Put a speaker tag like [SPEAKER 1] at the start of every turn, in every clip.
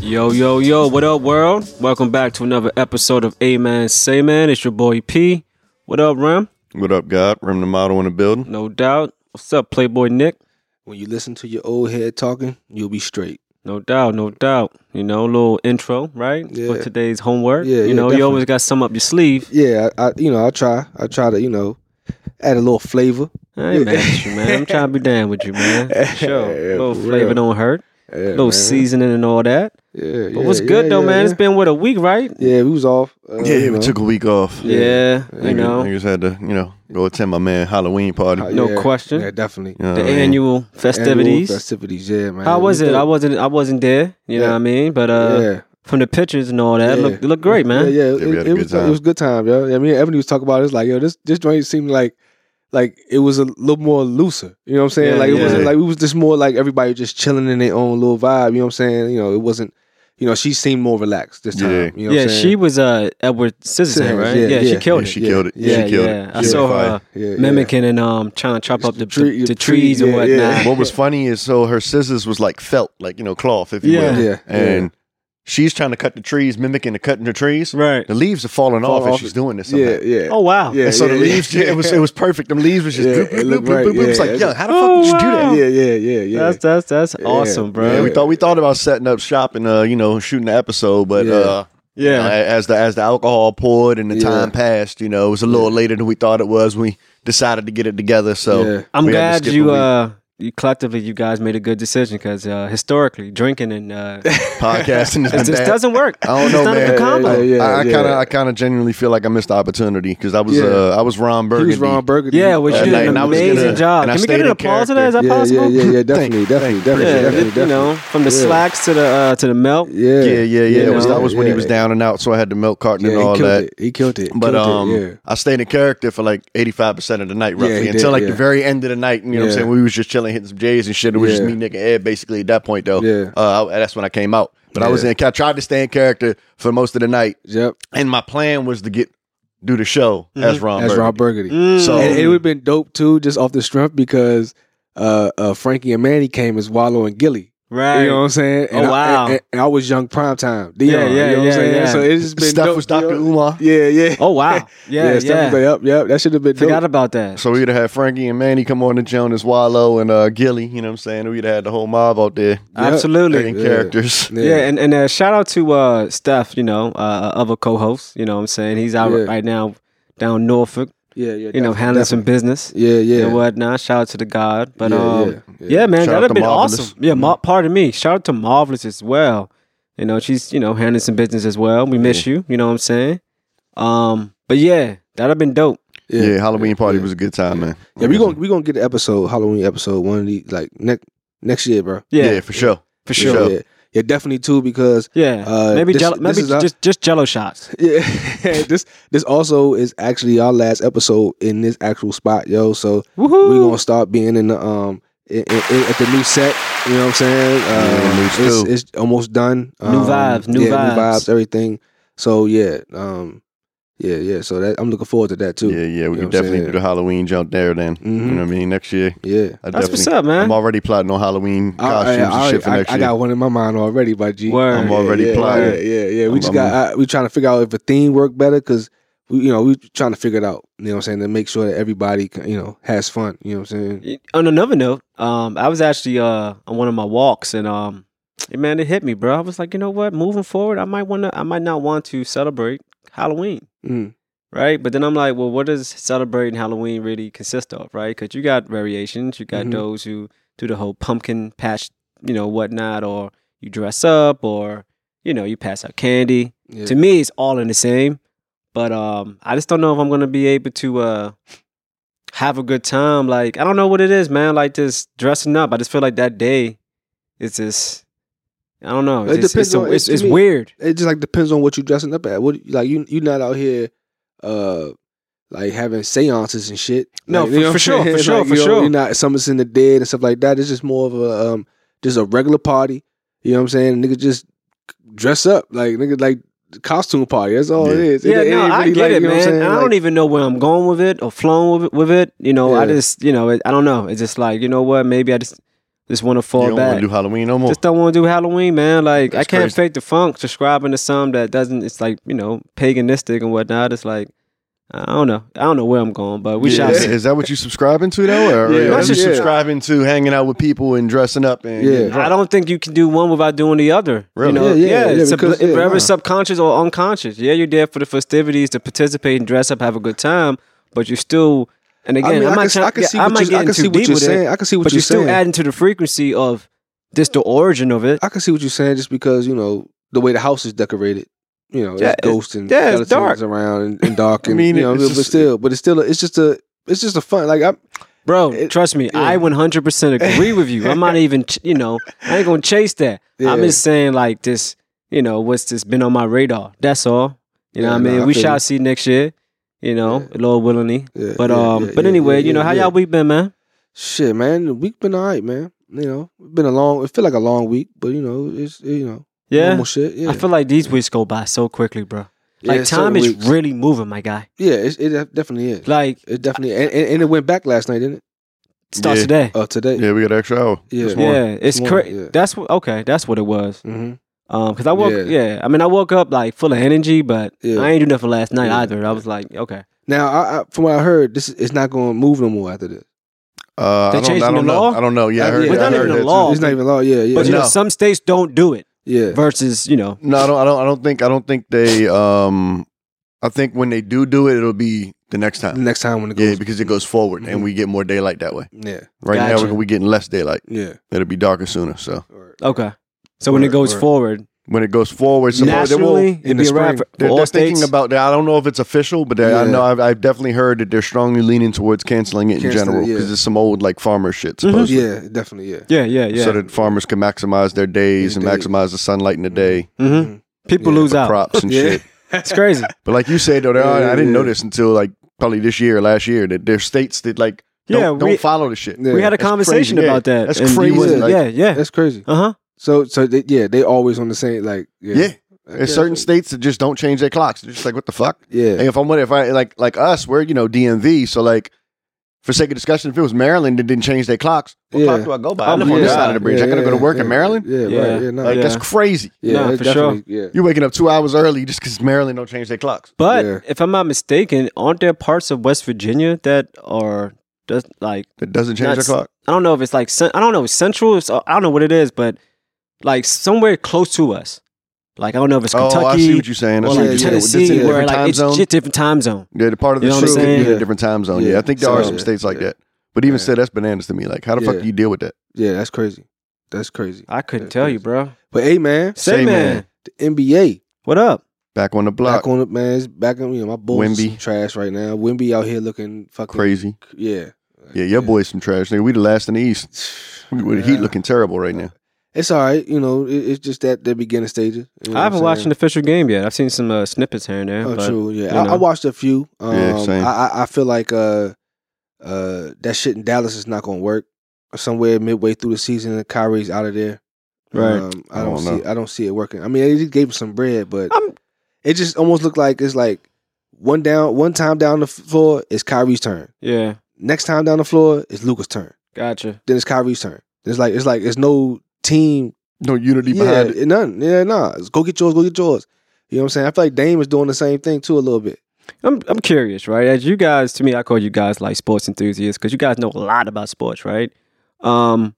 [SPEAKER 1] Yo, yo, yo, what up, world? Welcome back to another episode of A Man Say Man. It's your boy P. What up, Ram?
[SPEAKER 2] What up, God? Rem the model in the building.
[SPEAKER 1] No doubt. What's up, Playboy Nick?
[SPEAKER 3] When you listen to your old head talking, you'll be straight.
[SPEAKER 1] No doubt, no doubt. You know, a little intro, right? For
[SPEAKER 3] Yeah.
[SPEAKER 1] today's homework.
[SPEAKER 3] Yeah,
[SPEAKER 1] you
[SPEAKER 3] yeah,
[SPEAKER 1] know,
[SPEAKER 3] definitely.
[SPEAKER 1] you always got some up your sleeve.
[SPEAKER 3] Yeah, I, I you know I try I try to you know add a little flavor.
[SPEAKER 1] I ain't mad at you, man. I'm trying to be down with you, man. Sure. a
[SPEAKER 3] Yeah,
[SPEAKER 1] little
[SPEAKER 3] for
[SPEAKER 1] flavor
[SPEAKER 3] real.
[SPEAKER 1] don't hurt. A
[SPEAKER 3] Yeah,
[SPEAKER 1] little
[SPEAKER 3] man.
[SPEAKER 1] seasoning and all that.
[SPEAKER 3] Yeah,
[SPEAKER 1] But
[SPEAKER 3] yeah,
[SPEAKER 1] what's good
[SPEAKER 3] yeah,
[SPEAKER 1] though,
[SPEAKER 3] yeah,
[SPEAKER 1] man?
[SPEAKER 3] Yeah.
[SPEAKER 1] It's been what a week, right?
[SPEAKER 3] yeah, we was off. Uh,
[SPEAKER 2] yeah,
[SPEAKER 3] you
[SPEAKER 2] we
[SPEAKER 3] know.
[SPEAKER 2] took a week off.
[SPEAKER 1] Yeah. you
[SPEAKER 2] Niggas-
[SPEAKER 1] know,
[SPEAKER 2] niggas had to, you know, go attend my man Halloween party.
[SPEAKER 3] Uh,
[SPEAKER 2] You
[SPEAKER 1] no
[SPEAKER 3] yeah,
[SPEAKER 1] question.
[SPEAKER 3] Yeah, definitely.
[SPEAKER 2] know
[SPEAKER 1] the
[SPEAKER 2] what I mean?
[SPEAKER 1] annual festivities.
[SPEAKER 3] Annual festivities. Yeah, man.
[SPEAKER 1] How was it?
[SPEAKER 3] dope.
[SPEAKER 1] I wasn't. I wasn't there. You know
[SPEAKER 3] Yeah.
[SPEAKER 1] what I mean. But uh,
[SPEAKER 3] yeah,
[SPEAKER 1] from the pictures and all that, it
[SPEAKER 3] yeah.
[SPEAKER 1] looked it looked great, man.
[SPEAKER 3] Yeah, yeah.
[SPEAKER 2] Yeah, we had
[SPEAKER 3] It,
[SPEAKER 2] a
[SPEAKER 3] it
[SPEAKER 2] good
[SPEAKER 3] was
[SPEAKER 2] time.
[SPEAKER 3] it was a good time, yo. I mean, Ebony was talking about it. It's like, yo, this this joint seemed like like it was a little more looser. You know what I'm saying?
[SPEAKER 1] Yeah,
[SPEAKER 3] like it
[SPEAKER 1] yeah.
[SPEAKER 3] wasn't like it was just more like everybody just chilling in their own little vibe. You know what I'm saying? You know, it wasn't. You know, she seemed more relaxed this time.
[SPEAKER 2] Yeah.
[SPEAKER 3] You know what I'm
[SPEAKER 1] Yeah,
[SPEAKER 3] saying?
[SPEAKER 1] she was uh Edward Scissorhands,
[SPEAKER 3] Scissorhands,
[SPEAKER 1] right? Yeah,
[SPEAKER 3] yeah,
[SPEAKER 1] she
[SPEAKER 3] yeah.
[SPEAKER 1] killed
[SPEAKER 2] Yeah,
[SPEAKER 1] it.
[SPEAKER 2] she
[SPEAKER 3] Yeah,
[SPEAKER 2] killed it.
[SPEAKER 1] yeah,
[SPEAKER 2] she killed
[SPEAKER 1] yeah.
[SPEAKER 2] it.
[SPEAKER 1] I
[SPEAKER 2] She
[SPEAKER 1] saw
[SPEAKER 2] was
[SPEAKER 1] her
[SPEAKER 2] fire.
[SPEAKER 3] Yeah, yeah.
[SPEAKER 1] mimicking and um trying to chop up the,
[SPEAKER 3] the tree-
[SPEAKER 1] the, the
[SPEAKER 3] the
[SPEAKER 1] trees
[SPEAKER 3] tree,
[SPEAKER 1] and
[SPEAKER 3] yeah, yeah.
[SPEAKER 1] whatnot.
[SPEAKER 2] What was funny is so her scissors was like felt, like you know, cloth, if you
[SPEAKER 1] Yeah.
[SPEAKER 2] will.
[SPEAKER 3] Yeah,
[SPEAKER 2] And she's trying to cut the trees, mimicking the cutting the trees.
[SPEAKER 1] Right.
[SPEAKER 2] The leaves are falling
[SPEAKER 3] Fall
[SPEAKER 2] off, and
[SPEAKER 3] off.
[SPEAKER 2] she's doing this. Somehow.
[SPEAKER 3] Yeah, yeah.
[SPEAKER 1] Oh wow.
[SPEAKER 3] Yeah.
[SPEAKER 2] And so the leaves,
[SPEAKER 3] yeah.
[SPEAKER 2] it was it was perfect. Them leaves was just
[SPEAKER 3] Yeah,
[SPEAKER 2] bloop,
[SPEAKER 3] it
[SPEAKER 2] bloop,
[SPEAKER 3] looked
[SPEAKER 2] bloop,
[SPEAKER 3] right,
[SPEAKER 2] bloop, bloop. It's
[SPEAKER 3] yeah.
[SPEAKER 2] like, yo, how the
[SPEAKER 1] Oh,
[SPEAKER 2] fuck did you do that?
[SPEAKER 1] wow.
[SPEAKER 3] Yeah, yeah, yeah, yeah.
[SPEAKER 1] That's that's that's
[SPEAKER 3] Yeah.
[SPEAKER 1] awesome, bro.
[SPEAKER 2] Yeah,
[SPEAKER 1] Yeah,
[SPEAKER 2] we thought we thought about setting up shop and uh, you know shooting the episode, but
[SPEAKER 3] Yeah.
[SPEAKER 2] uh, you know, a- as the as the alcohol poured and the
[SPEAKER 3] Yeah.
[SPEAKER 2] time passed, you know, it was a little later than we thought it was. We decided to get it together, so
[SPEAKER 3] Yeah.
[SPEAKER 1] I'm
[SPEAKER 2] we had to
[SPEAKER 1] glad
[SPEAKER 2] skip a
[SPEAKER 1] you
[SPEAKER 2] week.
[SPEAKER 1] uh you collectively you guys made a good decision because uh, historically drinking and uh,
[SPEAKER 2] podcasting has
[SPEAKER 1] it
[SPEAKER 2] been
[SPEAKER 1] just
[SPEAKER 2] bad.
[SPEAKER 1] doesn't work.
[SPEAKER 2] I don't
[SPEAKER 1] it's
[SPEAKER 2] know,
[SPEAKER 1] not a
[SPEAKER 2] man.
[SPEAKER 1] good combo.
[SPEAKER 3] Yeah, yeah,
[SPEAKER 2] I kind of
[SPEAKER 3] yeah.
[SPEAKER 2] I kind of genuinely feel like I missed the opportunity because I was
[SPEAKER 3] Yeah.
[SPEAKER 2] uh, I was Ron
[SPEAKER 3] He
[SPEAKER 2] Burgundy.
[SPEAKER 3] was Ron Burgundy.
[SPEAKER 1] Yeah, which
[SPEAKER 2] Uh,
[SPEAKER 1] you did
[SPEAKER 2] and
[SPEAKER 1] an
[SPEAKER 2] I was
[SPEAKER 1] amazing
[SPEAKER 2] gonna-
[SPEAKER 1] job.
[SPEAKER 2] and I
[SPEAKER 1] Can we
[SPEAKER 2] stayed
[SPEAKER 1] get an
[SPEAKER 2] in
[SPEAKER 1] applause for that? Is that
[SPEAKER 3] yeah,
[SPEAKER 1] possible?
[SPEAKER 3] Yeah, yeah, yeah, definitely, definitely, definitely,
[SPEAKER 1] Yeah,
[SPEAKER 3] definitely,
[SPEAKER 1] you know, from the
[SPEAKER 3] Yeah.
[SPEAKER 1] slacks to the uh, to the milk.
[SPEAKER 2] yeah,
[SPEAKER 3] Yeah,
[SPEAKER 2] yeah, yeah.
[SPEAKER 1] You
[SPEAKER 2] It was,
[SPEAKER 1] know,
[SPEAKER 2] that was when he
[SPEAKER 3] yeah.
[SPEAKER 2] was down and out, so I had the milk carton
[SPEAKER 3] Yeah,
[SPEAKER 2] and
[SPEAKER 3] he
[SPEAKER 2] all
[SPEAKER 3] killed
[SPEAKER 2] that.
[SPEAKER 3] it. He killed it.
[SPEAKER 2] But
[SPEAKER 3] Killed it,
[SPEAKER 2] um,
[SPEAKER 3] yeah.
[SPEAKER 2] I stayed in character for like eighty five percent of the night,
[SPEAKER 3] Yeah, he
[SPEAKER 2] roughly,
[SPEAKER 3] did,
[SPEAKER 2] until like
[SPEAKER 3] yeah.
[SPEAKER 2] the very end of the night. You know what I'm
[SPEAKER 3] Yeah.
[SPEAKER 2] saying? We was just chilling, hitting some J's and shit. It was just
[SPEAKER 3] Yeah.
[SPEAKER 2] me, Nick, and Ed, basically at that point, though.
[SPEAKER 3] Yeah.
[SPEAKER 2] Uh, I- that's when I came out. But I was
[SPEAKER 3] Yeah.
[SPEAKER 2] in. I tried to stay in character for most of the night,
[SPEAKER 3] Yep,
[SPEAKER 2] and my plan was to get do the show as Ron.
[SPEAKER 3] that's Mm-hmm. Ron
[SPEAKER 2] Burgundy.
[SPEAKER 3] Burgundy.
[SPEAKER 1] Mm.
[SPEAKER 2] So-
[SPEAKER 3] And it would have been dope too, just off the strength because uh, uh, Frankie and Manny came as Wallow and Gilly.
[SPEAKER 1] right.
[SPEAKER 3] You know what I'm saying?
[SPEAKER 1] Oh,
[SPEAKER 3] And I-
[SPEAKER 1] wow.
[SPEAKER 3] and, and I was young prime time. Dion,
[SPEAKER 1] Yeah, yeah,
[SPEAKER 3] you know what
[SPEAKER 1] yeah,
[SPEAKER 3] I'm saying?
[SPEAKER 1] yeah.
[SPEAKER 3] So it's just been
[SPEAKER 2] Stuff
[SPEAKER 3] dope,
[SPEAKER 2] was Doctor
[SPEAKER 3] you know?
[SPEAKER 2] Umar.
[SPEAKER 3] Yeah, yeah.
[SPEAKER 1] oh wow. Yeah,
[SPEAKER 3] Stuff
[SPEAKER 1] yeah.
[SPEAKER 3] was like, yep, yep. That should have been
[SPEAKER 1] Forgot
[SPEAKER 3] dope.
[SPEAKER 1] about that.
[SPEAKER 2] So we'd have had Frankie and Manny come on to Jonas Wallow and uh, Gilly. You know what I'm saying? We'd have had the whole mob out there
[SPEAKER 1] Absolutely.
[SPEAKER 2] in characters.
[SPEAKER 1] Yeah, and, and uh, shout out to uh, Steph, you know, uh, other co host, you know what I'm saying? He's out
[SPEAKER 3] Yeah.
[SPEAKER 1] right now down Norfolk,
[SPEAKER 3] yeah, yeah.
[SPEAKER 1] you know,
[SPEAKER 3] definitely,
[SPEAKER 1] handling some
[SPEAKER 3] definitely.
[SPEAKER 1] business
[SPEAKER 3] Yeah, yeah.
[SPEAKER 1] and whatnot. Shout out to the God. But
[SPEAKER 3] Yeah,
[SPEAKER 1] um, yeah,
[SPEAKER 3] yeah, yeah.
[SPEAKER 1] man,
[SPEAKER 2] Shout
[SPEAKER 1] that'd
[SPEAKER 2] out
[SPEAKER 1] have
[SPEAKER 2] to
[SPEAKER 1] been
[SPEAKER 2] Marvelous.
[SPEAKER 1] awesome. Yeah, Mar- pardon me. Shout out to Marvelous as well. You know, she's, you know, handling some business as well. We miss you, you know what I'm saying? Um, But yeah, that'd have been dope.
[SPEAKER 2] Yeah,
[SPEAKER 3] Yeah.
[SPEAKER 2] Halloween party was a good time, man.
[SPEAKER 3] Yeah, we gonna we gonna get the episode Halloween episode one of these like next next year, bro.
[SPEAKER 1] Yeah,
[SPEAKER 2] yeah, for sure.
[SPEAKER 1] for sure.
[SPEAKER 2] sure.
[SPEAKER 3] Yeah, yeah definitely too because
[SPEAKER 1] Yeah,
[SPEAKER 3] Uh,
[SPEAKER 1] maybe
[SPEAKER 3] this-
[SPEAKER 1] jello,
[SPEAKER 3] this
[SPEAKER 1] maybe
[SPEAKER 3] is our-
[SPEAKER 1] just just Jello shots.
[SPEAKER 3] yeah this this also is actually our last episode in this actual spot, yo. So
[SPEAKER 1] Woohoo!
[SPEAKER 3] we gonna start being in the um in, in, in- at the new set. You know what I'm saying?
[SPEAKER 2] Yeah,
[SPEAKER 3] Um,
[SPEAKER 2] new stew.
[SPEAKER 3] it's, it's almost done.
[SPEAKER 1] New
[SPEAKER 3] Um,
[SPEAKER 1] vibes, new
[SPEAKER 3] yeah,
[SPEAKER 1] vibes.
[SPEAKER 3] new vibes, everything. So yeah, um, yeah, yeah. So that I'm looking forward to that too.
[SPEAKER 2] Yeah, yeah, we
[SPEAKER 3] You know
[SPEAKER 2] can
[SPEAKER 3] what I'm
[SPEAKER 2] definitely do
[SPEAKER 3] saying? Mm-hmm.
[SPEAKER 2] the Halloween jump there. Then you know what I mean. Next year,
[SPEAKER 3] yeah.
[SPEAKER 2] I
[SPEAKER 1] That's what's
[SPEAKER 2] definitely.
[SPEAKER 1] up, man.
[SPEAKER 2] I'm already plotting on Halloween
[SPEAKER 3] I- I-
[SPEAKER 2] costumes
[SPEAKER 3] I,
[SPEAKER 2] and shit for
[SPEAKER 3] already-
[SPEAKER 2] next
[SPEAKER 3] I, I
[SPEAKER 2] year.
[SPEAKER 3] got one in my mind already, by G.
[SPEAKER 1] Word. I'm
[SPEAKER 3] Yeah,
[SPEAKER 2] already
[SPEAKER 3] yeah,
[SPEAKER 2] plotting.
[SPEAKER 3] Yeah, yeah, yeah. We
[SPEAKER 2] I'm-
[SPEAKER 3] just got. I, we trying to figure out if a theme work better because we, you know, we trying to figure it out. You know what I'm saying? To make sure that everybody, can, you know, has fun. You know what I'm saying?
[SPEAKER 1] On another note, um, I was actually uh on one of my walks and um, eh, man, it hit me, bro. I was like, you know what? Moving forward, I might wanna, I might not want to celebrate Halloween,
[SPEAKER 3] Mm.
[SPEAKER 1] right? But then I'm like, well, what does celebrating Halloween really consist of, right? Because you got variations. You got
[SPEAKER 3] Mhm.
[SPEAKER 1] those who do the whole pumpkin patch, you know, whatnot, or you dress up, or you know, you pass out candy.
[SPEAKER 3] Yeah.
[SPEAKER 1] to me it's all in the same but um i just don't know if i'm gonna be able to uh have a good time like i don't know what it is man like just dressing up i just feel like that day it's just i don't know
[SPEAKER 3] It
[SPEAKER 1] it's, just-
[SPEAKER 3] depends
[SPEAKER 1] it's, a-
[SPEAKER 3] on-
[SPEAKER 1] it's,
[SPEAKER 3] to
[SPEAKER 1] it's
[SPEAKER 3] me-
[SPEAKER 1] weird
[SPEAKER 3] it just like depends on what you dressing up at. What like you you not out here, uh, like having seances and shit.
[SPEAKER 1] No,
[SPEAKER 3] Like,
[SPEAKER 1] for- for
[SPEAKER 3] what I'm
[SPEAKER 1] sure, for
[SPEAKER 3] saying?
[SPEAKER 1] sure,
[SPEAKER 3] Like,
[SPEAKER 1] for
[SPEAKER 3] you know,
[SPEAKER 1] sure.
[SPEAKER 3] You're not summoning the dead and stuff like that. It's just more of a um, just a regular party. You know what I'm saying? Nigga just dress up like nigga like costume party. That's all it
[SPEAKER 2] Yeah.
[SPEAKER 3] is.
[SPEAKER 1] yeah
[SPEAKER 3] ain't
[SPEAKER 1] no i
[SPEAKER 3] really
[SPEAKER 1] get
[SPEAKER 3] like,
[SPEAKER 1] it
[SPEAKER 3] you know what I'm
[SPEAKER 1] man
[SPEAKER 3] saying?
[SPEAKER 1] i
[SPEAKER 3] Like,
[SPEAKER 1] don't even know where i'm going with it or flowing with it with it you know i
[SPEAKER 3] Yeah.
[SPEAKER 1] just you know it, i don't know it's just like you know what maybe i just just want to
[SPEAKER 2] you
[SPEAKER 1] fall
[SPEAKER 2] don't want
[SPEAKER 1] back.
[SPEAKER 2] to do Halloween no more.
[SPEAKER 1] just don't want to do Halloween, man. Like I
[SPEAKER 2] That's
[SPEAKER 1] can't
[SPEAKER 2] crazy.
[SPEAKER 1] fake the funk. Subscribing to some that doesn't. It's like you know paganistic and whatnot. It's like I don't know. I don't know where I'm going, but we
[SPEAKER 2] Yeah,
[SPEAKER 1] shall
[SPEAKER 2] is,
[SPEAKER 1] see.
[SPEAKER 2] is that what you subscribing to though? Or
[SPEAKER 3] Yeah,
[SPEAKER 2] yeah, that's
[SPEAKER 3] that's-
[SPEAKER 2] just
[SPEAKER 3] yeah.
[SPEAKER 2] subscribing to hanging out with people and dressing up and
[SPEAKER 3] Yeah.
[SPEAKER 2] getting drunk.
[SPEAKER 1] I don't think you can do one without doing the other.
[SPEAKER 2] Really?
[SPEAKER 1] You know?
[SPEAKER 3] Yeah,
[SPEAKER 1] Yeah,
[SPEAKER 3] yeah, yeah,
[SPEAKER 1] it's
[SPEAKER 3] because-
[SPEAKER 1] a,
[SPEAKER 3] yeah,
[SPEAKER 1] whether it's
[SPEAKER 3] nah.
[SPEAKER 1] subconscious or unconscious. Yeah, you're there for the festivities to participate and dress up, have a good time, but you're still. And again,
[SPEAKER 3] I
[SPEAKER 1] I
[SPEAKER 3] mean,
[SPEAKER 1] am not
[SPEAKER 3] I can,
[SPEAKER 1] trying,
[SPEAKER 3] I can see
[SPEAKER 1] yeah, I
[SPEAKER 3] what
[SPEAKER 1] might
[SPEAKER 3] you, I
[SPEAKER 1] getting
[SPEAKER 3] can see
[SPEAKER 1] too
[SPEAKER 3] what
[SPEAKER 1] deep
[SPEAKER 3] you're
[SPEAKER 1] with
[SPEAKER 3] saying.
[SPEAKER 1] it,
[SPEAKER 3] I can see what
[SPEAKER 1] but you're still
[SPEAKER 3] saying.
[SPEAKER 1] adding to the frequency of just the origin of it.
[SPEAKER 3] I can see what you're saying just because, you know, the way the house is decorated. You know,
[SPEAKER 1] Yeah,
[SPEAKER 3] it's
[SPEAKER 1] it's-
[SPEAKER 3] ghosts and
[SPEAKER 1] yeah, it's dark.
[SPEAKER 3] skeletons around and, and dark
[SPEAKER 2] I
[SPEAKER 3] and
[SPEAKER 2] mean,
[SPEAKER 3] you know,
[SPEAKER 2] it's
[SPEAKER 3] but
[SPEAKER 2] just-
[SPEAKER 3] still but it's still a, it's just a it's just a fun like I
[SPEAKER 1] Bro,
[SPEAKER 3] It-
[SPEAKER 1] trust me,
[SPEAKER 3] yeah.
[SPEAKER 1] I 100% agree with you. I'm not even, ch- you know, I ain't gonna chase that.
[SPEAKER 3] yeah,
[SPEAKER 1] I'm just saying, like, this, you know, what's this been on my radar? That's all. You know what
[SPEAKER 3] Yeah,
[SPEAKER 1] I
[SPEAKER 3] nah,
[SPEAKER 1] mean?
[SPEAKER 3] I
[SPEAKER 1] we
[SPEAKER 3] feel
[SPEAKER 1] shall
[SPEAKER 3] you.
[SPEAKER 1] see next year, you know, Lord willingly.
[SPEAKER 3] yeah,
[SPEAKER 1] But
[SPEAKER 3] yeah,
[SPEAKER 1] um,
[SPEAKER 3] yeah,
[SPEAKER 1] but
[SPEAKER 3] yeah,
[SPEAKER 1] anyway,
[SPEAKER 3] yeah,
[SPEAKER 1] you know,
[SPEAKER 3] yeah,
[SPEAKER 1] how
[SPEAKER 3] yeah.
[SPEAKER 1] y'all week been, man?
[SPEAKER 3] Shit, man, the week been all right, man. You know, it's been a long. It feel like a long week, but you know, it's you know,
[SPEAKER 1] Yeah.
[SPEAKER 3] normal shit. Yeah,
[SPEAKER 1] I feel like these weeks go by so quickly, bro. Like
[SPEAKER 3] Yeah,
[SPEAKER 1] time
[SPEAKER 3] certain
[SPEAKER 1] is
[SPEAKER 3] weeks.
[SPEAKER 1] really moving, my guy.
[SPEAKER 3] Yeah, it, it definitely is.
[SPEAKER 1] Like
[SPEAKER 3] It definitely and, and, and it went back last night, didn't it?
[SPEAKER 1] starts
[SPEAKER 2] Yeah.
[SPEAKER 1] today.
[SPEAKER 3] Uh, today.
[SPEAKER 2] Yeah, we got an extra hour.
[SPEAKER 3] Yeah.
[SPEAKER 2] This
[SPEAKER 1] Yeah,
[SPEAKER 2] morning.
[SPEAKER 1] it's
[SPEAKER 3] Tomorrow,
[SPEAKER 1] crazy.
[SPEAKER 3] yeah.
[SPEAKER 1] That's what okay. That's what it was.
[SPEAKER 3] Mm-hmm.
[SPEAKER 1] Um, cause I woke.
[SPEAKER 3] Yeah.
[SPEAKER 1] Yeah. I mean, I woke up like full of energy, but
[SPEAKER 3] Yeah.
[SPEAKER 1] I ain't do nothing last night
[SPEAKER 3] Yeah.
[SPEAKER 1] either. I was like, okay,
[SPEAKER 3] Now, I, I, from what I heard, this is, it's not going to move no more after this.
[SPEAKER 2] Uh,
[SPEAKER 1] They
[SPEAKER 2] I don't,
[SPEAKER 1] changing
[SPEAKER 2] I
[SPEAKER 1] the
[SPEAKER 2] don't know.
[SPEAKER 1] law?
[SPEAKER 2] I don't know. Yeah, I
[SPEAKER 3] Uh,
[SPEAKER 2] heard,
[SPEAKER 3] yeah.
[SPEAKER 2] I
[SPEAKER 3] It's not
[SPEAKER 2] heard
[SPEAKER 3] even
[SPEAKER 1] a
[SPEAKER 2] that, too.
[SPEAKER 1] law. Oh,
[SPEAKER 3] it's not even law. Yeah, yeah,
[SPEAKER 1] but you know,
[SPEAKER 2] no.
[SPEAKER 1] some states don't do it.
[SPEAKER 3] yeah.
[SPEAKER 1] Versus, you know,
[SPEAKER 2] No, I don't, I don't. I don't think. I don't think they. Um, I think when they do do it, it'll be the next
[SPEAKER 3] The
[SPEAKER 2] time.
[SPEAKER 3] next time when it
[SPEAKER 2] Yeah,
[SPEAKER 3] goes,
[SPEAKER 2] because it goes forward and we get more daylight that way.
[SPEAKER 3] yeah,
[SPEAKER 2] Right now
[SPEAKER 1] Gotcha.
[SPEAKER 2] we're, we getting less daylight.
[SPEAKER 3] yeah.
[SPEAKER 2] It'll be darker sooner. So
[SPEAKER 1] okay. So when it
[SPEAKER 3] Word,
[SPEAKER 1] goes
[SPEAKER 3] word.
[SPEAKER 1] forward
[SPEAKER 2] when it goes forward, so they will-
[SPEAKER 1] nationally,
[SPEAKER 3] in
[SPEAKER 1] it'd
[SPEAKER 3] the
[SPEAKER 1] be a wrap
[SPEAKER 3] spring.
[SPEAKER 1] for, for
[SPEAKER 2] They're,
[SPEAKER 1] all
[SPEAKER 2] they're
[SPEAKER 1] states.
[SPEAKER 2] thinking about that. I don't know if it's official, but they, I
[SPEAKER 3] Yeah.
[SPEAKER 2] know I've, I've definitely heard that they're strongly leaning towards canceling it in
[SPEAKER 3] Canceling it,
[SPEAKER 2] general
[SPEAKER 3] yeah.
[SPEAKER 2] because it's some old like farmer shit.
[SPEAKER 1] Mhm.
[SPEAKER 2] Supposedly.
[SPEAKER 3] yeah, definitely, yeah.
[SPEAKER 1] yeah, yeah, yeah.
[SPEAKER 2] So that farmers can maximize their days and
[SPEAKER 3] Their days.
[SPEAKER 2] maximize the sunlight in the day,
[SPEAKER 1] hmm People
[SPEAKER 3] Yeah,
[SPEAKER 1] lose
[SPEAKER 2] Mm-hmm. the
[SPEAKER 1] out.
[SPEAKER 2] crops and
[SPEAKER 3] Yeah.
[SPEAKER 2] shit.
[SPEAKER 1] It's crazy.
[SPEAKER 2] But like you said, though, there are,
[SPEAKER 3] Yeah,
[SPEAKER 2] I didn't
[SPEAKER 3] yeah.
[SPEAKER 2] know this until like probably this year, or last year, that there's states that like don't,
[SPEAKER 1] Yeah,
[SPEAKER 2] don't
[SPEAKER 1] we-
[SPEAKER 2] follow the shit.
[SPEAKER 3] Yeah.
[SPEAKER 1] we had a
[SPEAKER 2] That's
[SPEAKER 1] conversation
[SPEAKER 2] crazy. Yeah,
[SPEAKER 1] about that.
[SPEAKER 2] that's
[SPEAKER 1] and you
[SPEAKER 2] crazy,
[SPEAKER 1] wasn't-
[SPEAKER 3] like-
[SPEAKER 1] yeah, yeah.
[SPEAKER 3] That's crazy.
[SPEAKER 1] Uh huh.
[SPEAKER 3] So, so they, yeah, they always on the same like yeah,
[SPEAKER 2] Yeah. There's certain states that just don't change their clocks. They're just like, what the fuck?
[SPEAKER 3] yeah,
[SPEAKER 2] And if I'm if I like like us, we're you know DMV, so like for sake of discussion, if it was Maryland that didn't change their clocks, what
[SPEAKER 3] Yeah.
[SPEAKER 2] clock do I go by? I
[SPEAKER 1] Oh
[SPEAKER 2] live
[SPEAKER 1] my
[SPEAKER 2] on this
[SPEAKER 1] God.
[SPEAKER 2] side of the bridge. I gotta go to work in Maryland.
[SPEAKER 3] Yeah, yeah,
[SPEAKER 1] Yeah.
[SPEAKER 3] right, yeah, no,
[SPEAKER 2] Like
[SPEAKER 3] yeah,
[SPEAKER 2] that's crazy.
[SPEAKER 3] yeah,
[SPEAKER 1] Nah,
[SPEAKER 3] it
[SPEAKER 1] for sure.
[SPEAKER 3] definitely- Yeah,
[SPEAKER 2] You waking up two hours early just because Maryland don't change their clocks.
[SPEAKER 1] But
[SPEAKER 3] Yeah.
[SPEAKER 1] if I'm not mistaken, aren't there parts of West Virginia that are just like
[SPEAKER 2] That doesn't change
[SPEAKER 1] That's-
[SPEAKER 2] their clock.
[SPEAKER 1] I don't know if it's like cen- I don't know central. It's, uh, I don't know what it is, but like somewhere close to us. Like I don't know if it's
[SPEAKER 2] Oh, I see
[SPEAKER 1] Kentucky
[SPEAKER 2] what you're saying. I
[SPEAKER 1] or
[SPEAKER 2] see what
[SPEAKER 1] like
[SPEAKER 2] you're saying. It's
[SPEAKER 1] Tennessee,
[SPEAKER 2] in a
[SPEAKER 1] where
[SPEAKER 2] different
[SPEAKER 1] like
[SPEAKER 2] time
[SPEAKER 1] it's
[SPEAKER 2] zone.
[SPEAKER 1] just different time zone.
[SPEAKER 2] Yeah, the part of the
[SPEAKER 1] You know what I'm
[SPEAKER 2] state could be in a
[SPEAKER 1] saying?
[SPEAKER 2] different time zone. Yeah,
[SPEAKER 3] Yeah.
[SPEAKER 2] I think there are
[SPEAKER 3] So-
[SPEAKER 2] some states like
[SPEAKER 3] yeah.
[SPEAKER 2] that. But even
[SPEAKER 3] Yeah.
[SPEAKER 2] still, that's bananas to me. Like, how the fuck
[SPEAKER 3] Yeah.
[SPEAKER 2] do you deal with that?
[SPEAKER 3] yeah, that's crazy. That's crazy.
[SPEAKER 1] I couldn't
[SPEAKER 3] That's
[SPEAKER 1] tell you,
[SPEAKER 3] crazy.
[SPEAKER 1] bro.
[SPEAKER 3] But hey, man,
[SPEAKER 1] Say,
[SPEAKER 2] Uh, Say,
[SPEAKER 1] man,
[SPEAKER 2] man.
[SPEAKER 3] the NBA
[SPEAKER 1] what up?
[SPEAKER 2] Back on the block,
[SPEAKER 3] back on it, man. It's back on. You know, my boys
[SPEAKER 2] Wimby.
[SPEAKER 3] trash right now. Wimby out here looking fucking
[SPEAKER 2] crazy.
[SPEAKER 3] Yeah,
[SPEAKER 2] Yeah, your boy's some trash. Nigga, we the last in the East. We, with the Heat
[SPEAKER 3] Yeah.
[SPEAKER 2] looking terrible right now.
[SPEAKER 3] It's all right, you know. It, it's just that the beginning stages. you know
[SPEAKER 1] I
[SPEAKER 3] what
[SPEAKER 1] haven't
[SPEAKER 3] I'm
[SPEAKER 1] watched an
[SPEAKER 3] saying?
[SPEAKER 1] official game yet. I've seen some uh, snippets here and there.
[SPEAKER 3] Oh,
[SPEAKER 1] but
[SPEAKER 3] true. Yeah,
[SPEAKER 1] you
[SPEAKER 3] I, I
[SPEAKER 1] know.
[SPEAKER 3] watched a few. Um,
[SPEAKER 2] Yeah, same.
[SPEAKER 3] I, I I feel like uh, uh, that shit in Dallas is not gonna work. Somewhere midway through the season, and Kyrie's out of there.
[SPEAKER 1] Right.
[SPEAKER 3] Um, I
[SPEAKER 2] I
[SPEAKER 3] don't
[SPEAKER 2] don't
[SPEAKER 3] see.
[SPEAKER 2] know.
[SPEAKER 3] I don't see it working. I mean, they just gave him some bread, but
[SPEAKER 1] I'm-
[SPEAKER 3] it just almost looked like it's like one down, one time down the floor is Kyrie's turn.
[SPEAKER 1] Yeah,
[SPEAKER 3] Next time down the floor is Luca's turn.
[SPEAKER 1] gotcha.
[SPEAKER 3] Then it's Kyrie's turn. It's like it's like it's no team
[SPEAKER 2] No unity
[SPEAKER 3] yeah,
[SPEAKER 2] behind it.
[SPEAKER 3] none. Yeah, nah. It's Go get yours. Go get yours. You know what I'm saying? I feel like Dame is doing the same thing too a little bit.
[SPEAKER 1] I'm I'm curious, right? As you guys, to me, I call you guys like sports enthusiasts because you guys know a lot about sports, right? Um,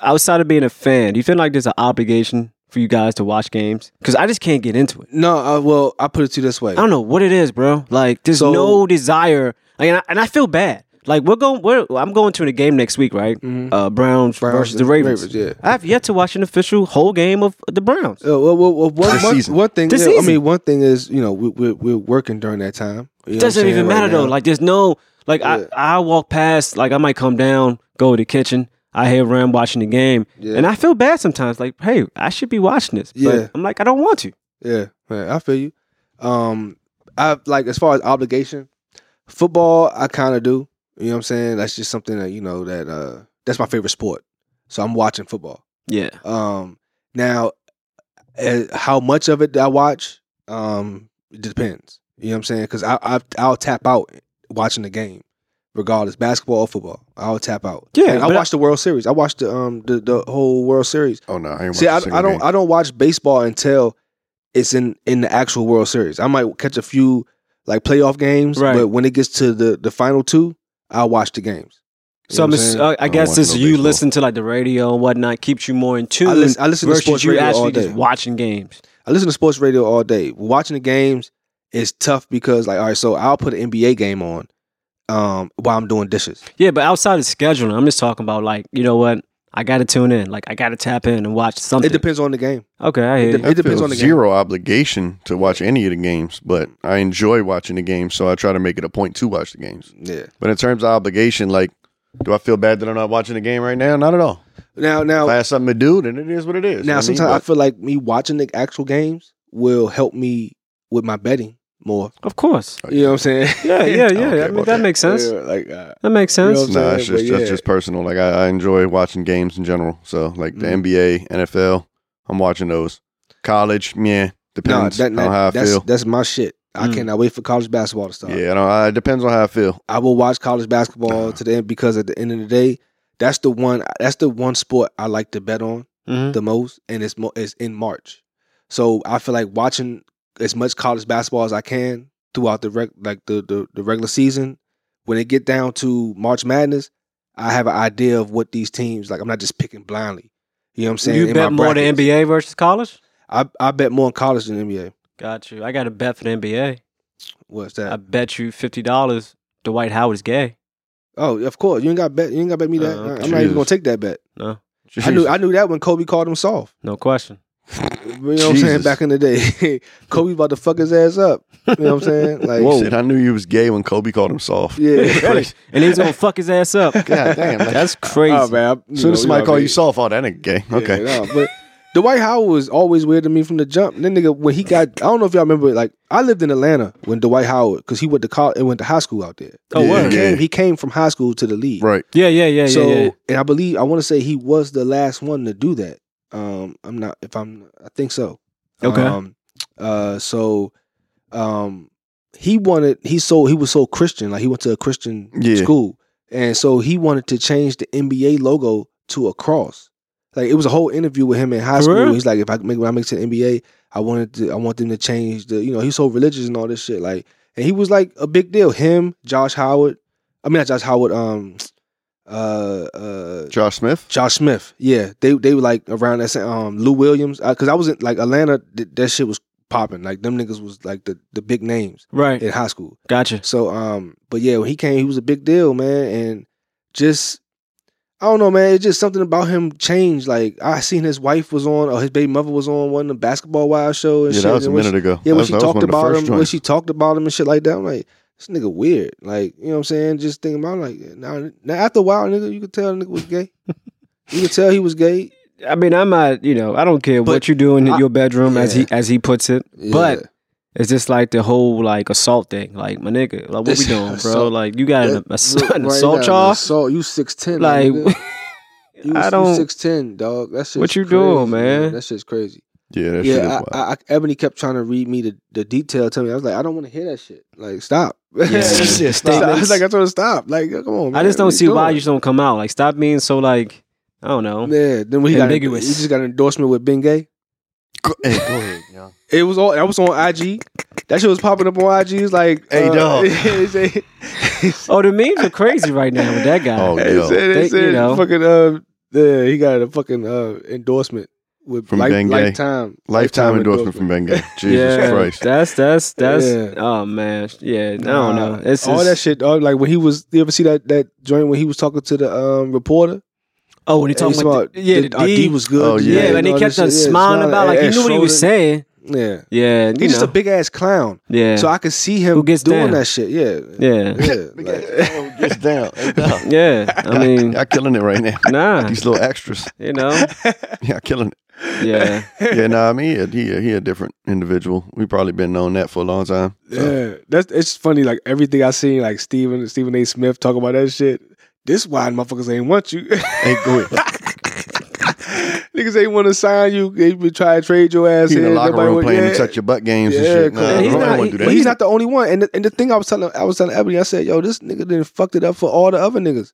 [SPEAKER 1] outside of being a fan, do you feel like there's an obligation for you guys to watch games? Because I just can't get into it.
[SPEAKER 3] No, I, well, I put it to you this way.
[SPEAKER 1] I don't know what it is, bro. Like, there's
[SPEAKER 3] So-
[SPEAKER 1] no desire, like, and, I, and I feel bad. Like, we're going. We're, I'm going to the game next week, right?
[SPEAKER 3] Mhm.
[SPEAKER 1] Uh, Browns,
[SPEAKER 3] Browns
[SPEAKER 1] versus the
[SPEAKER 3] and
[SPEAKER 1] Ravens.
[SPEAKER 3] yeah.
[SPEAKER 1] I have yet to watch an official whole game of the Browns.
[SPEAKER 3] Uh, well, well, well, one,
[SPEAKER 2] This
[SPEAKER 3] one,
[SPEAKER 2] season.
[SPEAKER 3] one thing.
[SPEAKER 1] This
[SPEAKER 3] yeah, I
[SPEAKER 1] season.
[SPEAKER 3] mean, one thing is you know we, we're we're working during that time. You know
[SPEAKER 1] It
[SPEAKER 3] what I'm
[SPEAKER 1] doesn't
[SPEAKER 3] saying,
[SPEAKER 1] even
[SPEAKER 3] right
[SPEAKER 1] matter though.
[SPEAKER 3] now.
[SPEAKER 1] Like, there's no like.
[SPEAKER 3] Yeah.
[SPEAKER 1] I I walk past. Like, I might come down, go to the kitchen. I hear Ram watching the game,
[SPEAKER 3] Yeah.
[SPEAKER 1] and I feel bad sometimes. Like, hey, I should be watching this. But
[SPEAKER 3] Yeah.
[SPEAKER 1] I'm like, I don't want to.
[SPEAKER 3] yeah, man, I feel you. Um, I like as far as obligation, football. I kind of do. You know what I'm saying? That's just something that you know that uh that's my favorite sport. So I'm watching football.
[SPEAKER 1] Yeah.
[SPEAKER 3] Um, now, uh, how much of it do I watch? Um, it depends. You know what I'm saying? Because I, I I'll tap out watching the game regardless, basketball or football. I'll tap out.
[SPEAKER 1] Yeah,
[SPEAKER 3] Like, I
[SPEAKER 1] but I- Mm.
[SPEAKER 3] watched the World Series. I watched the um the, the whole World Series.
[SPEAKER 2] Oh no, I ain't
[SPEAKER 3] See, I,
[SPEAKER 2] watching a
[SPEAKER 3] I
[SPEAKER 2] single
[SPEAKER 3] don't I don't watch baseball until it's in in the actual World Series. I might catch a few like playoff games,
[SPEAKER 1] Right.
[SPEAKER 3] but when it gets to the the final two, I'll watch the games. You
[SPEAKER 1] So
[SPEAKER 3] know
[SPEAKER 1] I'm
[SPEAKER 3] what
[SPEAKER 1] ass-
[SPEAKER 3] saying?
[SPEAKER 1] uh, I
[SPEAKER 2] don't
[SPEAKER 1] guess
[SPEAKER 2] watch
[SPEAKER 1] since
[SPEAKER 2] no
[SPEAKER 1] you
[SPEAKER 2] baseball.
[SPEAKER 1] listen to like the radio and whatnot, keeps you more in tune
[SPEAKER 3] I listen, I listen to
[SPEAKER 1] versus
[SPEAKER 3] sports
[SPEAKER 1] you
[SPEAKER 3] radio all
[SPEAKER 1] actually
[SPEAKER 3] day.
[SPEAKER 1] just watching games.
[SPEAKER 3] I listen to sports radio all day. Watching the games is tough because, like, all right, so I'll put an NBA game on um, while I'm doing dishes.
[SPEAKER 1] Yeah, but outside of scheduling, I'm just talking about like you know what I got to tune in, like I got to tap in and watch something.
[SPEAKER 3] It depends on the game.
[SPEAKER 1] okay, I hear
[SPEAKER 3] it
[SPEAKER 1] you.
[SPEAKER 3] dep-
[SPEAKER 2] It depends on
[SPEAKER 3] the game.
[SPEAKER 2] zero obligation to watch any of the games, but I enjoy watching the games, so I try to make it a point to watch the games.
[SPEAKER 3] Yeah.
[SPEAKER 2] But in terms of obligation, like, do I feel bad that I'm not watching the game right now? Not at all.
[SPEAKER 3] Now,
[SPEAKER 2] If I
[SPEAKER 3] now,
[SPEAKER 2] have something to do, then it is what it is.
[SPEAKER 3] now.
[SPEAKER 2] You
[SPEAKER 3] Sometimes
[SPEAKER 2] know what
[SPEAKER 3] I feel like me watching the actual games will help me with my betting more.
[SPEAKER 1] Of course.
[SPEAKER 2] I mean?
[SPEAKER 3] You know what I'm saying?
[SPEAKER 1] Yeah, yeah,
[SPEAKER 2] don't
[SPEAKER 1] yeah. I,
[SPEAKER 2] care
[SPEAKER 1] mean
[SPEAKER 2] about
[SPEAKER 1] that
[SPEAKER 2] that.
[SPEAKER 1] makes sense.
[SPEAKER 3] Yeah, like, uh,
[SPEAKER 1] That makes sense.
[SPEAKER 3] Yeah.
[SPEAKER 2] Nah, it's
[SPEAKER 3] But
[SPEAKER 2] just, that's
[SPEAKER 3] yeah.
[SPEAKER 2] just personal. Like I, I enjoy watching games in general. So like the
[SPEAKER 3] Mm.
[SPEAKER 2] NBA, NFL, I'm watching those. College, yeah,
[SPEAKER 3] nah,
[SPEAKER 2] depends
[SPEAKER 3] that,
[SPEAKER 2] on how I
[SPEAKER 3] that, that's
[SPEAKER 2] feel.
[SPEAKER 3] that's my shit. I
[SPEAKER 1] Mm.
[SPEAKER 3] cannot wait for college basketball to start.
[SPEAKER 2] Yeah, I don't, I, it depends on how I feel.
[SPEAKER 3] I will watch college basketball
[SPEAKER 2] Uh-huh.
[SPEAKER 3] to the end because at the end of the day, that's the one. That's the one sport I like to bet on.
[SPEAKER 1] Mhm.
[SPEAKER 3] the most, and it's mo- it's in March. So I feel like watching as much college basketball as I can throughout the reg- like the, the the regular season. When it get down to March Madness, I have an idea of what these teams like. I'm not just picking blindly. You know what I'm saying?
[SPEAKER 1] You bet more than NBA versus college.
[SPEAKER 3] I I bet more in college than NBA.
[SPEAKER 1] Got you. I got a bet for the NBA.
[SPEAKER 3] What's that?
[SPEAKER 1] I bet you fifty dollars Dwight Howard's gay.
[SPEAKER 3] oh, of course. You ain't got bet. You ain't got bet me that.
[SPEAKER 1] Uh,
[SPEAKER 3] I- I'm
[SPEAKER 1] okay.
[SPEAKER 3] not even
[SPEAKER 2] Jesus.
[SPEAKER 3] gonna take that bet.
[SPEAKER 1] No,
[SPEAKER 3] I knew I knew that when Kobe called him soft.
[SPEAKER 1] no question.
[SPEAKER 3] You know what I'm saying?
[SPEAKER 2] Jesus.
[SPEAKER 3] Back in the day, Kobe about to fuck his ass up. You know what I'm saying? Like,
[SPEAKER 2] Whoa. Shit, I knew you was gay when Kobe called him soft.
[SPEAKER 3] yeah.
[SPEAKER 1] And he's gonna fuck his ass up.
[SPEAKER 2] God damn. Like,
[SPEAKER 1] That's crazy.
[SPEAKER 3] Oh man! I-
[SPEAKER 2] as soon as
[SPEAKER 3] know,
[SPEAKER 2] somebody
[SPEAKER 3] know,
[SPEAKER 2] call you
[SPEAKER 3] yeah.
[SPEAKER 2] soft, oh, that ain't gay. Okay.
[SPEAKER 3] Yeah, nah, but Dwight Howard was always weird to me from the jump. And then nigga, when he got, I don't know if y'all remember, like I lived in Atlanta when Dwight Howard, because he went to college and went to high school out there.
[SPEAKER 1] Oh,
[SPEAKER 3] he,
[SPEAKER 1] word.
[SPEAKER 3] came, he came from high school to the league.
[SPEAKER 2] Right.
[SPEAKER 1] Yeah, yeah, yeah, yeah.
[SPEAKER 3] so,
[SPEAKER 1] yeah.
[SPEAKER 3] and I believe I want to say he was the last one to do that. Um, I'm not if I'm, I think so.
[SPEAKER 1] Okay.
[SPEAKER 3] Um, uh, so, um, he wanted he so he was so Christian, like he went to a Christian
[SPEAKER 2] Yeah.
[SPEAKER 3] school, and so he wanted to change the NBA logo to a cross. Like it was a whole interview with him in high
[SPEAKER 1] For
[SPEAKER 3] school.
[SPEAKER 1] real?
[SPEAKER 3] He's like, if I make when I make it to the NBA, I wanted to I want them to change the you know he's so religious and all this shit. Like, and he was like a big deal. Him, Josh Howard, I mean not Josh Howard, um, uh, uh,
[SPEAKER 2] Josh Smith.
[SPEAKER 3] Josh Smith. Yeah, they they were like around that same, um Lou Williams because I was in like Atlanta. Th- that shit was popping. Like them niggas was like the the big names
[SPEAKER 1] Right.
[SPEAKER 3] in high school.
[SPEAKER 1] Gotcha.
[SPEAKER 3] So um, but yeah, when he came, he was a big deal, man, and just. I don't know, man. It's just something about him changed. Like I seen his wife was on, or his baby mother was on one of the basketball wild show and
[SPEAKER 2] Yeah,
[SPEAKER 3] shit.
[SPEAKER 2] that was a
[SPEAKER 3] and when
[SPEAKER 2] minute ago.
[SPEAKER 3] yeah,
[SPEAKER 2] that
[SPEAKER 3] when
[SPEAKER 2] was,
[SPEAKER 3] she
[SPEAKER 2] that was
[SPEAKER 3] talked
[SPEAKER 2] one of the
[SPEAKER 3] about
[SPEAKER 2] first
[SPEAKER 3] him, when
[SPEAKER 2] joints.
[SPEAKER 3] she talked about him and shit like that, I'm like, this nigga weird. Like, you know what I'm saying? Just thinking about like now, now after a while, nigga, you could tell the nigga was gay. you could tell he was gay.
[SPEAKER 1] I mean, I'm not. You know, I don't care
[SPEAKER 3] But
[SPEAKER 1] what you do in
[SPEAKER 3] I-
[SPEAKER 1] your bedroom, as
[SPEAKER 3] yeah.
[SPEAKER 1] he as he puts it. But it's just like the whole like assault thing. Like my nigga, like what
[SPEAKER 3] This-
[SPEAKER 1] we doing, bro?
[SPEAKER 3] assault.
[SPEAKER 1] Like you got an,
[SPEAKER 3] That-
[SPEAKER 1] ass-
[SPEAKER 3] look
[SPEAKER 1] an
[SPEAKER 3] right
[SPEAKER 1] assault
[SPEAKER 3] now,
[SPEAKER 1] charge?
[SPEAKER 3] Assault, you six ten.
[SPEAKER 1] Like
[SPEAKER 3] I
[SPEAKER 1] I
[SPEAKER 3] don't.
[SPEAKER 1] don't.
[SPEAKER 3] Six ten, dog. That shit's
[SPEAKER 1] What you
[SPEAKER 3] crazy,
[SPEAKER 1] doing, man?
[SPEAKER 3] That shit's crazy.
[SPEAKER 2] yeah, that shit is
[SPEAKER 3] yeah,
[SPEAKER 2] wild.
[SPEAKER 3] I, I, I, Ebony kept trying to read me the, the detail. Tell me, I was like, I don't want to hear that shit. Like, stop.
[SPEAKER 1] That's
[SPEAKER 2] Yeah,
[SPEAKER 1] it,
[SPEAKER 3] Stop. I was
[SPEAKER 1] statements.
[SPEAKER 3] like, I told her stop. Like, come on.
[SPEAKER 1] I
[SPEAKER 3] man.
[SPEAKER 1] just
[SPEAKER 3] What
[SPEAKER 1] don't see why
[SPEAKER 3] doing?
[SPEAKER 1] you just don't come out. Like stop being so like I don't know.
[SPEAKER 3] Yeah, then when he
[SPEAKER 1] Ambiguous.
[SPEAKER 3] got he just got an endorsement with Ben Gay.
[SPEAKER 2] Go- hey, go ahead, y'all.
[SPEAKER 3] It was all I was on IG. That shit was popping up on IG. It's like, uh,
[SPEAKER 2] Hey, dog.
[SPEAKER 3] he said, he said,
[SPEAKER 1] Oh, the memes are crazy right now with that guy.
[SPEAKER 2] Oh,
[SPEAKER 3] he
[SPEAKER 2] yo.
[SPEAKER 3] said,
[SPEAKER 1] They- you know.
[SPEAKER 3] fucking uh, yeah, he got a fucking uh endorsement with
[SPEAKER 2] From
[SPEAKER 3] life,
[SPEAKER 2] Ben Gay.
[SPEAKER 3] lifetime
[SPEAKER 2] Lifetime endorsement from Ben Gay. Jesus
[SPEAKER 1] yeah,
[SPEAKER 2] Christ.
[SPEAKER 1] that's that's that's.
[SPEAKER 3] Yeah.
[SPEAKER 1] Oh man, yeah. I don't
[SPEAKER 3] Nah,
[SPEAKER 1] know. It's
[SPEAKER 3] Uh, all
[SPEAKER 1] just-
[SPEAKER 3] that shit. dog. like when he was, you ever see that that joint when he was talking to the um reporter?
[SPEAKER 1] Oh, when he
[SPEAKER 3] And
[SPEAKER 1] talking
[SPEAKER 3] he's
[SPEAKER 1] about the- yeah, the,
[SPEAKER 3] our
[SPEAKER 1] D.
[SPEAKER 3] was good.
[SPEAKER 2] Oh,
[SPEAKER 1] yeah,
[SPEAKER 2] yeah,
[SPEAKER 1] and he
[SPEAKER 3] all
[SPEAKER 1] kept
[SPEAKER 3] this
[SPEAKER 1] on
[SPEAKER 3] shit. Yeah,
[SPEAKER 1] smiling about like he
[SPEAKER 3] and
[SPEAKER 1] knew what he was
[SPEAKER 3] Schroeder.
[SPEAKER 1] saying.
[SPEAKER 3] Yeah,
[SPEAKER 1] Yeah, you
[SPEAKER 3] he's just
[SPEAKER 1] know.
[SPEAKER 3] a big ass clown.
[SPEAKER 1] yeah.
[SPEAKER 3] So I could see him
[SPEAKER 1] Who gets
[SPEAKER 3] doing
[SPEAKER 1] down?
[SPEAKER 3] that shit. Yeah,
[SPEAKER 1] yeah,
[SPEAKER 3] yeah.
[SPEAKER 2] Big
[SPEAKER 3] like-
[SPEAKER 2] ass dog gets down. Hey, dog.
[SPEAKER 1] yeah. I mean,
[SPEAKER 2] y'all killing it right now.
[SPEAKER 1] nah,
[SPEAKER 2] These little extras,
[SPEAKER 1] you know.
[SPEAKER 2] y'all killing it.
[SPEAKER 1] Yeah,
[SPEAKER 2] Yeah, nah, I mean, he, he, he a different individual. We probably been known that for a long time. So,
[SPEAKER 3] Yeah, that's it's funny. Like everything I seen, like Stephen Stephen A. Smith talking about that shit. This why motherfuckers ain't want you.
[SPEAKER 2] Hey, go ahead.
[SPEAKER 3] Niggas ain't want to sign you. They be try to trade your ass
[SPEAKER 2] He in the
[SPEAKER 3] in.
[SPEAKER 2] locker
[SPEAKER 3] Nobody
[SPEAKER 2] room
[SPEAKER 3] want-
[SPEAKER 2] playing
[SPEAKER 3] yeah.
[SPEAKER 2] and touch your butt games and
[SPEAKER 3] Yeah,
[SPEAKER 2] shit.
[SPEAKER 3] come
[SPEAKER 2] Nah,
[SPEAKER 3] on.
[SPEAKER 2] he's
[SPEAKER 1] He's
[SPEAKER 2] not,
[SPEAKER 1] not-
[SPEAKER 2] want to do
[SPEAKER 3] But
[SPEAKER 2] that.
[SPEAKER 3] he's not the only one. And the, and the thing I was telling I was telling Ebony, I said, "Yo, this nigga then fucked it up for all the other niggas."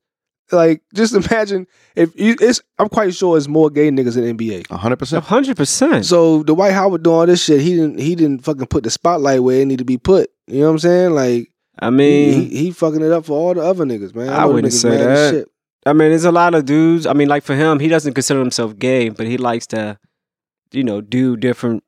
[SPEAKER 3] Like, just imagine if you, it's. I'm quite sure it's more gay niggas in NBA.
[SPEAKER 2] hundred percent.
[SPEAKER 1] hundred
[SPEAKER 2] Hmm.
[SPEAKER 1] percent.
[SPEAKER 3] So the White Howard doing all this shit, he didn't he didn't fucking put the spotlight where it needed to be put. You know what I'm saying? Like
[SPEAKER 1] I
[SPEAKER 3] he,
[SPEAKER 1] mean,
[SPEAKER 3] he, he fucking it up for all the other niggas, man.
[SPEAKER 1] I
[SPEAKER 3] know
[SPEAKER 1] wouldn't
[SPEAKER 3] niggas
[SPEAKER 1] say
[SPEAKER 3] mad as
[SPEAKER 1] that.
[SPEAKER 3] shit.
[SPEAKER 1] I mean, there's a lot of dudes. I mean, like for him, he doesn't consider himself gay, but he likes to, you know, do different.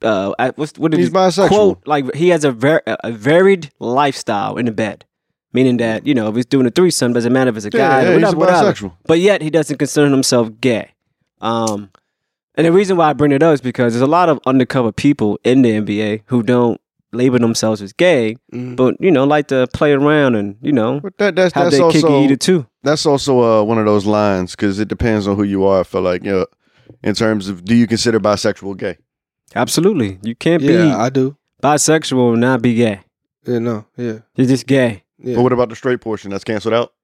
[SPEAKER 1] Uh, I- what's, what did
[SPEAKER 2] He's
[SPEAKER 1] he
[SPEAKER 2] bisexual.
[SPEAKER 1] quote? Like he has a ver- a varied lifestyle in the bed, meaning that you know if he's doing a threesome, doesn't matter if it's a
[SPEAKER 2] Yeah,
[SPEAKER 1] guy
[SPEAKER 2] yeah,
[SPEAKER 1] or
[SPEAKER 2] he's
[SPEAKER 1] whatever, whatever.
[SPEAKER 2] bisexual.
[SPEAKER 1] But yet he doesn't consider himself gay. Um, and the reason why I bring it up is because there's a lot of undercover people in the NBA who don't label themselves as gay,
[SPEAKER 2] Mm.
[SPEAKER 3] Mhm.
[SPEAKER 1] but you know like to play around and you know
[SPEAKER 2] But that, Mm-hmm. that's
[SPEAKER 1] have
[SPEAKER 2] that's
[SPEAKER 1] their cake and
[SPEAKER 2] also
[SPEAKER 1] eat it too.
[SPEAKER 2] that's also uh, one of those lines because it depends on who you are. I feel like you know, in terms of do you consider bisexual gay?
[SPEAKER 1] Absolutely. You can't be
[SPEAKER 3] yeah, I do.
[SPEAKER 1] bisexual and not be gay.
[SPEAKER 3] Yeah, no, yeah,
[SPEAKER 1] You're just gay.
[SPEAKER 3] yeah.
[SPEAKER 2] But what about the straight portion? That's canceled out.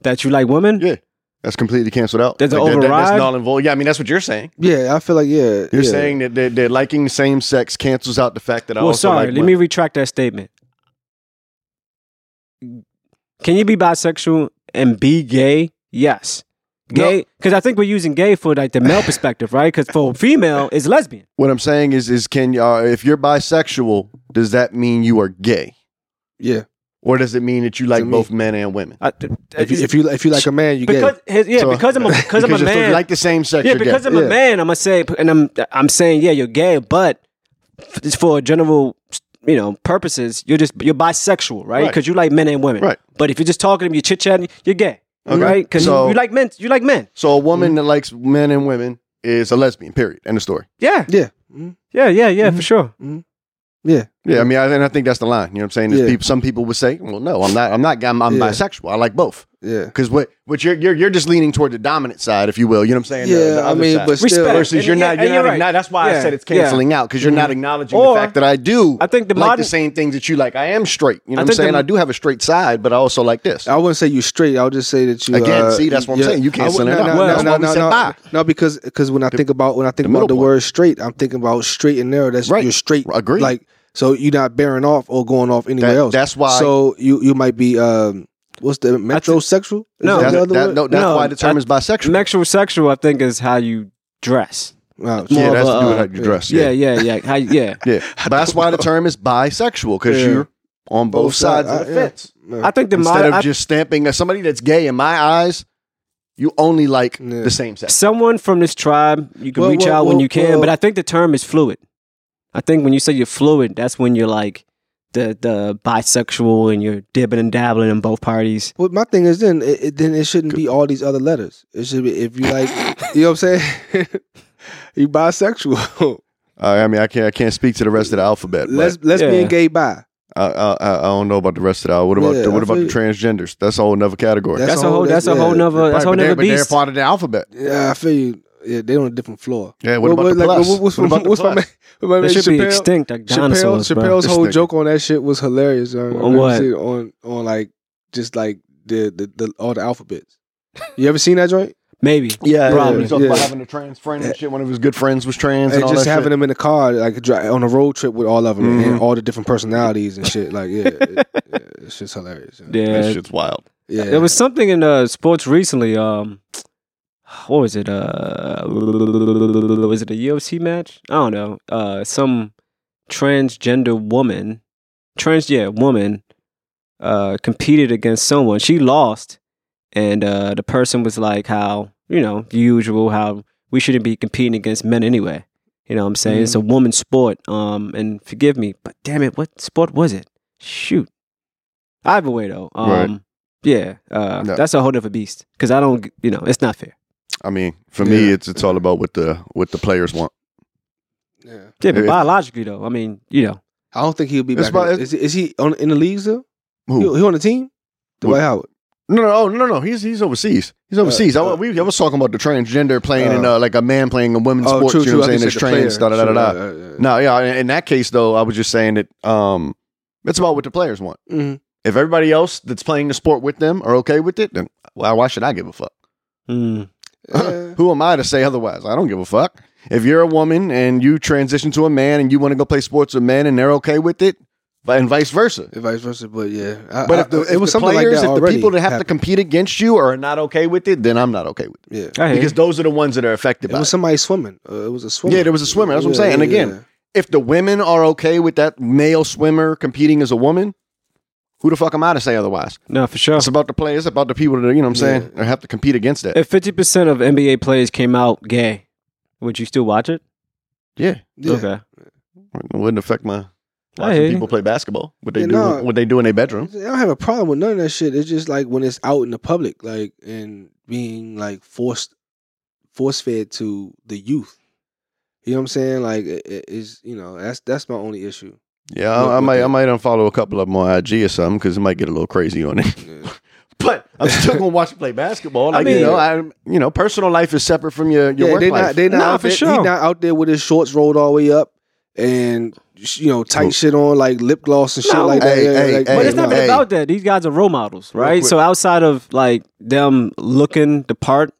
[SPEAKER 1] That you like women?
[SPEAKER 2] Yeah. That's completely canceled out.
[SPEAKER 1] There's an
[SPEAKER 2] that- that- that's
[SPEAKER 1] override?
[SPEAKER 2] null and void. Yeah, I mean that's what you're saying.
[SPEAKER 3] yeah, I feel like yeah.
[SPEAKER 2] You're
[SPEAKER 3] yeah.
[SPEAKER 2] saying that, that, that liking same sex cancels out the fact that I
[SPEAKER 1] Well,
[SPEAKER 2] also
[SPEAKER 1] sorry.
[SPEAKER 2] like
[SPEAKER 1] let
[SPEAKER 2] women.
[SPEAKER 1] me retract that statement. Can you be bisexual and be gay? Yes. Gay, because I think we're using gay for like the male perspective, right? Because for female, it's lesbian.
[SPEAKER 2] What I'm saying is, is can you, uh, if you're bisexual, does that mean you are gay,
[SPEAKER 3] yeah.
[SPEAKER 2] or does it mean that you like
[SPEAKER 3] me.
[SPEAKER 2] both men and women?
[SPEAKER 1] I, th-
[SPEAKER 3] If you, if you if you like a man, you gay.
[SPEAKER 1] because his- yeah,
[SPEAKER 2] So-
[SPEAKER 1] because I'm a, because I'm a
[SPEAKER 2] you're still-
[SPEAKER 1] man.
[SPEAKER 2] you like the same sex.
[SPEAKER 1] Yeah,
[SPEAKER 2] you're
[SPEAKER 1] because
[SPEAKER 2] gay.
[SPEAKER 1] I'm a
[SPEAKER 3] Yeah.
[SPEAKER 1] man, I'm gonna say, and I'm I'm saying, yeah, you're gay, but f- it's for general, you know, purposes. You're just you're bisexual, right?
[SPEAKER 2] Right.
[SPEAKER 1] Because you like men and women,
[SPEAKER 2] Right.
[SPEAKER 1] But if you're just talking to me, you're chit chatting, you're gay,
[SPEAKER 2] Okay.
[SPEAKER 1] right? Because
[SPEAKER 2] So-
[SPEAKER 1] you like men, you like men,
[SPEAKER 2] so a
[SPEAKER 1] Mm-hmm.
[SPEAKER 2] woman that likes men and women is a lesbian. Period. End of story.
[SPEAKER 1] yeah,
[SPEAKER 3] yeah,
[SPEAKER 2] Mm-hmm.
[SPEAKER 3] Mhm.
[SPEAKER 1] yeah, yeah, yeah, for sure.
[SPEAKER 3] yeah,
[SPEAKER 2] Yeah, I mean, I, and I think that's the line. You know what I'm saying? Is
[SPEAKER 3] Yeah.
[SPEAKER 2] peop- some people would say, "Well, no, I'm not. I'm not. I'm, I'm
[SPEAKER 3] Yeah.
[SPEAKER 2] bisexual. I like both."
[SPEAKER 3] yeah.
[SPEAKER 2] Because what, what you're, you're, you're just leaning toward the dominant side, if you will. You know what I'm saying? The-
[SPEAKER 3] Yeah,
[SPEAKER 2] the
[SPEAKER 3] I
[SPEAKER 2] other
[SPEAKER 3] mean,
[SPEAKER 2] side.
[SPEAKER 3] but still,
[SPEAKER 1] Respect.
[SPEAKER 2] versus
[SPEAKER 1] And-
[SPEAKER 2] you're not.
[SPEAKER 1] and-
[SPEAKER 2] You're,
[SPEAKER 1] and you're
[SPEAKER 2] not,
[SPEAKER 1] right.
[SPEAKER 2] igno- That's why I
[SPEAKER 1] Yeah.
[SPEAKER 2] said it's
[SPEAKER 1] Yeah.
[SPEAKER 2] canceling out because you're
[SPEAKER 3] Mm-hmm.
[SPEAKER 2] not acknowledging
[SPEAKER 1] Or-
[SPEAKER 2] the fact that I do.
[SPEAKER 1] I think the
[SPEAKER 2] like
[SPEAKER 1] modern-
[SPEAKER 2] the same things that you like. I am straight. You
[SPEAKER 1] I
[SPEAKER 2] know what I'm
[SPEAKER 1] think the-
[SPEAKER 2] saying? I do have a straight side, but I also like this.
[SPEAKER 3] I wouldn't say you straight. I would just say that you
[SPEAKER 2] Again,
[SPEAKER 3] uh,
[SPEAKER 2] see, that's what I'm
[SPEAKER 3] yeah.
[SPEAKER 2] saying. You
[SPEAKER 3] I would-
[SPEAKER 2] canceling it
[SPEAKER 3] no,
[SPEAKER 2] out.
[SPEAKER 3] No,
[SPEAKER 2] that's
[SPEAKER 3] no,
[SPEAKER 2] why we
[SPEAKER 3] no,
[SPEAKER 2] said
[SPEAKER 3] no,
[SPEAKER 2] bye.
[SPEAKER 3] no, because because when I think about when I think
[SPEAKER 2] the middle
[SPEAKER 3] about the
[SPEAKER 2] part.
[SPEAKER 3] word straight, I'm thinking about straight and narrow. That's
[SPEAKER 2] Right.
[SPEAKER 3] you're straight.
[SPEAKER 2] Agreed.
[SPEAKER 3] Like so, you're not bearing off or going off anywhere
[SPEAKER 2] That-
[SPEAKER 3] else.
[SPEAKER 2] that's why-
[SPEAKER 3] So you you might be um what's the metrosexual? Is
[SPEAKER 1] No.
[SPEAKER 3] that
[SPEAKER 2] That-
[SPEAKER 3] the other
[SPEAKER 2] that-
[SPEAKER 3] word?
[SPEAKER 2] no, that's
[SPEAKER 1] No,
[SPEAKER 2] why the term
[SPEAKER 1] I-
[SPEAKER 2] is bisexual.
[SPEAKER 1] Sexual, sexual, I think is how you dress.
[SPEAKER 3] Wow.
[SPEAKER 1] more
[SPEAKER 2] yeah,
[SPEAKER 1] of
[SPEAKER 2] that's
[SPEAKER 1] a,
[SPEAKER 2] to do with
[SPEAKER 1] uh,
[SPEAKER 2] how you dress.
[SPEAKER 1] Yeah, yeah, yeah, how, yeah.
[SPEAKER 2] yeah. But that's why the term is bisexual because
[SPEAKER 3] Yeah.
[SPEAKER 2] you're on both,
[SPEAKER 3] Both
[SPEAKER 2] sides
[SPEAKER 3] sides,
[SPEAKER 2] of the
[SPEAKER 3] I- yeah.
[SPEAKER 2] fence.
[SPEAKER 1] I think the
[SPEAKER 2] Instead
[SPEAKER 1] modern,
[SPEAKER 2] of just stamping as somebody that's gay in my eyes, you only like
[SPEAKER 3] Yeah.
[SPEAKER 2] the same sex.
[SPEAKER 1] someone from this tribe you can
[SPEAKER 3] Well,
[SPEAKER 1] reach
[SPEAKER 3] well,
[SPEAKER 1] out when
[SPEAKER 3] well,
[SPEAKER 1] you can
[SPEAKER 3] well-
[SPEAKER 1] but i think the term is fluid i think when you say you're fluid that's when you're like the the bisexual and you're dibbing and dabbling in both parties
[SPEAKER 3] Well, my thing is then it, it, then it shouldn't be all these other letters. It should be if you like, you know what I'm saying. you bisexual,
[SPEAKER 2] Uh, I mean, I can't I can't speak to the rest of the alphabet. but
[SPEAKER 3] Les, lesbian,
[SPEAKER 1] Yeah.
[SPEAKER 3] gay, bi.
[SPEAKER 2] I, I I- I don't know about the rest of the al- What about
[SPEAKER 3] Yeah,
[SPEAKER 2] the, what
[SPEAKER 3] I
[SPEAKER 2] about the
[SPEAKER 3] feel
[SPEAKER 2] transgenders? That's a whole another category.
[SPEAKER 3] That's
[SPEAKER 1] that's,
[SPEAKER 3] a
[SPEAKER 1] a
[SPEAKER 3] whole-
[SPEAKER 1] whole that's,
[SPEAKER 3] that's-
[SPEAKER 1] a whole
[SPEAKER 3] yeah.
[SPEAKER 1] nother that's a whole
[SPEAKER 2] but,
[SPEAKER 1] nother
[SPEAKER 2] they're, but they're
[SPEAKER 1] beast
[SPEAKER 2] part of the alphabet.
[SPEAKER 3] Yeah, I feel you. Yeah, they on a different floor.
[SPEAKER 2] Yeah. What about the
[SPEAKER 3] like,
[SPEAKER 2] plus?
[SPEAKER 3] What, what's
[SPEAKER 2] What about the
[SPEAKER 3] what's my
[SPEAKER 2] plus?
[SPEAKER 3] man? What my
[SPEAKER 1] they
[SPEAKER 3] man
[SPEAKER 1] should be
[SPEAKER 3] Chappelle?
[SPEAKER 1] extinct like
[SPEAKER 3] Chappelle,
[SPEAKER 1] dinosaurs bro.
[SPEAKER 3] Chappelle's
[SPEAKER 2] This
[SPEAKER 3] whole
[SPEAKER 2] nigga.
[SPEAKER 3] joke on that shit was hilarious. yo.
[SPEAKER 1] On what?
[SPEAKER 3] See it On on like just like the the, the all the alphabets. You ever seen that joint?
[SPEAKER 1] maybe
[SPEAKER 2] Yeah,
[SPEAKER 1] Probably.
[SPEAKER 2] He talked about
[SPEAKER 3] Yeah.
[SPEAKER 2] having a trans friend and shit. One of his good friends was trans, and,
[SPEAKER 3] And
[SPEAKER 2] all
[SPEAKER 3] just
[SPEAKER 2] that
[SPEAKER 3] having
[SPEAKER 2] shit.
[SPEAKER 3] them in the car, like dri- on a road trip with all of them
[SPEAKER 2] Mhm.
[SPEAKER 3] and all the different personalities and shit. Like, yeah, it, yeah it's just hilarious. yo.
[SPEAKER 1] yeah
[SPEAKER 2] shit's wild.
[SPEAKER 3] yeah.
[SPEAKER 1] there was something in uh, sports recently um what was it uh was it a UFC match i don't know uh some transgender woman trans yeah woman uh competed against someone she lost and uh the person was like how you know usual how we shouldn't be competing against men anyway you know what i'm saying it's a woman's sport um and forgive me but damn it what sport was it shoot either way though um
[SPEAKER 2] Right.
[SPEAKER 1] yeah uh
[SPEAKER 2] No.
[SPEAKER 1] that's a whole different beast because i don't you know it's not fair
[SPEAKER 2] I mean, for me,
[SPEAKER 3] Yeah.
[SPEAKER 2] it's it's all about what the what the players want.
[SPEAKER 3] yeah.
[SPEAKER 1] yeah but
[SPEAKER 2] Yeah.
[SPEAKER 1] biologically though i mean you know
[SPEAKER 3] I don't think he'll be
[SPEAKER 2] It's
[SPEAKER 3] back.
[SPEAKER 2] about-
[SPEAKER 3] in- is, he- is he on in the leagues though?
[SPEAKER 2] Who?
[SPEAKER 3] He, he on the team?
[SPEAKER 2] Who?
[SPEAKER 3] Dwight Howard.
[SPEAKER 2] No, no, oh, no, no. He's he's overseas. He's overseas.
[SPEAKER 3] Uh,
[SPEAKER 2] I, we, I was talking about the transgender playing and
[SPEAKER 3] Uh,
[SPEAKER 2] uh, like a man playing a women's sports. you know what
[SPEAKER 3] Oh, I
[SPEAKER 2] I'm saying?
[SPEAKER 3] think
[SPEAKER 2] It's
[SPEAKER 3] said
[SPEAKER 2] trans. Da,
[SPEAKER 3] the
[SPEAKER 2] da,
[SPEAKER 3] player.
[SPEAKER 2] da, da, da.
[SPEAKER 3] Sure, yeah, yeah, yeah.
[SPEAKER 2] No, yeah. In, in that case, though, I was just saying that um, it's about what the players want.
[SPEAKER 3] Mhm.
[SPEAKER 2] If everybody else that's playing the sport with them are okay with it, then why why should I give a fuck?
[SPEAKER 1] mm.
[SPEAKER 3] Yeah.
[SPEAKER 2] Who am I to say otherwise? I don't give a fuck. If you're a woman and you transition to a man and you want to go play sports with men and they're okay with it, vi- and vice versa.
[SPEAKER 3] and vice versa. But yeah, I-
[SPEAKER 2] But
[SPEAKER 3] I-
[SPEAKER 2] if the,
[SPEAKER 3] it was
[SPEAKER 2] if the
[SPEAKER 3] something
[SPEAKER 2] players,
[SPEAKER 3] like that
[SPEAKER 2] if the
[SPEAKER 3] already
[SPEAKER 2] people that have to
[SPEAKER 3] happened.
[SPEAKER 2] compete against you are not okay with it, then I'm not okay with it.
[SPEAKER 3] yeah,
[SPEAKER 1] I hear
[SPEAKER 2] Because
[SPEAKER 1] you.
[SPEAKER 2] those are the ones that are affected
[SPEAKER 3] it
[SPEAKER 2] by
[SPEAKER 3] was
[SPEAKER 2] it.
[SPEAKER 3] somebody swimming. Uh, it was a swimmer.
[SPEAKER 2] Yeah, there was a swimmer. That's what I'm
[SPEAKER 3] Yeah,
[SPEAKER 2] saying. And
[SPEAKER 3] yeah,
[SPEAKER 2] again, if the women are okay with that male swimmer competing as a woman, who the fuck am I to say otherwise?
[SPEAKER 1] no, for sure.
[SPEAKER 2] It's about the players, about the people that are, you know what I'm saying, have to compete against that.
[SPEAKER 1] If fifty percent of NBA players came out gay, would you still watch it?
[SPEAKER 2] yeah.
[SPEAKER 3] yeah.
[SPEAKER 1] Okay.
[SPEAKER 2] It wouldn't affect my
[SPEAKER 1] I hear
[SPEAKER 2] watching
[SPEAKER 1] you.
[SPEAKER 2] people play basketball. What they
[SPEAKER 3] Yeah,
[SPEAKER 2] do
[SPEAKER 3] no.
[SPEAKER 2] what they do in their bedroom.
[SPEAKER 3] I don't have a problem with none of that shit. It's just like when it's out in the public, like and being like forced, force fed to the youth. You know what I'm saying? Like it, it- it's you know that's that's my only issue.
[SPEAKER 2] Yeah, I, I
[SPEAKER 3] Look, look
[SPEAKER 2] might I
[SPEAKER 3] at-
[SPEAKER 2] might unfollow a couple of them on IG or something because it might get a little crazy on it.
[SPEAKER 3] Yeah.
[SPEAKER 2] But I'm still gonna watch you play basketball.
[SPEAKER 1] I
[SPEAKER 2] Like you
[SPEAKER 1] mean-
[SPEAKER 2] know, I you know, personal life is separate from your your
[SPEAKER 3] yeah,
[SPEAKER 2] work
[SPEAKER 3] they
[SPEAKER 2] life.
[SPEAKER 3] not they not
[SPEAKER 1] Nah,
[SPEAKER 3] out
[SPEAKER 1] for
[SPEAKER 3] there, he
[SPEAKER 1] sure.
[SPEAKER 3] not out there with his shorts rolled all the way up and sh- you know tight
[SPEAKER 2] Well-
[SPEAKER 3] shit on like lip gloss and shit
[SPEAKER 1] No.
[SPEAKER 3] like that.
[SPEAKER 2] Hey,
[SPEAKER 3] Yeah,
[SPEAKER 2] hey,
[SPEAKER 3] like-
[SPEAKER 2] hey,
[SPEAKER 1] but it's not
[SPEAKER 2] no.
[SPEAKER 1] even about that. These guys are role models,
[SPEAKER 2] Real
[SPEAKER 1] right?
[SPEAKER 2] quick.
[SPEAKER 1] So outside of like them looking the part,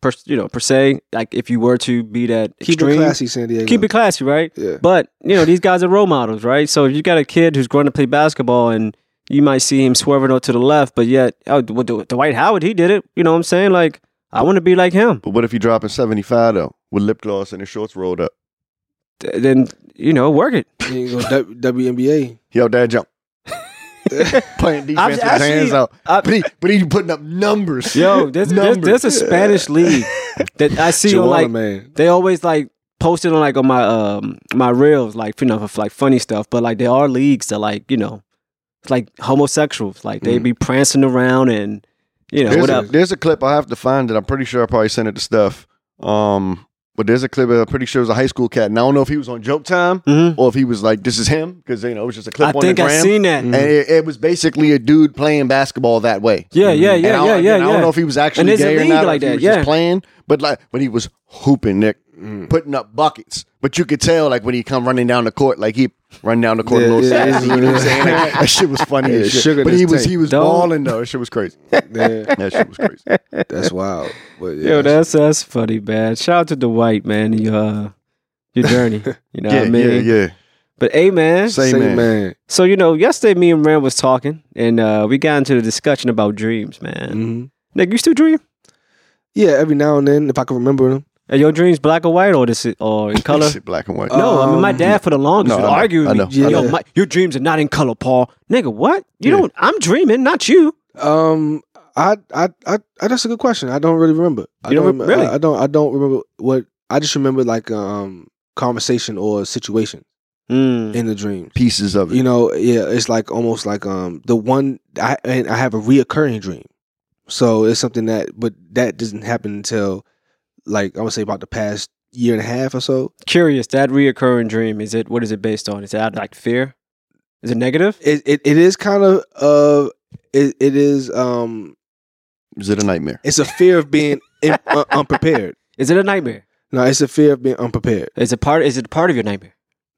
[SPEAKER 1] per, you know, per se, like if you were to be that
[SPEAKER 3] keep
[SPEAKER 1] extreme,
[SPEAKER 3] it classy, San Diego.
[SPEAKER 1] keep it classy, right?
[SPEAKER 3] Yeah.
[SPEAKER 1] But you know, these guys are role models, right? So if you got a kid who's going to play basketball and you might see him swerving out to the left, but yet, oh, well, Dw- Dwight Howard, he did it. You know what I'm saying? Like, I want to be like him.
[SPEAKER 2] But what if you dropping seventy five though with lip gloss and his shorts rolled up?
[SPEAKER 1] Th- Then you know, work it.
[SPEAKER 3] You ain't go W- WNBA.
[SPEAKER 2] Yo, dad jump. Playing defense with his
[SPEAKER 1] actually-
[SPEAKER 2] hands out.
[SPEAKER 1] I-
[SPEAKER 2] But he, but he putting up numbers.
[SPEAKER 1] Yo, there's, there's,
[SPEAKER 2] Numbers.
[SPEAKER 1] there's a Spanish league that I see on
[SPEAKER 3] Joanna,
[SPEAKER 1] like
[SPEAKER 3] man.
[SPEAKER 1] they always like post it on like on my um my reels like you know for like funny stuff but like there are leagues that like you know it's like homosexuals like they be prancing around and you know
[SPEAKER 2] there's,
[SPEAKER 1] what
[SPEAKER 2] a,
[SPEAKER 1] up
[SPEAKER 2] there's a clip I have to find that I'm pretty sure I probably sent it to stuff. Um, but there's a clip that I'm pretty sure it was a high school cat, and I don't know if he was on Joke Time
[SPEAKER 1] Mhm.
[SPEAKER 2] or if he was like, "This is him," because you know it was just a clip
[SPEAKER 1] i
[SPEAKER 2] on
[SPEAKER 1] think
[SPEAKER 2] the
[SPEAKER 1] i
[SPEAKER 2] gram,
[SPEAKER 1] seen that
[SPEAKER 2] and it, it was basically a dude playing basketball that way.
[SPEAKER 1] yeah yeah
[SPEAKER 2] And I
[SPEAKER 1] yeah
[SPEAKER 2] don't-
[SPEAKER 1] yeah
[SPEAKER 2] again,
[SPEAKER 1] yeah
[SPEAKER 2] I don't
[SPEAKER 1] yeah
[SPEAKER 2] know if he was actually
[SPEAKER 1] there's a
[SPEAKER 2] gay or
[SPEAKER 1] league
[SPEAKER 2] not, or
[SPEAKER 1] like
[SPEAKER 2] if he
[SPEAKER 1] that,
[SPEAKER 2] was just
[SPEAKER 1] yeah. Mm.
[SPEAKER 2] playing, but like, but he was hooping, Nick, putting up buckets. But you could tell, like, when he come running down the court, like he run down the court
[SPEAKER 3] Yeah,
[SPEAKER 2] a little
[SPEAKER 3] yeah,
[SPEAKER 2] sassy.
[SPEAKER 3] yeah.
[SPEAKER 2] You know what I'm saying? Like, that shit was funny
[SPEAKER 3] Yeah,
[SPEAKER 2] as shit.
[SPEAKER 3] sugar
[SPEAKER 2] but
[SPEAKER 3] this
[SPEAKER 2] he was
[SPEAKER 3] tape.
[SPEAKER 2] he was
[SPEAKER 1] Don't-
[SPEAKER 2] balling though. That shit was crazy.
[SPEAKER 3] Yeah,
[SPEAKER 2] That shit was crazy.
[SPEAKER 3] that's wild. But yeah,
[SPEAKER 1] yo that's that's funny man shout out to the white man your uh, your journey you know what i mean
[SPEAKER 2] yeah, yeah.
[SPEAKER 1] but hey man
[SPEAKER 2] Say-
[SPEAKER 3] Say,
[SPEAKER 2] man.
[SPEAKER 3] man.
[SPEAKER 1] so you know yesterday me and ram was talking and uh we got into the discussion about dreams man
[SPEAKER 2] Mm.
[SPEAKER 3] hmm
[SPEAKER 1] nick you still dream
[SPEAKER 3] Yeah, every now and then, if I can remember them.
[SPEAKER 1] are your dreams black or white or this or in color Uh,
[SPEAKER 2] Shit, black and white.
[SPEAKER 1] No, I mean my
[SPEAKER 3] Um,
[SPEAKER 1] dad for the longest
[SPEAKER 2] no,
[SPEAKER 1] would
[SPEAKER 2] I know,
[SPEAKER 1] argue with
[SPEAKER 2] I
[SPEAKER 1] me.
[SPEAKER 2] know, I
[SPEAKER 1] Yo,
[SPEAKER 3] know.
[SPEAKER 1] my, your dreams are not in color, Paul. Nigga, what? You
[SPEAKER 2] Yeah.
[SPEAKER 1] don't. I'm dreaming, not you.
[SPEAKER 3] Um, I, I, I, I, that's a good question. I don't really remember. I
[SPEAKER 1] You don't
[SPEAKER 3] don't
[SPEAKER 1] rem-
[SPEAKER 3] remem-
[SPEAKER 1] really?
[SPEAKER 3] I, I don't. I don't remember what. I just remember like um conversation or situation
[SPEAKER 2] Mm.
[SPEAKER 1] Mm.
[SPEAKER 3] in the dreams.
[SPEAKER 2] Pieces of it.
[SPEAKER 3] You know, yeah, it's like almost like um the one I and I have a reoccurring dream. So it's something that, but that doesn't happen until like I would say about the past year and a half or so.
[SPEAKER 1] Curious that reoccurring dream. Is it? What is it based on? Is it out of, like fear? Is it negative?
[SPEAKER 3] It it, it is kind of uh it, it is um
[SPEAKER 2] Is it a nightmare?
[SPEAKER 3] it's a fear of being in, uh, unprepared.
[SPEAKER 1] Is it a nightmare?
[SPEAKER 3] No, it's a fear of being unprepared.
[SPEAKER 1] Is it part? Is it part of your nightmare?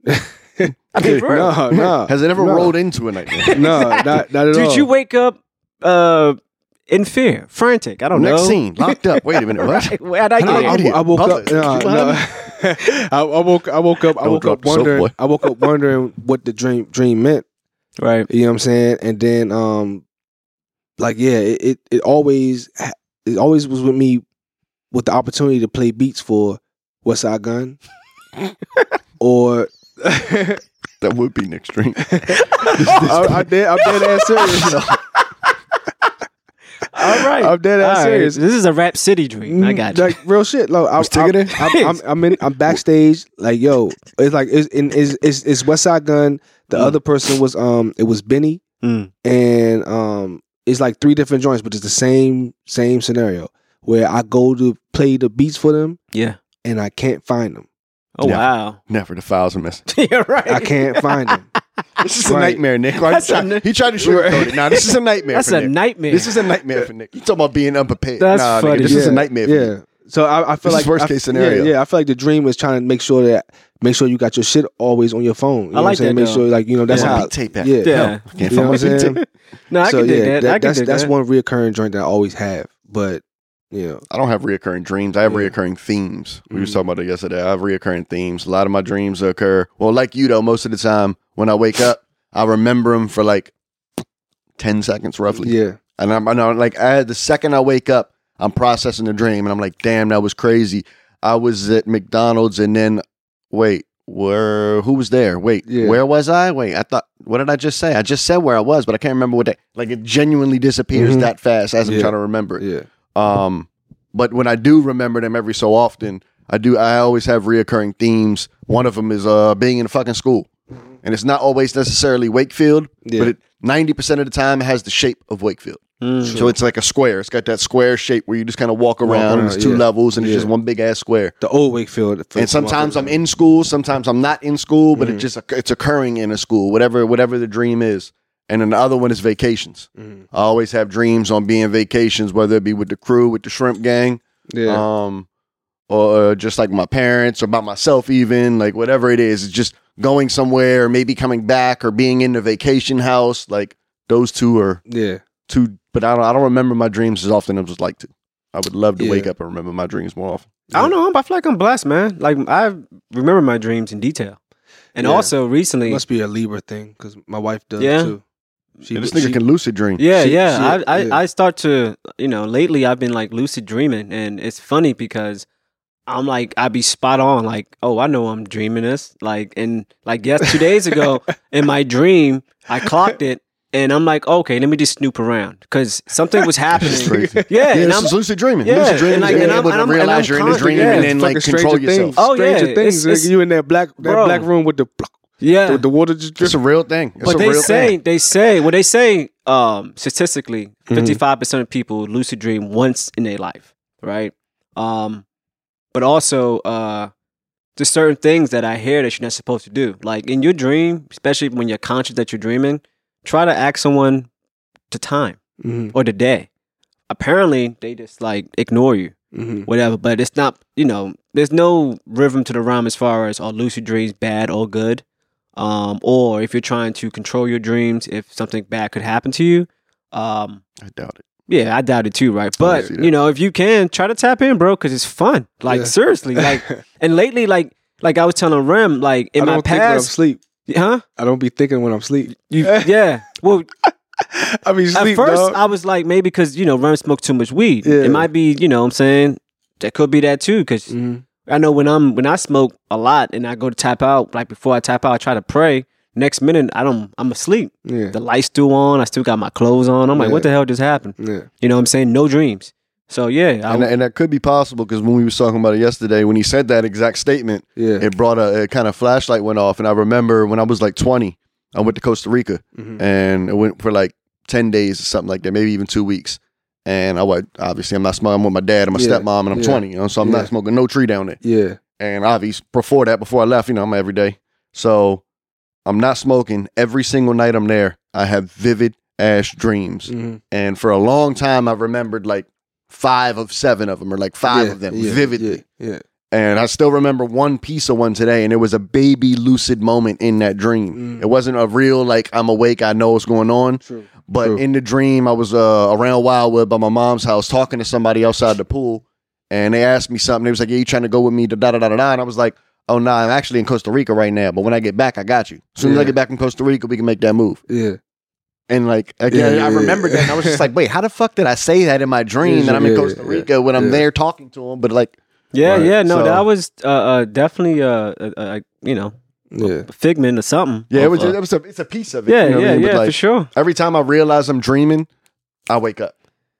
[SPEAKER 1] I mean, for real.
[SPEAKER 3] No, no.
[SPEAKER 2] Has it ever
[SPEAKER 3] no.
[SPEAKER 2] rolled into a nightmare?
[SPEAKER 3] No, not, not at all.
[SPEAKER 1] Did you wake up uh, in fear, frantic? I don't
[SPEAKER 2] Next
[SPEAKER 1] know.
[SPEAKER 2] scene, locked up. Wait a minute, what?
[SPEAKER 1] Right, where'd I get
[SPEAKER 2] How do
[SPEAKER 3] I,
[SPEAKER 1] here?
[SPEAKER 3] I,
[SPEAKER 2] Idiot.
[SPEAKER 3] I woke up.
[SPEAKER 2] Bubba,
[SPEAKER 3] No,
[SPEAKER 2] you
[SPEAKER 3] no. I, I woke. I woke up. I
[SPEAKER 2] Don't
[SPEAKER 3] woke
[SPEAKER 2] drop
[SPEAKER 3] up
[SPEAKER 2] the soap,
[SPEAKER 3] wondering.
[SPEAKER 2] boy.
[SPEAKER 3] I woke up wondering what the dream dream meant.
[SPEAKER 1] Right.
[SPEAKER 3] You know what I'm saying? And then, um, like yeah, it it, it always ha- it always was with me with the opportunity to play beats for West Side Gun or. I,
[SPEAKER 2] That would be next dream.
[SPEAKER 3] I dead, I'm dead ass serious.
[SPEAKER 1] All right.
[SPEAKER 3] I'm dead
[SPEAKER 1] All
[SPEAKER 3] ass
[SPEAKER 1] right.
[SPEAKER 3] serious. Mm,
[SPEAKER 1] This is a rap city dream. I got you.
[SPEAKER 3] Like real shit. Like, I'm,
[SPEAKER 2] Was Tigger
[SPEAKER 3] I'm,
[SPEAKER 2] there?
[SPEAKER 3] I'm, I'm, I'm in. I'm backstage. Like yo, it's like it's in it's it's, it's West Side Gun. The
[SPEAKER 1] Mm.
[SPEAKER 3] other person was um it was Benny
[SPEAKER 1] Mm.
[SPEAKER 3] and um it's like three different joints, but it's the same same scenario where I go to play the beats for them
[SPEAKER 1] Yeah.
[SPEAKER 3] and I can't find them.
[SPEAKER 1] Oh
[SPEAKER 2] Yeah.
[SPEAKER 1] wow.
[SPEAKER 2] Never the files are missing.
[SPEAKER 1] You're right.
[SPEAKER 3] I can't find them.
[SPEAKER 2] This is
[SPEAKER 3] Right.
[SPEAKER 2] a nightmare, Nick.
[SPEAKER 1] That's
[SPEAKER 2] he,
[SPEAKER 1] a
[SPEAKER 2] tried,
[SPEAKER 1] ni-
[SPEAKER 2] he tried to sugarcoat it. Nah, this is a nightmare
[SPEAKER 1] That's
[SPEAKER 2] for
[SPEAKER 1] a
[SPEAKER 2] Nick.
[SPEAKER 1] nightmare.
[SPEAKER 2] This is a nightmare for Nick. You talking about being unprepared?
[SPEAKER 1] That's
[SPEAKER 2] nah, nigga,
[SPEAKER 1] funny.
[SPEAKER 2] this is a
[SPEAKER 3] Yeah.
[SPEAKER 2] nightmare. For Nick.
[SPEAKER 3] Yeah. So I, I feel
[SPEAKER 2] This is
[SPEAKER 3] like
[SPEAKER 2] worst
[SPEAKER 3] I-
[SPEAKER 2] case scenario.
[SPEAKER 3] Yeah, yeah, I feel like the dream is trying to make sure that make sure you got your shit always on your phone.
[SPEAKER 1] I
[SPEAKER 3] You know what I'm
[SPEAKER 1] like
[SPEAKER 3] saying?
[SPEAKER 1] that,
[SPEAKER 3] Make
[SPEAKER 1] though.
[SPEAKER 3] sure like you know that's
[SPEAKER 2] That's
[SPEAKER 1] Yeah.
[SPEAKER 2] how
[SPEAKER 3] how.
[SPEAKER 2] I tape that.
[SPEAKER 3] Yeah.
[SPEAKER 1] Yeah.
[SPEAKER 2] Hell, I can't
[SPEAKER 3] You know
[SPEAKER 2] find
[SPEAKER 3] what
[SPEAKER 2] my
[SPEAKER 3] I'm
[SPEAKER 2] tape.
[SPEAKER 3] saying?
[SPEAKER 1] No, I
[SPEAKER 3] so
[SPEAKER 1] can
[SPEAKER 3] yeah,
[SPEAKER 1] dig that.
[SPEAKER 3] that-
[SPEAKER 1] I can
[SPEAKER 3] that's
[SPEAKER 1] dig
[SPEAKER 3] that's
[SPEAKER 1] that.
[SPEAKER 3] one reoccurring joint that I always have. But You know,
[SPEAKER 2] I don't have reoccurring dreams. I have
[SPEAKER 3] Yeah.
[SPEAKER 2] reoccurring themes. We were
[SPEAKER 3] Mhm.
[SPEAKER 2] talking about it yesterday. I have reoccurring themes. A lot of my dreams occur. Well, like you though, most of the time when I wake up, I remember them for like ten seconds roughly.
[SPEAKER 3] yeah,
[SPEAKER 2] And I'm, and I'm like, I, the second I wake up, I'm processing the dream, and I'm like, damn, that was crazy. I was at McDonald's, and then wait, where? Who was there? Wait,
[SPEAKER 3] Yeah.
[SPEAKER 2] where was I? Wait, I thought, what did I just say? I just said where I was, but I can't remember what that. Like, it genuinely disappears
[SPEAKER 3] Mhm.
[SPEAKER 2] that fast as I'm
[SPEAKER 3] Yeah.
[SPEAKER 2] trying to remember it.
[SPEAKER 3] yeah.
[SPEAKER 2] Um, but when I do remember them every so often, I do. I always have reoccurring themes. One of them is uh being in fucking school, and it's not always necessarily Wakefield,
[SPEAKER 3] Yeah.
[SPEAKER 2] but it ninety percent of the time it has the shape of Wakefield.
[SPEAKER 1] Mm.
[SPEAKER 2] So it's like a square. It's got that square shape where you just kind of walk around, and
[SPEAKER 3] around,
[SPEAKER 2] it's two
[SPEAKER 3] yeah.
[SPEAKER 2] levels and it's
[SPEAKER 3] Yeah.
[SPEAKER 2] just one big ass square.
[SPEAKER 3] The old Wakefield. for-
[SPEAKER 2] And sometimes I'm in school, sometimes I'm not in school, but it
[SPEAKER 3] Mm-hmm.
[SPEAKER 2] just it's occurring in a school, whatever whatever the dream is. And then the other one is vacations.
[SPEAKER 3] Mhm.
[SPEAKER 1] Mm-hmm.
[SPEAKER 2] I always have dreams on being vacations, whether it be with the crew, with the shrimp gang,
[SPEAKER 3] Yeah,
[SPEAKER 2] um, or uh, just like my parents or by myself, even like whatever it is. It's just going somewhere, or maybe coming back, or being in the vacation house. Like those two are
[SPEAKER 3] yeah.
[SPEAKER 2] too, but I don't. I don't remember my dreams as often as I would like to. I would love to
[SPEAKER 3] Yeah.
[SPEAKER 2] wake up and remember my dreams more often.
[SPEAKER 1] I don't know. I'm- I feel like I'm blessed, man. Like I remember my dreams in detail, and
[SPEAKER 3] Yeah.
[SPEAKER 1] also recently,
[SPEAKER 3] Must be a Libra thing because my wife does
[SPEAKER 1] Yeah.
[SPEAKER 3] too. She,
[SPEAKER 2] Yeah, this nigga can lucid dream.
[SPEAKER 1] yeah,
[SPEAKER 3] she-
[SPEAKER 1] yeah.
[SPEAKER 3] she-
[SPEAKER 1] I, I,
[SPEAKER 3] yeah.
[SPEAKER 1] I start to you know lately I've been like lucid dreaming, and it's funny because I'm like I be spot on. Like oh, I know I'm dreaming this. Like and like yes, two days ago in my dream I clocked it, and I'm like okay, let me just snoop around because something was
[SPEAKER 2] This is
[SPEAKER 1] happening.
[SPEAKER 2] crazy.
[SPEAKER 1] Yeah,
[SPEAKER 2] Yeah,
[SPEAKER 1] and
[SPEAKER 2] this
[SPEAKER 1] I'm
[SPEAKER 2] is lucid dreaming.
[SPEAKER 1] yeah,
[SPEAKER 2] lucid
[SPEAKER 1] and
[SPEAKER 2] dreaming
[SPEAKER 1] like-
[SPEAKER 2] is being
[SPEAKER 1] and I'm-
[SPEAKER 2] able to
[SPEAKER 1] and I'm- and
[SPEAKER 2] realize
[SPEAKER 1] I'm
[SPEAKER 2] you're in a dream
[SPEAKER 1] conscious,
[SPEAKER 2] and
[SPEAKER 1] yeah.
[SPEAKER 2] then like
[SPEAKER 3] Fucking
[SPEAKER 2] control
[SPEAKER 3] Stranger
[SPEAKER 2] yourself.
[SPEAKER 3] Things.
[SPEAKER 1] Oh, yeah,
[SPEAKER 3] Stranger Things.
[SPEAKER 1] it's- it's-
[SPEAKER 3] nigga, you in that black that
[SPEAKER 1] Bro.
[SPEAKER 3] black room with the,
[SPEAKER 1] yeah.
[SPEAKER 3] the, the water just
[SPEAKER 2] It's
[SPEAKER 3] drips.
[SPEAKER 2] a real thing. It's
[SPEAKER 1] but
[SPEAKER 2] a
[SPEAKER 1] they
[SPEAKER 2] real
[SPEAKER 1] say
[SPEAKER 2] thing.
[SPEAKER 1] they say well they say um statistically
[SPEAKER 2] Mm-hmm.
[SPEAKER 3] Mhm.
[SPEAKER 1] 55 percent of people lucid dream once in their life right um but also uh there's certain things that i hear that you're not supposed to do like in your dream especially when you're conscious that you're dreaming try to ask someone to time
[SPEAKER 3] Mhm,
[SPEAKER 1] or the day apparently they just like ignore you
[SPEAKER 2] mm-hmm,
[SPEAKER 3] mhm.
[SPEAKER 1] whatever. But it's not, you know, there's no rhythm to the rhyme as far as are lucid dreams bad or good, um, or if you're trying to control your dreams, if something bad could happen to you. Um,
[SPEAKER 2] I doubt it.
[SPEAKER 1] yeah, I doubt it too, right?
[SPEAKER 2] I
[SPEAKER 1] But
[SPEAKER 2] see that.
[SPEAKER 1] you know, if you can, try to tap in, bro, because it's fun. Like
[SPEAKER 3] Yeah.
[SPEAKER 1] seriously, like and lately, like like I was telling Rem, like in
[SPEAKER 3] I
[SPEAKER 1] my
[SPEAKER 3] don't think when I'm
[SPEAKER 1] past,
[SPEAKER 3] asleep.
[SPEAKER 1] huh?
[SPEAKER 3] I don't be thinking when I'm asleep.
[SPEAKER 1] You, yeah. Well,
[SPEAKER 3] I mean,
[SPEAKER 1] at
[SPEAKER 3] sleep,
[SPEAKER 1] first
[SPEAKER 3] dog.
[SPEAKER 1] I was like maybe because you know Rem smoked too much weed.
[SPEAKER 3] Yeah.
[SPEAKER 1] It might be, you know, what I'm saying that could be that too, because
[SPEAKER 2] Mm-hmm.
[SPEAKER 3] Mhm.
[SPEAKER 1] I know when I'm when I smoke a lot and I go to tap out, like before I tap out, I try to pray. Next minute, I don't. I'm asleep.
[SPEAKER 3] Yeah,
[SPEAKER 1] The lights still on. I still got my clothes on. I'm like, what the hell just happened?
[SPEAKER 3] yeah.
[SPEAKER 1] You know what I'm saying? No dreams. So yeah, I,
[SPEAKER 2] And, that- and that could be possible because when we was talking about it yesterday, when he said that exact statement,
[SPEAKER 3] Yeah.
[SPEAKER 2] it brought a, kind of flashlight went off. And I remember when I was like 20, I went to Costa Rica.
[SPEAKER 1] Mm-hmm.
[SPEAKER 3] Mhm.
[SPEAKER 2] and it went for like 10 days or something like that, maybe even two weeks. And I was obviously I'm not smoking. I'm with my dad and my
[SPEAKER 3] Yeah.
[SPEAKER 2] stepmom, and I'm
[SPEAKER 3] Yeah.
[SPEAKER 2] 20, you know, so I'm
[SPEAKER 3] Yeah.
[SPEAKER 2] not smoking no tree down there.
[SPEAKER 3] Yeah.
[SPEAKER 2] And obviously before that, before I left, you know, I'm every day, so I'm not smoking. Every single night I'm there, I have vivid ash dreams,
[SPEAKER 3] Mhm.
[SPEAKER 2] and for a long time I remembered like five of seven of them, or like five
[SPEAKER 3] Yeah,
[SPEAKER 2] of them
[SPEAKER 3] yeah,
[SPEAKER 2] vividly.
[SPEAKER 3] Yeah. yeah.
[SPEAKER 2] And I still remember one piece of one today, and it was a baby lucid moment in that dream.
[SPEAKER 3] Mm.
[SPEAKER 2] It wasn't a real like I'm awake, I know what's going on.
[SPEAKER 3] True.
[SPEAKER 2] But
[SPEAKER 3] True.
[SPEAKER 2] in the dream, I was uh, around Wildwood by my mom's house talking to somebody outside the pool, and they asked me something. They was like, "Yeah, you trying to go with me?" Da da da da da. And I was like, "Oh no, I'm actually in Costa Rica right now. But when I get back, I got you. As soon as I
[SPEAKER 3] Yeah.
[SPEAKER 2] get back from Costa Rica, we can make that move."
[SPEAKER 3] Yeah.
[SPEAKER 2] And like again,
[SPEAKER 3] yeah,
[SPEAKER 2] I
[SPEAKER 3] yeah.
[SPEAKER 2] remembered that. And I was just like, "Wait, how the fuck did I say that in my dream
[SPEAKER 3] Yeah,
[SPEAKER 2] that I'm in
[SPEAKER 3] yeah,
[SPEAKER 2] Costa
[SPEAKER 3] yeah,
[SPEAKER 2] Rica when I'm
[SPEAKER 3] yeah.
[SPEAKER 2] there talking to him?" But like,
[SPEAKER 1] yeah,
[SPEAKER 3] Right.
[SPEAKER 1] yeah. No,
[SPEAKER 2] So-
[SPEAKER 1] that was uh, uh definitely uh, uh, uh you know
[SPEAKER 3] Yeah.
[SPEAKER 1] a figment or something.
[SPEAKER 2] yeah, it
[SPEAKER 1] of,
[SPEAKER 2] was,
[SPEAKER 1] uh,
[SPEAKER 2] it was a, it's a piece of it.
[SPEAKER 1] yeah,
[SPEAKER 2] you know what I
[SPEAKER 1] yeah,
[SPEAKER 2] mean? But,
[SPEAKER 1] yeah,
[SPEAKER 2] like,
[SPEAKER 1] for sure.
[SPEAKER 2] every time I realize I'm dreaming, I wake up.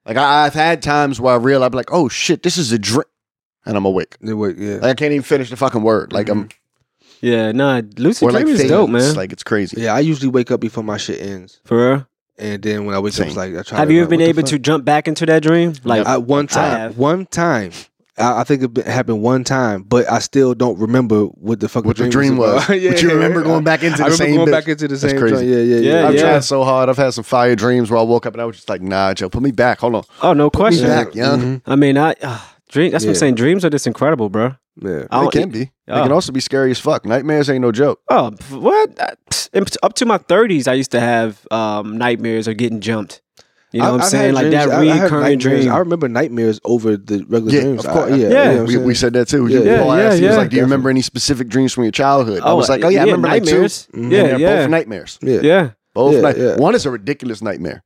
[SPEAKER 2] Like I, I've had times where I realize, I'm like, "Oh shit, this is a dream," and I'm awake.
[SPEAKER 3] Yeah. Wait, yeah.
[SPEAKER 2] Like I can't even finish the fucking word. Like I'm
[SPEAKER 1] Yeah, nah, lucid
[SPEAKER 2] or like
[SPEAKER 1] dreaming is
[SPEAKER 2] fades.
[SPEAKER 1] dope, man.
[SPEAKER 2] Like it's crazy.
[SPEAKER 3] Yeah. I usually wake up before my shit ends,
[SPEAKER 1] for real.
[SPEAKER 3] and then when I wake up, it's
[SPEAKER 2] Same.
[SPEAKER 3] like I try.
[SPEAKER 1] Have
[SPEAKER 3] to
[SPEAKER 1] you ever
[SPEAKER 3] remember,
[SPEAKER 1] been
[SPEAKER 3] what the
[SPEAKER 1] able
[SPEAKER 3] fuck?
[SPEAKER 1] to jump back into that dream? Like,
[SPEAKER 3] I, one
[SPEAKER 1] I
[SPEAKER 3] time,
[SPEAKER 1] have.
[SPEAKER 3] one time. I, I think it happened one time, but I still don't remember what the fuck
[SPEAKER 2] What
[SPEAKER 3] the
[SPEAKER 2] the dream was.
[SPEAKER 3] about.
[SPEAKER 2] but you remember going back into
[SPEAKER 3] I
[SPEAKER 2] the
[SPEAKER 3] remember
[SPEAKER 2] same
[SPEAKER 3] going
[SPEAKER 2] bitch.
[SPEAKER 3] back into the
[SPEAKER 2] That's
[SPEAKER 3] same.
[SPEAKER 2] crazy.
[SPEAKER 3] joint. Yeah, yeah,
[SPEAKER 1] Yeah,
[SPEAKER 3] yeah.
[SPEAKER 2] I've
[SPEAKER 1] yeah.
[SPEAKER 2] tried so hard. I've had some fire dreams where I woke up and I was just like, nah, Joe, put me back. Hold on.
[SPEAKER 1] oh no
[SPEAKER 2] Put me
[SPEAKER 1] question.
[SPEAKER 2] back, young.
[SPEAKER 3] Mhm.
[SPEAKER 1] I mean, I uh, dream. That's what I'm
[SPEAKER 3] Yeah.
[SPEAKER 1] saying. Dreams are just incredible, bro.
[SPEAKER 3] Yeah.
[SPEAKER 1] I
[SPEAKER 2] It
[SPEAKER 1] don't-
[SPEAKER 2] can be. It
[SPEAKER 1] Oh.
[SPEAKER 2] can also be scary as fuck. Nightmares ain't no joke.
[SPEAKER 1] Oh, pff, what? I- pfft, Up to my 30s, I used to have um, nightmares or getting jumped. You know
[SPEAKER 3] I-
[SPEAKER 1] what I'm
[SPEAKER 3] I've
[SPEAKER 1] saying?
[SPEAKER 3] had
[SPEAKER 1] Like
[SPEAKER 3] dreams-
[SPEAKER 1] that
[SPEAKER 3] I- I had
[SPEAKER 1] recurring
[SPEAKER 3] nightmares.
[SPEAKER 1] dream.
[SPEAKER 3] I remember nightmares over the regular
[SPEAKER 2] Yeah,
[SPEAKER 3] dreams.
[SPEAKER 2] of course.
[SPEAKER 3] I-
[SPEAKER 1] Yeah.
[SPEAKER 3] yeah, you know what
[SPEAKER 2] We,
[SPEAKER 3] I'm
[SPEAKER 2] we
[SPEAKER 3] saying?
[SPEAKER 2] said that too.
[SPEAKER 3] Yeah,
[SPEAKER 2] Yeah, Paul
[SPEAKER 1] yeah,
[SPEAKER 2] asked, he was
[SPEAKER 1] yeah.
[SPEAKER 2] like, "Do you remember any specific dreams from your childhood?" I was like, "Oh yeah, I remember like two.
[SPEAKER 1] nightmares.
[SPEAKER 3] Mhm.
[SPEAKER 1] Yeah,
[SPEAKER 2] And they're
[SPEAKER 1] yeah,
[SPEAKER 2] both nightmares.
[SPEAKER 3] yeah.
[SPEAKER 1] yeah.
[SPEAKER 2] Both
[SPEAKER 3] Yeah,
[SPEAKER 2] night-
[SPEAKER 3] yeah.
[SPEAKER 2] One is a ridiculous nightmare,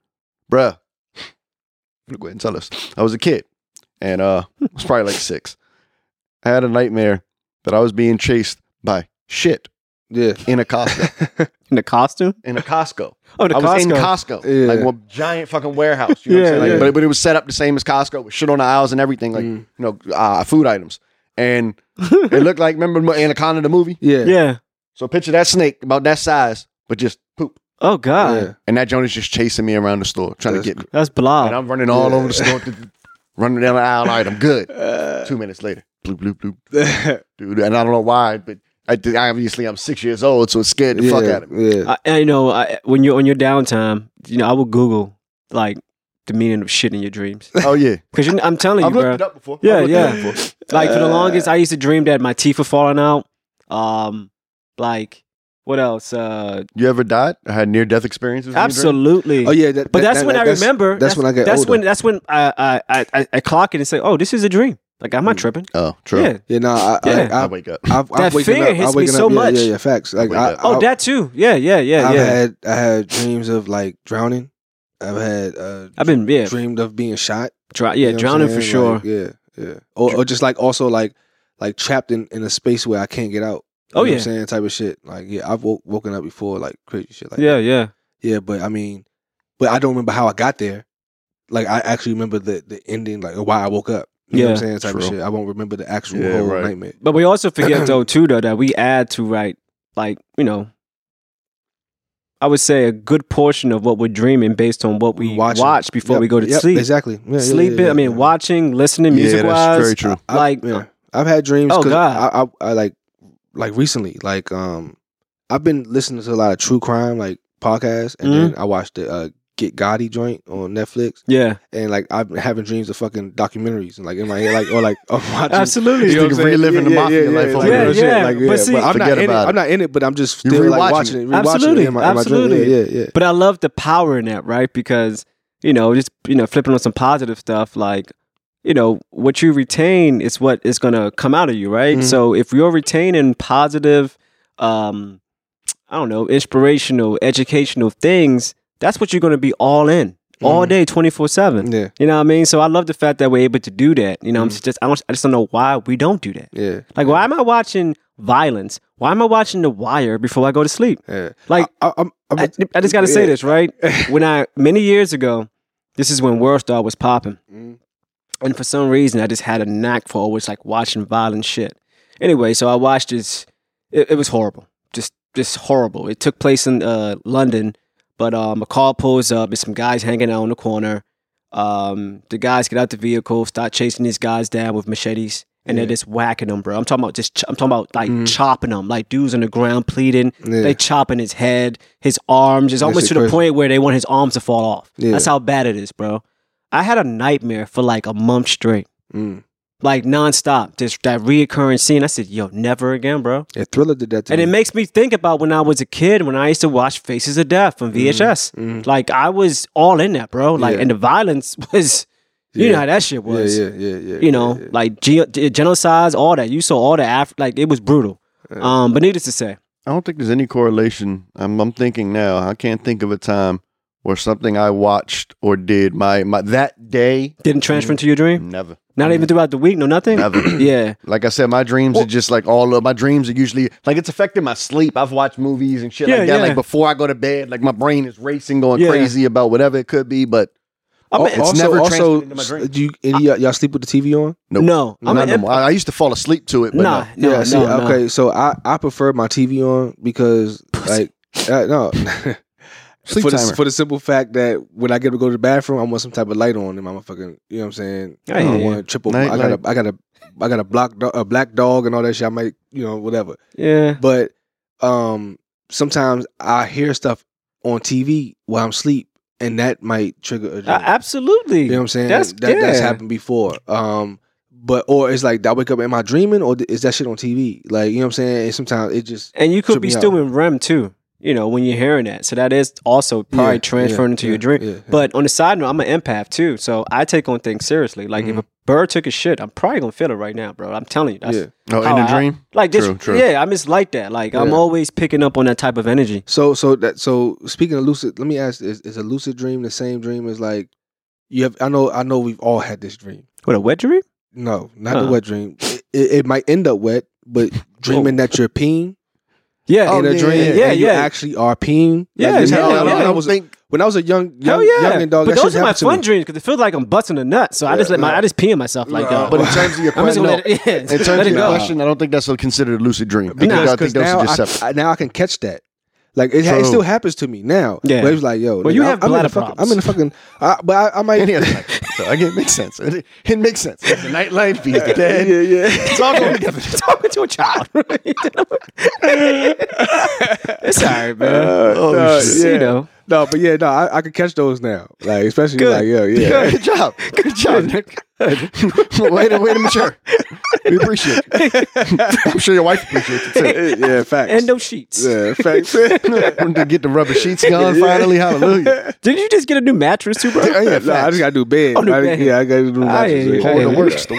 [SPEAKER 2] bruh. I'm gonna Go ahead and tell us. I was a kid, and uh, I was probably like six. I had a nightmare that I was being chased by shit
[SPEAKER 3] yeah.
[SPEAKER 2] in a Costco.
[SPEAKER 1] In the costume.
[SPEAKER 2] in a Costco,
[SPEAKER 1] Oh, the
[SPEAKER 2] I was in
[SPEAKER 1] costume.
[SPEAKER 2] Costco,
[SPEAKER 3] Yeah.
[SPEAKER 2] like one giant fucking warehouse. You know what I'm
[SPEAKER 1] Yeah,
[SPEAKER 2] saying? Like,
[SPEAKER 1] yeah.
[SPEAKER 2] but, but it was set up the same as Costco with shit on the aisles and everything, like
[SPEAKER 3] Mm.
[SPEAKER 2] you know, uh, food items. And it looked like remember Anaconda the movie.
[SPEAKER 3] yeah.
[SPEAKER 1] yeah.
[SPEAKER 2] So picture that snake about that size, but just poop.
[SPEAKER 1] Oh God,
[SPEAKER 3] Yeah.
[SPEAKER 2] And that joint is just chasing me around the store, trying
[SPEAKER 3] That's
[SPEAKER 2] to get me.
[SPEAKER 1] that's
[SPEAKER 2] And
[SPEAKER 1] blob.
[SPEAKER 2] I'm running all
[SPEAKER 3] Yeah.
[SPEAKER 2] over the store, th- running down the aisle. All right, I'm good.
[SPEAKER 3] Uh,
[SPEAKER 2] Two minutes later, bloop bloop bloop, dude. And I don't know why, but I did- obviously I'm six years old, so it scared the
[SPEAKER 3] yeah,
[SPEAKER 2] fuck out of me.
[SPEAKER 3] Yeah.
[SPEAKER 1] I, I know. I, when you're on your downtime, you know I will Google like the meaning of shit in your dreams.
[SPEAKER 2] Oh yeah,
[SPEAKER 1] Because I'm telling you,
[SPEAKER 2] I've looked
[SPEAKER 1] bro.
[SPEAKER 2] it up before. I've
[SPEAKER 1] Yeah,
[SPEAKER 2] looked it
[SPEAKER 1] yeah.
[SPEAKER 2] up before.
[SPEAKER 1] Like for the
[SPEAKER 3] Uh,
[SPEAKER 1] longest, I used to dream that my teeth were falling out. Um, like what else? Uh,
[SPEAKER 2] You ever died? or had near death experiences? in your dream?
[SPEAKER 1] absolutely.
[SPEAKER 3] Oh yeah, that,
[SPEAKER 1] But
[SPEAKER 3] that-
[SPEAKER 1] that's
[SPEAKER 3] that-
[SPEAKER 1] when I
[SPEAKER 3] that's-
[SPEAKER 1] remember.
[SPEAKER 3] That's, when I get
[SPEAKER 1] That's
[SPEAKER 3] older.
[SPEAKER 1] when. That's when I I, I I I clock it and say, "Oh, this is a dream. Like I'm not
[SPEAKER 3] Mm.
[SPEAKER 1] tripping."
[SPEAKER 2] Oh, true.
[SPEAKER 1] Yeah.
[SPEAKER 3] yeah, nah, I, I,
[SPEAKER 1] Yeah.
[SPEAKER 2] I,
[SPEAKER 3] I,
[SPEAKER 2] wake up.
[SPEAKER 3] I've,
[SPEAKER 1] That
[SPEAKER 3] I've waking
[SPEAKER 1] fear
[SPEAKER 3] up,
[SPEAKER 1] hits
[SPEAKER 3] I've
[SPEAKER 1] me
[SPEAKER 3] waking
[SPEAKER 1] so
[SPEAKER 3] up, yeah,
[SPEAKER 1] much.
[SPEAKER 3] Yeah, yeah, facts. Like
[SPEAKER 2] wake
[SPEAKER 3] I,
[SPEAKER 2] up.
[SPEAKER 1] Oh,
[SPEAKER 3] I-
[SPEAKER 1] that too. Yeah, yeah, yeah,
[SPEAKER 3] I've
[SPEAKER 1] yeah.
[SPEAKER 3] had I had dreams of like drowning. I've had uh,
[SPEAKER 1] I've been yeah,
[SPEAKER 3] dreamed of being shot.
[SPEAKER 1] dry, yeah,
[SPEAKER 3] You know what I'm
[SPEAKER 1] drowning
[SPEAKER 3] saying?
[SPEAKER 1] for
[SPEAKER 3] Like,
[SPEAKER 1] sure.
[SPEAKER 3] yeah, yeah. Or, or just like also like like trapped in, in a space where I can't get out.
[SPEAKER 1] Oh,
[SPEAKER 3] You know what
[SPEAKER 1] yeah.
[SPEAKER 3] I'm saying type of shit. Like yeah, I've woke, woken up before like crazy shit. Like
[SPEAKER 1] yeah,
[SPEAKER 3] that.
[SPEAKER 1] yeah.
[SPEAKER 3] yeah. But I mean, but I don't remember how I got there. Like I actually remember the the ending, like why I woke up. You know what
[SPEAKER 1] Yeah.
[SPEAKER 3] I'm saying type
[SPEAKER 2] True.
[SPEAKER 3] of shit. I won't remember the actual
[SPEAKER 2] Yeah,
[SPEAKER 3] whole
[SPEAKER 2] right.
[SPEAKER 3] nightmare.
[SPEAKER 1] But we also forget though too though that we add to right, like you know, I would say a good portion of what we're dreaming based on what we
[SPEAKER 3] Watching.
[SPEAKER 1] watch before
[SPEAKER 3] Yep,
[SPEAKER 1] we go to
[SPEAKER 3] yep,
[SPEAKER 1] sleep.
[SPEAKER 3] Exactly. Yeah, yeah, yeah,
[SPEAKER 1] Sleeping.
[SPEAKER 3] yeah,
[SPEAKER 1] I mean,
[SPEAKER 3] yeah.
[SPEAKER 1] watching, listening,
[SPEAKER 2] yeah,
[SPEAKER 1] music
[SPEAKER 2] that's
[SPEAKER 1] wise.
[SPEAKER 2] very true.
[SPEAKER 3] I've-
[SPEAKER 1] Like-
[SPEAKER 3] yeah. I've had dreams.
[SPEAKER 1] Oh,
[SPEAKER 3] 'cause
[SPEAKER 1] God.
[SPEAKER 3] I, I, I like like recently, like um, I've been listening to a lot of true crime like podcasts, and
[SPEAKER 1] Mm-hmm.
[SPEAKER 3] then I watched the uh, Get Gotti joint on Netflix,
[SPEAKER 1] Yeah,
[SPEAKER 3] and like I've been having dreams of fucking documentaries, and like in my head, like or like I'm watching.
[SPEAKER 1] absolutely.
[SPEAKER 2] You
[SPEAKER 3] know what
[SPEAKER 2] nigga
[SPEAKER 3] I'm saying?
[SPEAKER 2] reliving the mafia life over
[SPEAKER 3] like,
[SPEAKER 1] there.
[SPEAKER 3] real shit,
[SPEAKER 1] Yeah,
[SPEAKER 3] like,
[SPEAKER 1] but see-
[SPEAKER 3] I'm not
[SPEAKER 2] Forget
[SPEAKER 3] in it.
[SPEAKER 2] about it.
[SPEAKER 3] I'm not in it, but I'm just
[SPEAKER 2] You're
[SPEAKER 3] still like
[SPEAKER 2] rewatching
[SPEAKER 3] watching it, rewatching
[SPEAKER 1] Absolutely,
[SPEAKER 3] it in my, in my dream.
[SPEAKER 1] absolutely.
[SPEAKER 3] Yeah, yeah, yeah.
[SPEAKER 1] But I love the power in that, right? Because, you know, just, you know, flipping on some positive stuff, like, you know, what you retain is what is going to come out of you, right?
[SPEAKER 3] Mhm.
[SPEAKER 1] So if you're retaining positive, um, I don't know, inspirational, educational things, that's what you're going to be all in all
[SPEAKER 3] Mhm.
[SPEAKER 1] day, 24 7.
[SPEAKER 3] Yeah,
[SPEAKER 1] You know what I mean? So I love the fact that we're able to do that. You know, I'm
[SPEAKER 3] Mhm.
[SPEAKER 1] just, I, don't, I just don't know why we don't do that.
[SPEAKER 3] yeah.
[SPEAKER 1] Like, why am I watching violence? Why am I watching The Wire before I go to sleep?
[SPEAKER 3] Yeah.
[SPEAKER 1] Like,
[SPEAKER 3] I, I, I'm, Uh, I'm,
[SPEAKER 1] I, I just got to say
[SPEAKER 3] Yeah.
[SPEAKER 1] this, right? When I many years ago, this is when World Star was popping,
[SPEAKER 3] Mm.
[SPEAKER 1] and for some reason, I just had a knack for always like watching violent shit. Anyway, so I watched this. It, it was horrible, just just horrible. It took place in uh, London, but um, a car pulls up. There's some guys hanging out on the corner. Um, the guys get out the vehicle, start chasing these guys down with machetes, and they're
[SPEAKER 3] Yeah.
[SPEAKER 1] just whacking them, bro. I'm talking about just. Ch- I'm talking about like
[SPEAKER 3] Mm.
[SPEAKER 1] chopping them, like dudes on the ground pleading.
[SPEAKER 3] yeah.
[SPEAKER 1] They chopping his head, his arms. It's
[SPEAKER 3] That
[SPEAKER 1] almost
[SPEAKER 3] shit
[SPEAKER 1] to the
[SPEAKER 3] crazy.
[SPEAKER 1] point where they want his arms to fall off.
[SPEAKER 3] Yeah.
[SPEAKER 1] That's how bad it is, bro. I had a nightmare for like a month straight,
[SPEAKER 3] Mm.
[SPEAKER 1] like nonstop. Just that reoccurring scene. I said, "Yo, never again, bro."
[SPEAKER 3] yeah, Thriller did that to
[SPEAKER 1] And it
[SPEAKER 3] me.
[SPEAKER 1] makes me think about when I was a kid, when I used to watch Faces of Death on VHS.
[SPEAKER 3] Mm.
[SPEAKER 1] Like I was all in that, bro. Like,
[SPEAKER 3] Yeah.
[SPEAKER 1] and the violence was, you
[SPEAKER 3] Yeah.
[SPEAKER 1] know how that shit was.
[SPEAKER 3] Yeah, yeah, yeah, yeah.
[SPEAKER 1] You know,
[SPEAKER 3] yeah,
[SPEAKER 1] like ge- genocides, all that. You saw all the Af- like it was brutal.
[SPEAKER 3] Yeah.
[SPEAKER 1] Um, but needless to say,
[SPEAKER 2] I don't think there's any correlation. I'm, I'm thinking now. I can't think of a time where something I watched or did my, my that day.
[SPEAKER 1] didn't
[SPEAKER 3] Mm-hmm.
[SPEAKER 1] transfer into your dream.
[SPEAKER 2] Never,
[SPEAKER 1] Not even throughout the week, no nothing.
[SPEAKER 2] never.
[SPEAKER 1] Yeah.
[SPEAKER 2] Like I said, my dreams are just like all of my dreams are usually like it's affecting my sleep. I've watched movies and shit
[SPEAKER 1] Yeah,
[SPEAKER 2] like that.
[SPEAKER 1] yeah.
[SPEAKER 2] Like before I go to bed, like my brain is racing, going
[SPEAKER 1] Yeah.
[SPEAKER 2] crazy about whatever it could be. But
[SPEAKER 1] I'm
[SPEAKER 2] Oh,
[SPEAKER 1] an-
[SPEAKER 2] it's never transmitted into my dream.
[SPEAKER 3] do you, any, y'all, y'all sleep with the TV on?
[SPEAKER 2] nope.
[SPEAKER 1] No. I'm
[SPEAKER 2] none
[SPEAKER 1] an
[SPEAKER 2] of them.
[SPEAKER 1] empath.
[SPEAKER 2] I, I used to fall asleep to it. But
[SPEAKER 1] Nah, no,
[SPEAKER 3] yeah,
[SPEAKER 1] no,
[SPEAKER 3] see,
[SPEAKER 1] no.
[SPEAKER 3] okay, so I, I prefer my TV on because
[SPEAKER 1] Pussy.
[SPEAKER 3] like uh, no.
[SPEAKER 2] Sleep
[SPEAKER 3] for, the,
[SPEAKER 2] timer.
[SPEAKER 3] for the simple fact that when I get to go to the bathroom, I want some type of light on in my fucking. You know what I'm saying?
[SPEAKER 1] I
[SPEAKER 3] I
[SPEAKER 1] hear
[SPEAKER 3] don't
[SPEAKER 1] you.
[SPEAKER 3] want to trip over.
[SPEAKER 2] Night
[SPEAKER 3] I got a, I got a, I got a black do- a black dog and all that shit. I might, you know, whatever.
[SPEAKER 1] Yeah.
[SPEAKER 3] But um, sometimes I hear stuff on TV while I'm asleep, and that might trigger a dream.
[SPEAKER 1] Uh, absolutely.
[SPEAKER 3] You know what I'm saying?
[SPEAKER 1] That's-
[SPEAKER 3] that, that's
[SPEAKER 1] yeah.
[SPEAKER 3] happened before. Um, but or it's like I wake up, am I dreaming or is that shit on TV? Like you know what I'm saying? And sometimes it just
[SPEAKER 1] and you could
[SPEAKER 3] Trip
[SPEAKER 1] be
[SPEAKER 3] me
[SPEAKER 1] still
[SPEAKER 3] out.
[SPEAKER 1] in REM too. you know, when you're hearing that. So that is also probably
[SPEAKER 3] Yeah,
[SPEAKER 1] transferring
[SPEAKER 3] yeah,
[SPEAKER 1] into
[SPEAKER 3] yeah,
[SPEAKER 1] your drink.
[SPEAKER 3] yeah, yeah.
[SPEAKER 1] But on the side note, I'm an empath too. So I take on things seriously. Like if a bird took a shit, I'm probably gonna feel it right now, bro. I'm telling you. That's
[SPEAKER 3] Mm-hmm. Yeah.
[SPEAKER 2] Oh,
[SPEAKER 1] how
[SPEAKER 2] in a
[SPEAKER 1] I-
[SPEAKER 2] dream.
[SPEAKER 1] Like this,
[SPEAKER 2] True, true.
[SPEAKER 1] yeah, I'm just like that. Like I'm
[SPEAKER 3] Yeah.
[SPEAKER 1] always picking up on that type of energy.
[SPEAKER 3] So so that so speaking of lucid, let me ask: is, is a lucid dream the same dream as like you have? I know I know we've all had this dream.
[SPEAKER 1] What a wet dream?
[SPEAKER 3] No, not
[SPEAKER 1] Huh.
[SPEAKER 3] the wet dream. It, it, it might end up wet, but dreaming that you're peeing
[SPEAKER 1] Yeah,
[SPEAKER 2] Oh,
[SPEAKER 3] in a
[SPEAKER 2] yeah,
[SPEAKER 3] dream,
[SPEAKER 2] yeah,
[SPEAKER 1] yeah.
[SPEAKER 3] and you
[SPEAKER 1] Yeah.
[SPEAKER 3] actually are peeing.
[SPEAKER 1] Yeah,
[SPEAKER 3] like, this
[SPEAKER 1] yeah,
[SPEAKER 3] happened-
[SPEAKER 1] yeah,
[SPEAKER 3] when
[SPEAKER 1] yeah.
[SPEAKER 3] I was a,
[SPEAKER 2] think
[SPEAKER 3] when I was a young young,
[SPEAKER 1] Hell yeah!
[SPEAKER 3] young and dog.
[SPEAKER 1] but
[SPEAKER 3] that
[SPEAKER 1] those
[SPEAKER 3] shit
[SPEAKER 1] are my
[SPEAKER 3] happened to
[SPEAKER 1] fun
[SPEAKER 3] me.
[SPEAKER 1] dreams because it feels like I'm busting a nut. So I
[SPEAKER 2] Yeah,
[SPEAKER 1] just let my
[SPEAKER 2] yeah.
[SPEAKER 1] I just pee in myself like that.
[SPEAKER 2] Nah, but in terms of your
[SPEAKER 1] I'm just
[SPEAKER 2] question,
[SPEAKER 1] gonna
[SPEAKER 2] no.
[SPEAKER 1] let it, yeah,
[SPEAKER 2] in terms
[SPEAKER 1] let
[SPEAKER 2] of
[SPEAKER 1] it
[SPEAKER 2] your
[SPEAKER 1] go.
[SPEAKER 2] question, I don't think that's considered a lucid dream. I think,
[SPEAKER 1] Nah,
[SPEAKER 2] I think
[SPEAKER 3] Because
[SPEAKER 2] those
[SPEAKER 3] now
[SPEAKER 2] are just
[SPEAKER 3] I-
[SPEAKER 2] separate.
[SPEAKER 3] I, now I can catch that. Like it, ha- it
[SPEAKER 2] True.
[SPEAKER 3] still happens to me now.
[SPEAKER 1] Yeah.
[SPEAKER 3] But it was like, yo,
[SPEAKER 1] Well, you
[SPEAKER 3] nigga,
[SPEAKER 1] have
[SPEAKER 3] I'm, I'm in
[SPEAKER 1] bladder
[SPEAKER 3] the fucking,
[SPEAKER 1] problems.
[SPEAKER 3] I'm in the fucking. I, but I, I might.
[SPEAKER 2] Any other night. So again, it makes sense. It, it makes sense. The nightlight be dead.
[SPEAKER 3] yeah, yeah.
[SPEAKER 2] Talk over together.
[SPEAKER 1] talking to a child. it's all right, man.
[SPEAKER 2] Oh,
[SPEAKER 3] no,
[SPEAKER 2] shit.
[SPEAKER 1] You
[SPEAKER 3] yeah.
[SPEAKER 1] know.
[SPEAKER 3] No, but yeah, no, I, I could catch those now. Like especially
[SPEAKER 1] Good.
[SPEAKER 3] like, yo, yeah.
[SPEAKER 2] Good job. Good job, Nick. way, to, way to mature. We appreciate it. I'm sure your wife appreciates it
[SPEAKER 3] Eh, yeah, facts.
[SPEAKER 1] And no sheets.
[SPEAKER 3] yeah, facts.
[SPEAKER 2] too. When they get the rubber sheets gone finally, hallelujah.
[SPEAKER 1] Did you just get a new mattress too, bro?
[SPEAKER 2] Oh, yeah,
[SPEAKER 3] no, I
[SPEAKER 2] facts.
[SPEAKER 3] just gotta do bed.
[SPEAKER 1] Oh, do
[SPEAKER 3] I-
[SPEAKER 1] bed.
[SPEAKER 3] Yeah, I gotta do mattress.
[SPEAKER 1] yeah,
[SPEAKER 3] yeah.
[SPEAKER 1] yeah.
[SPEAKER 2] Oh, the works, the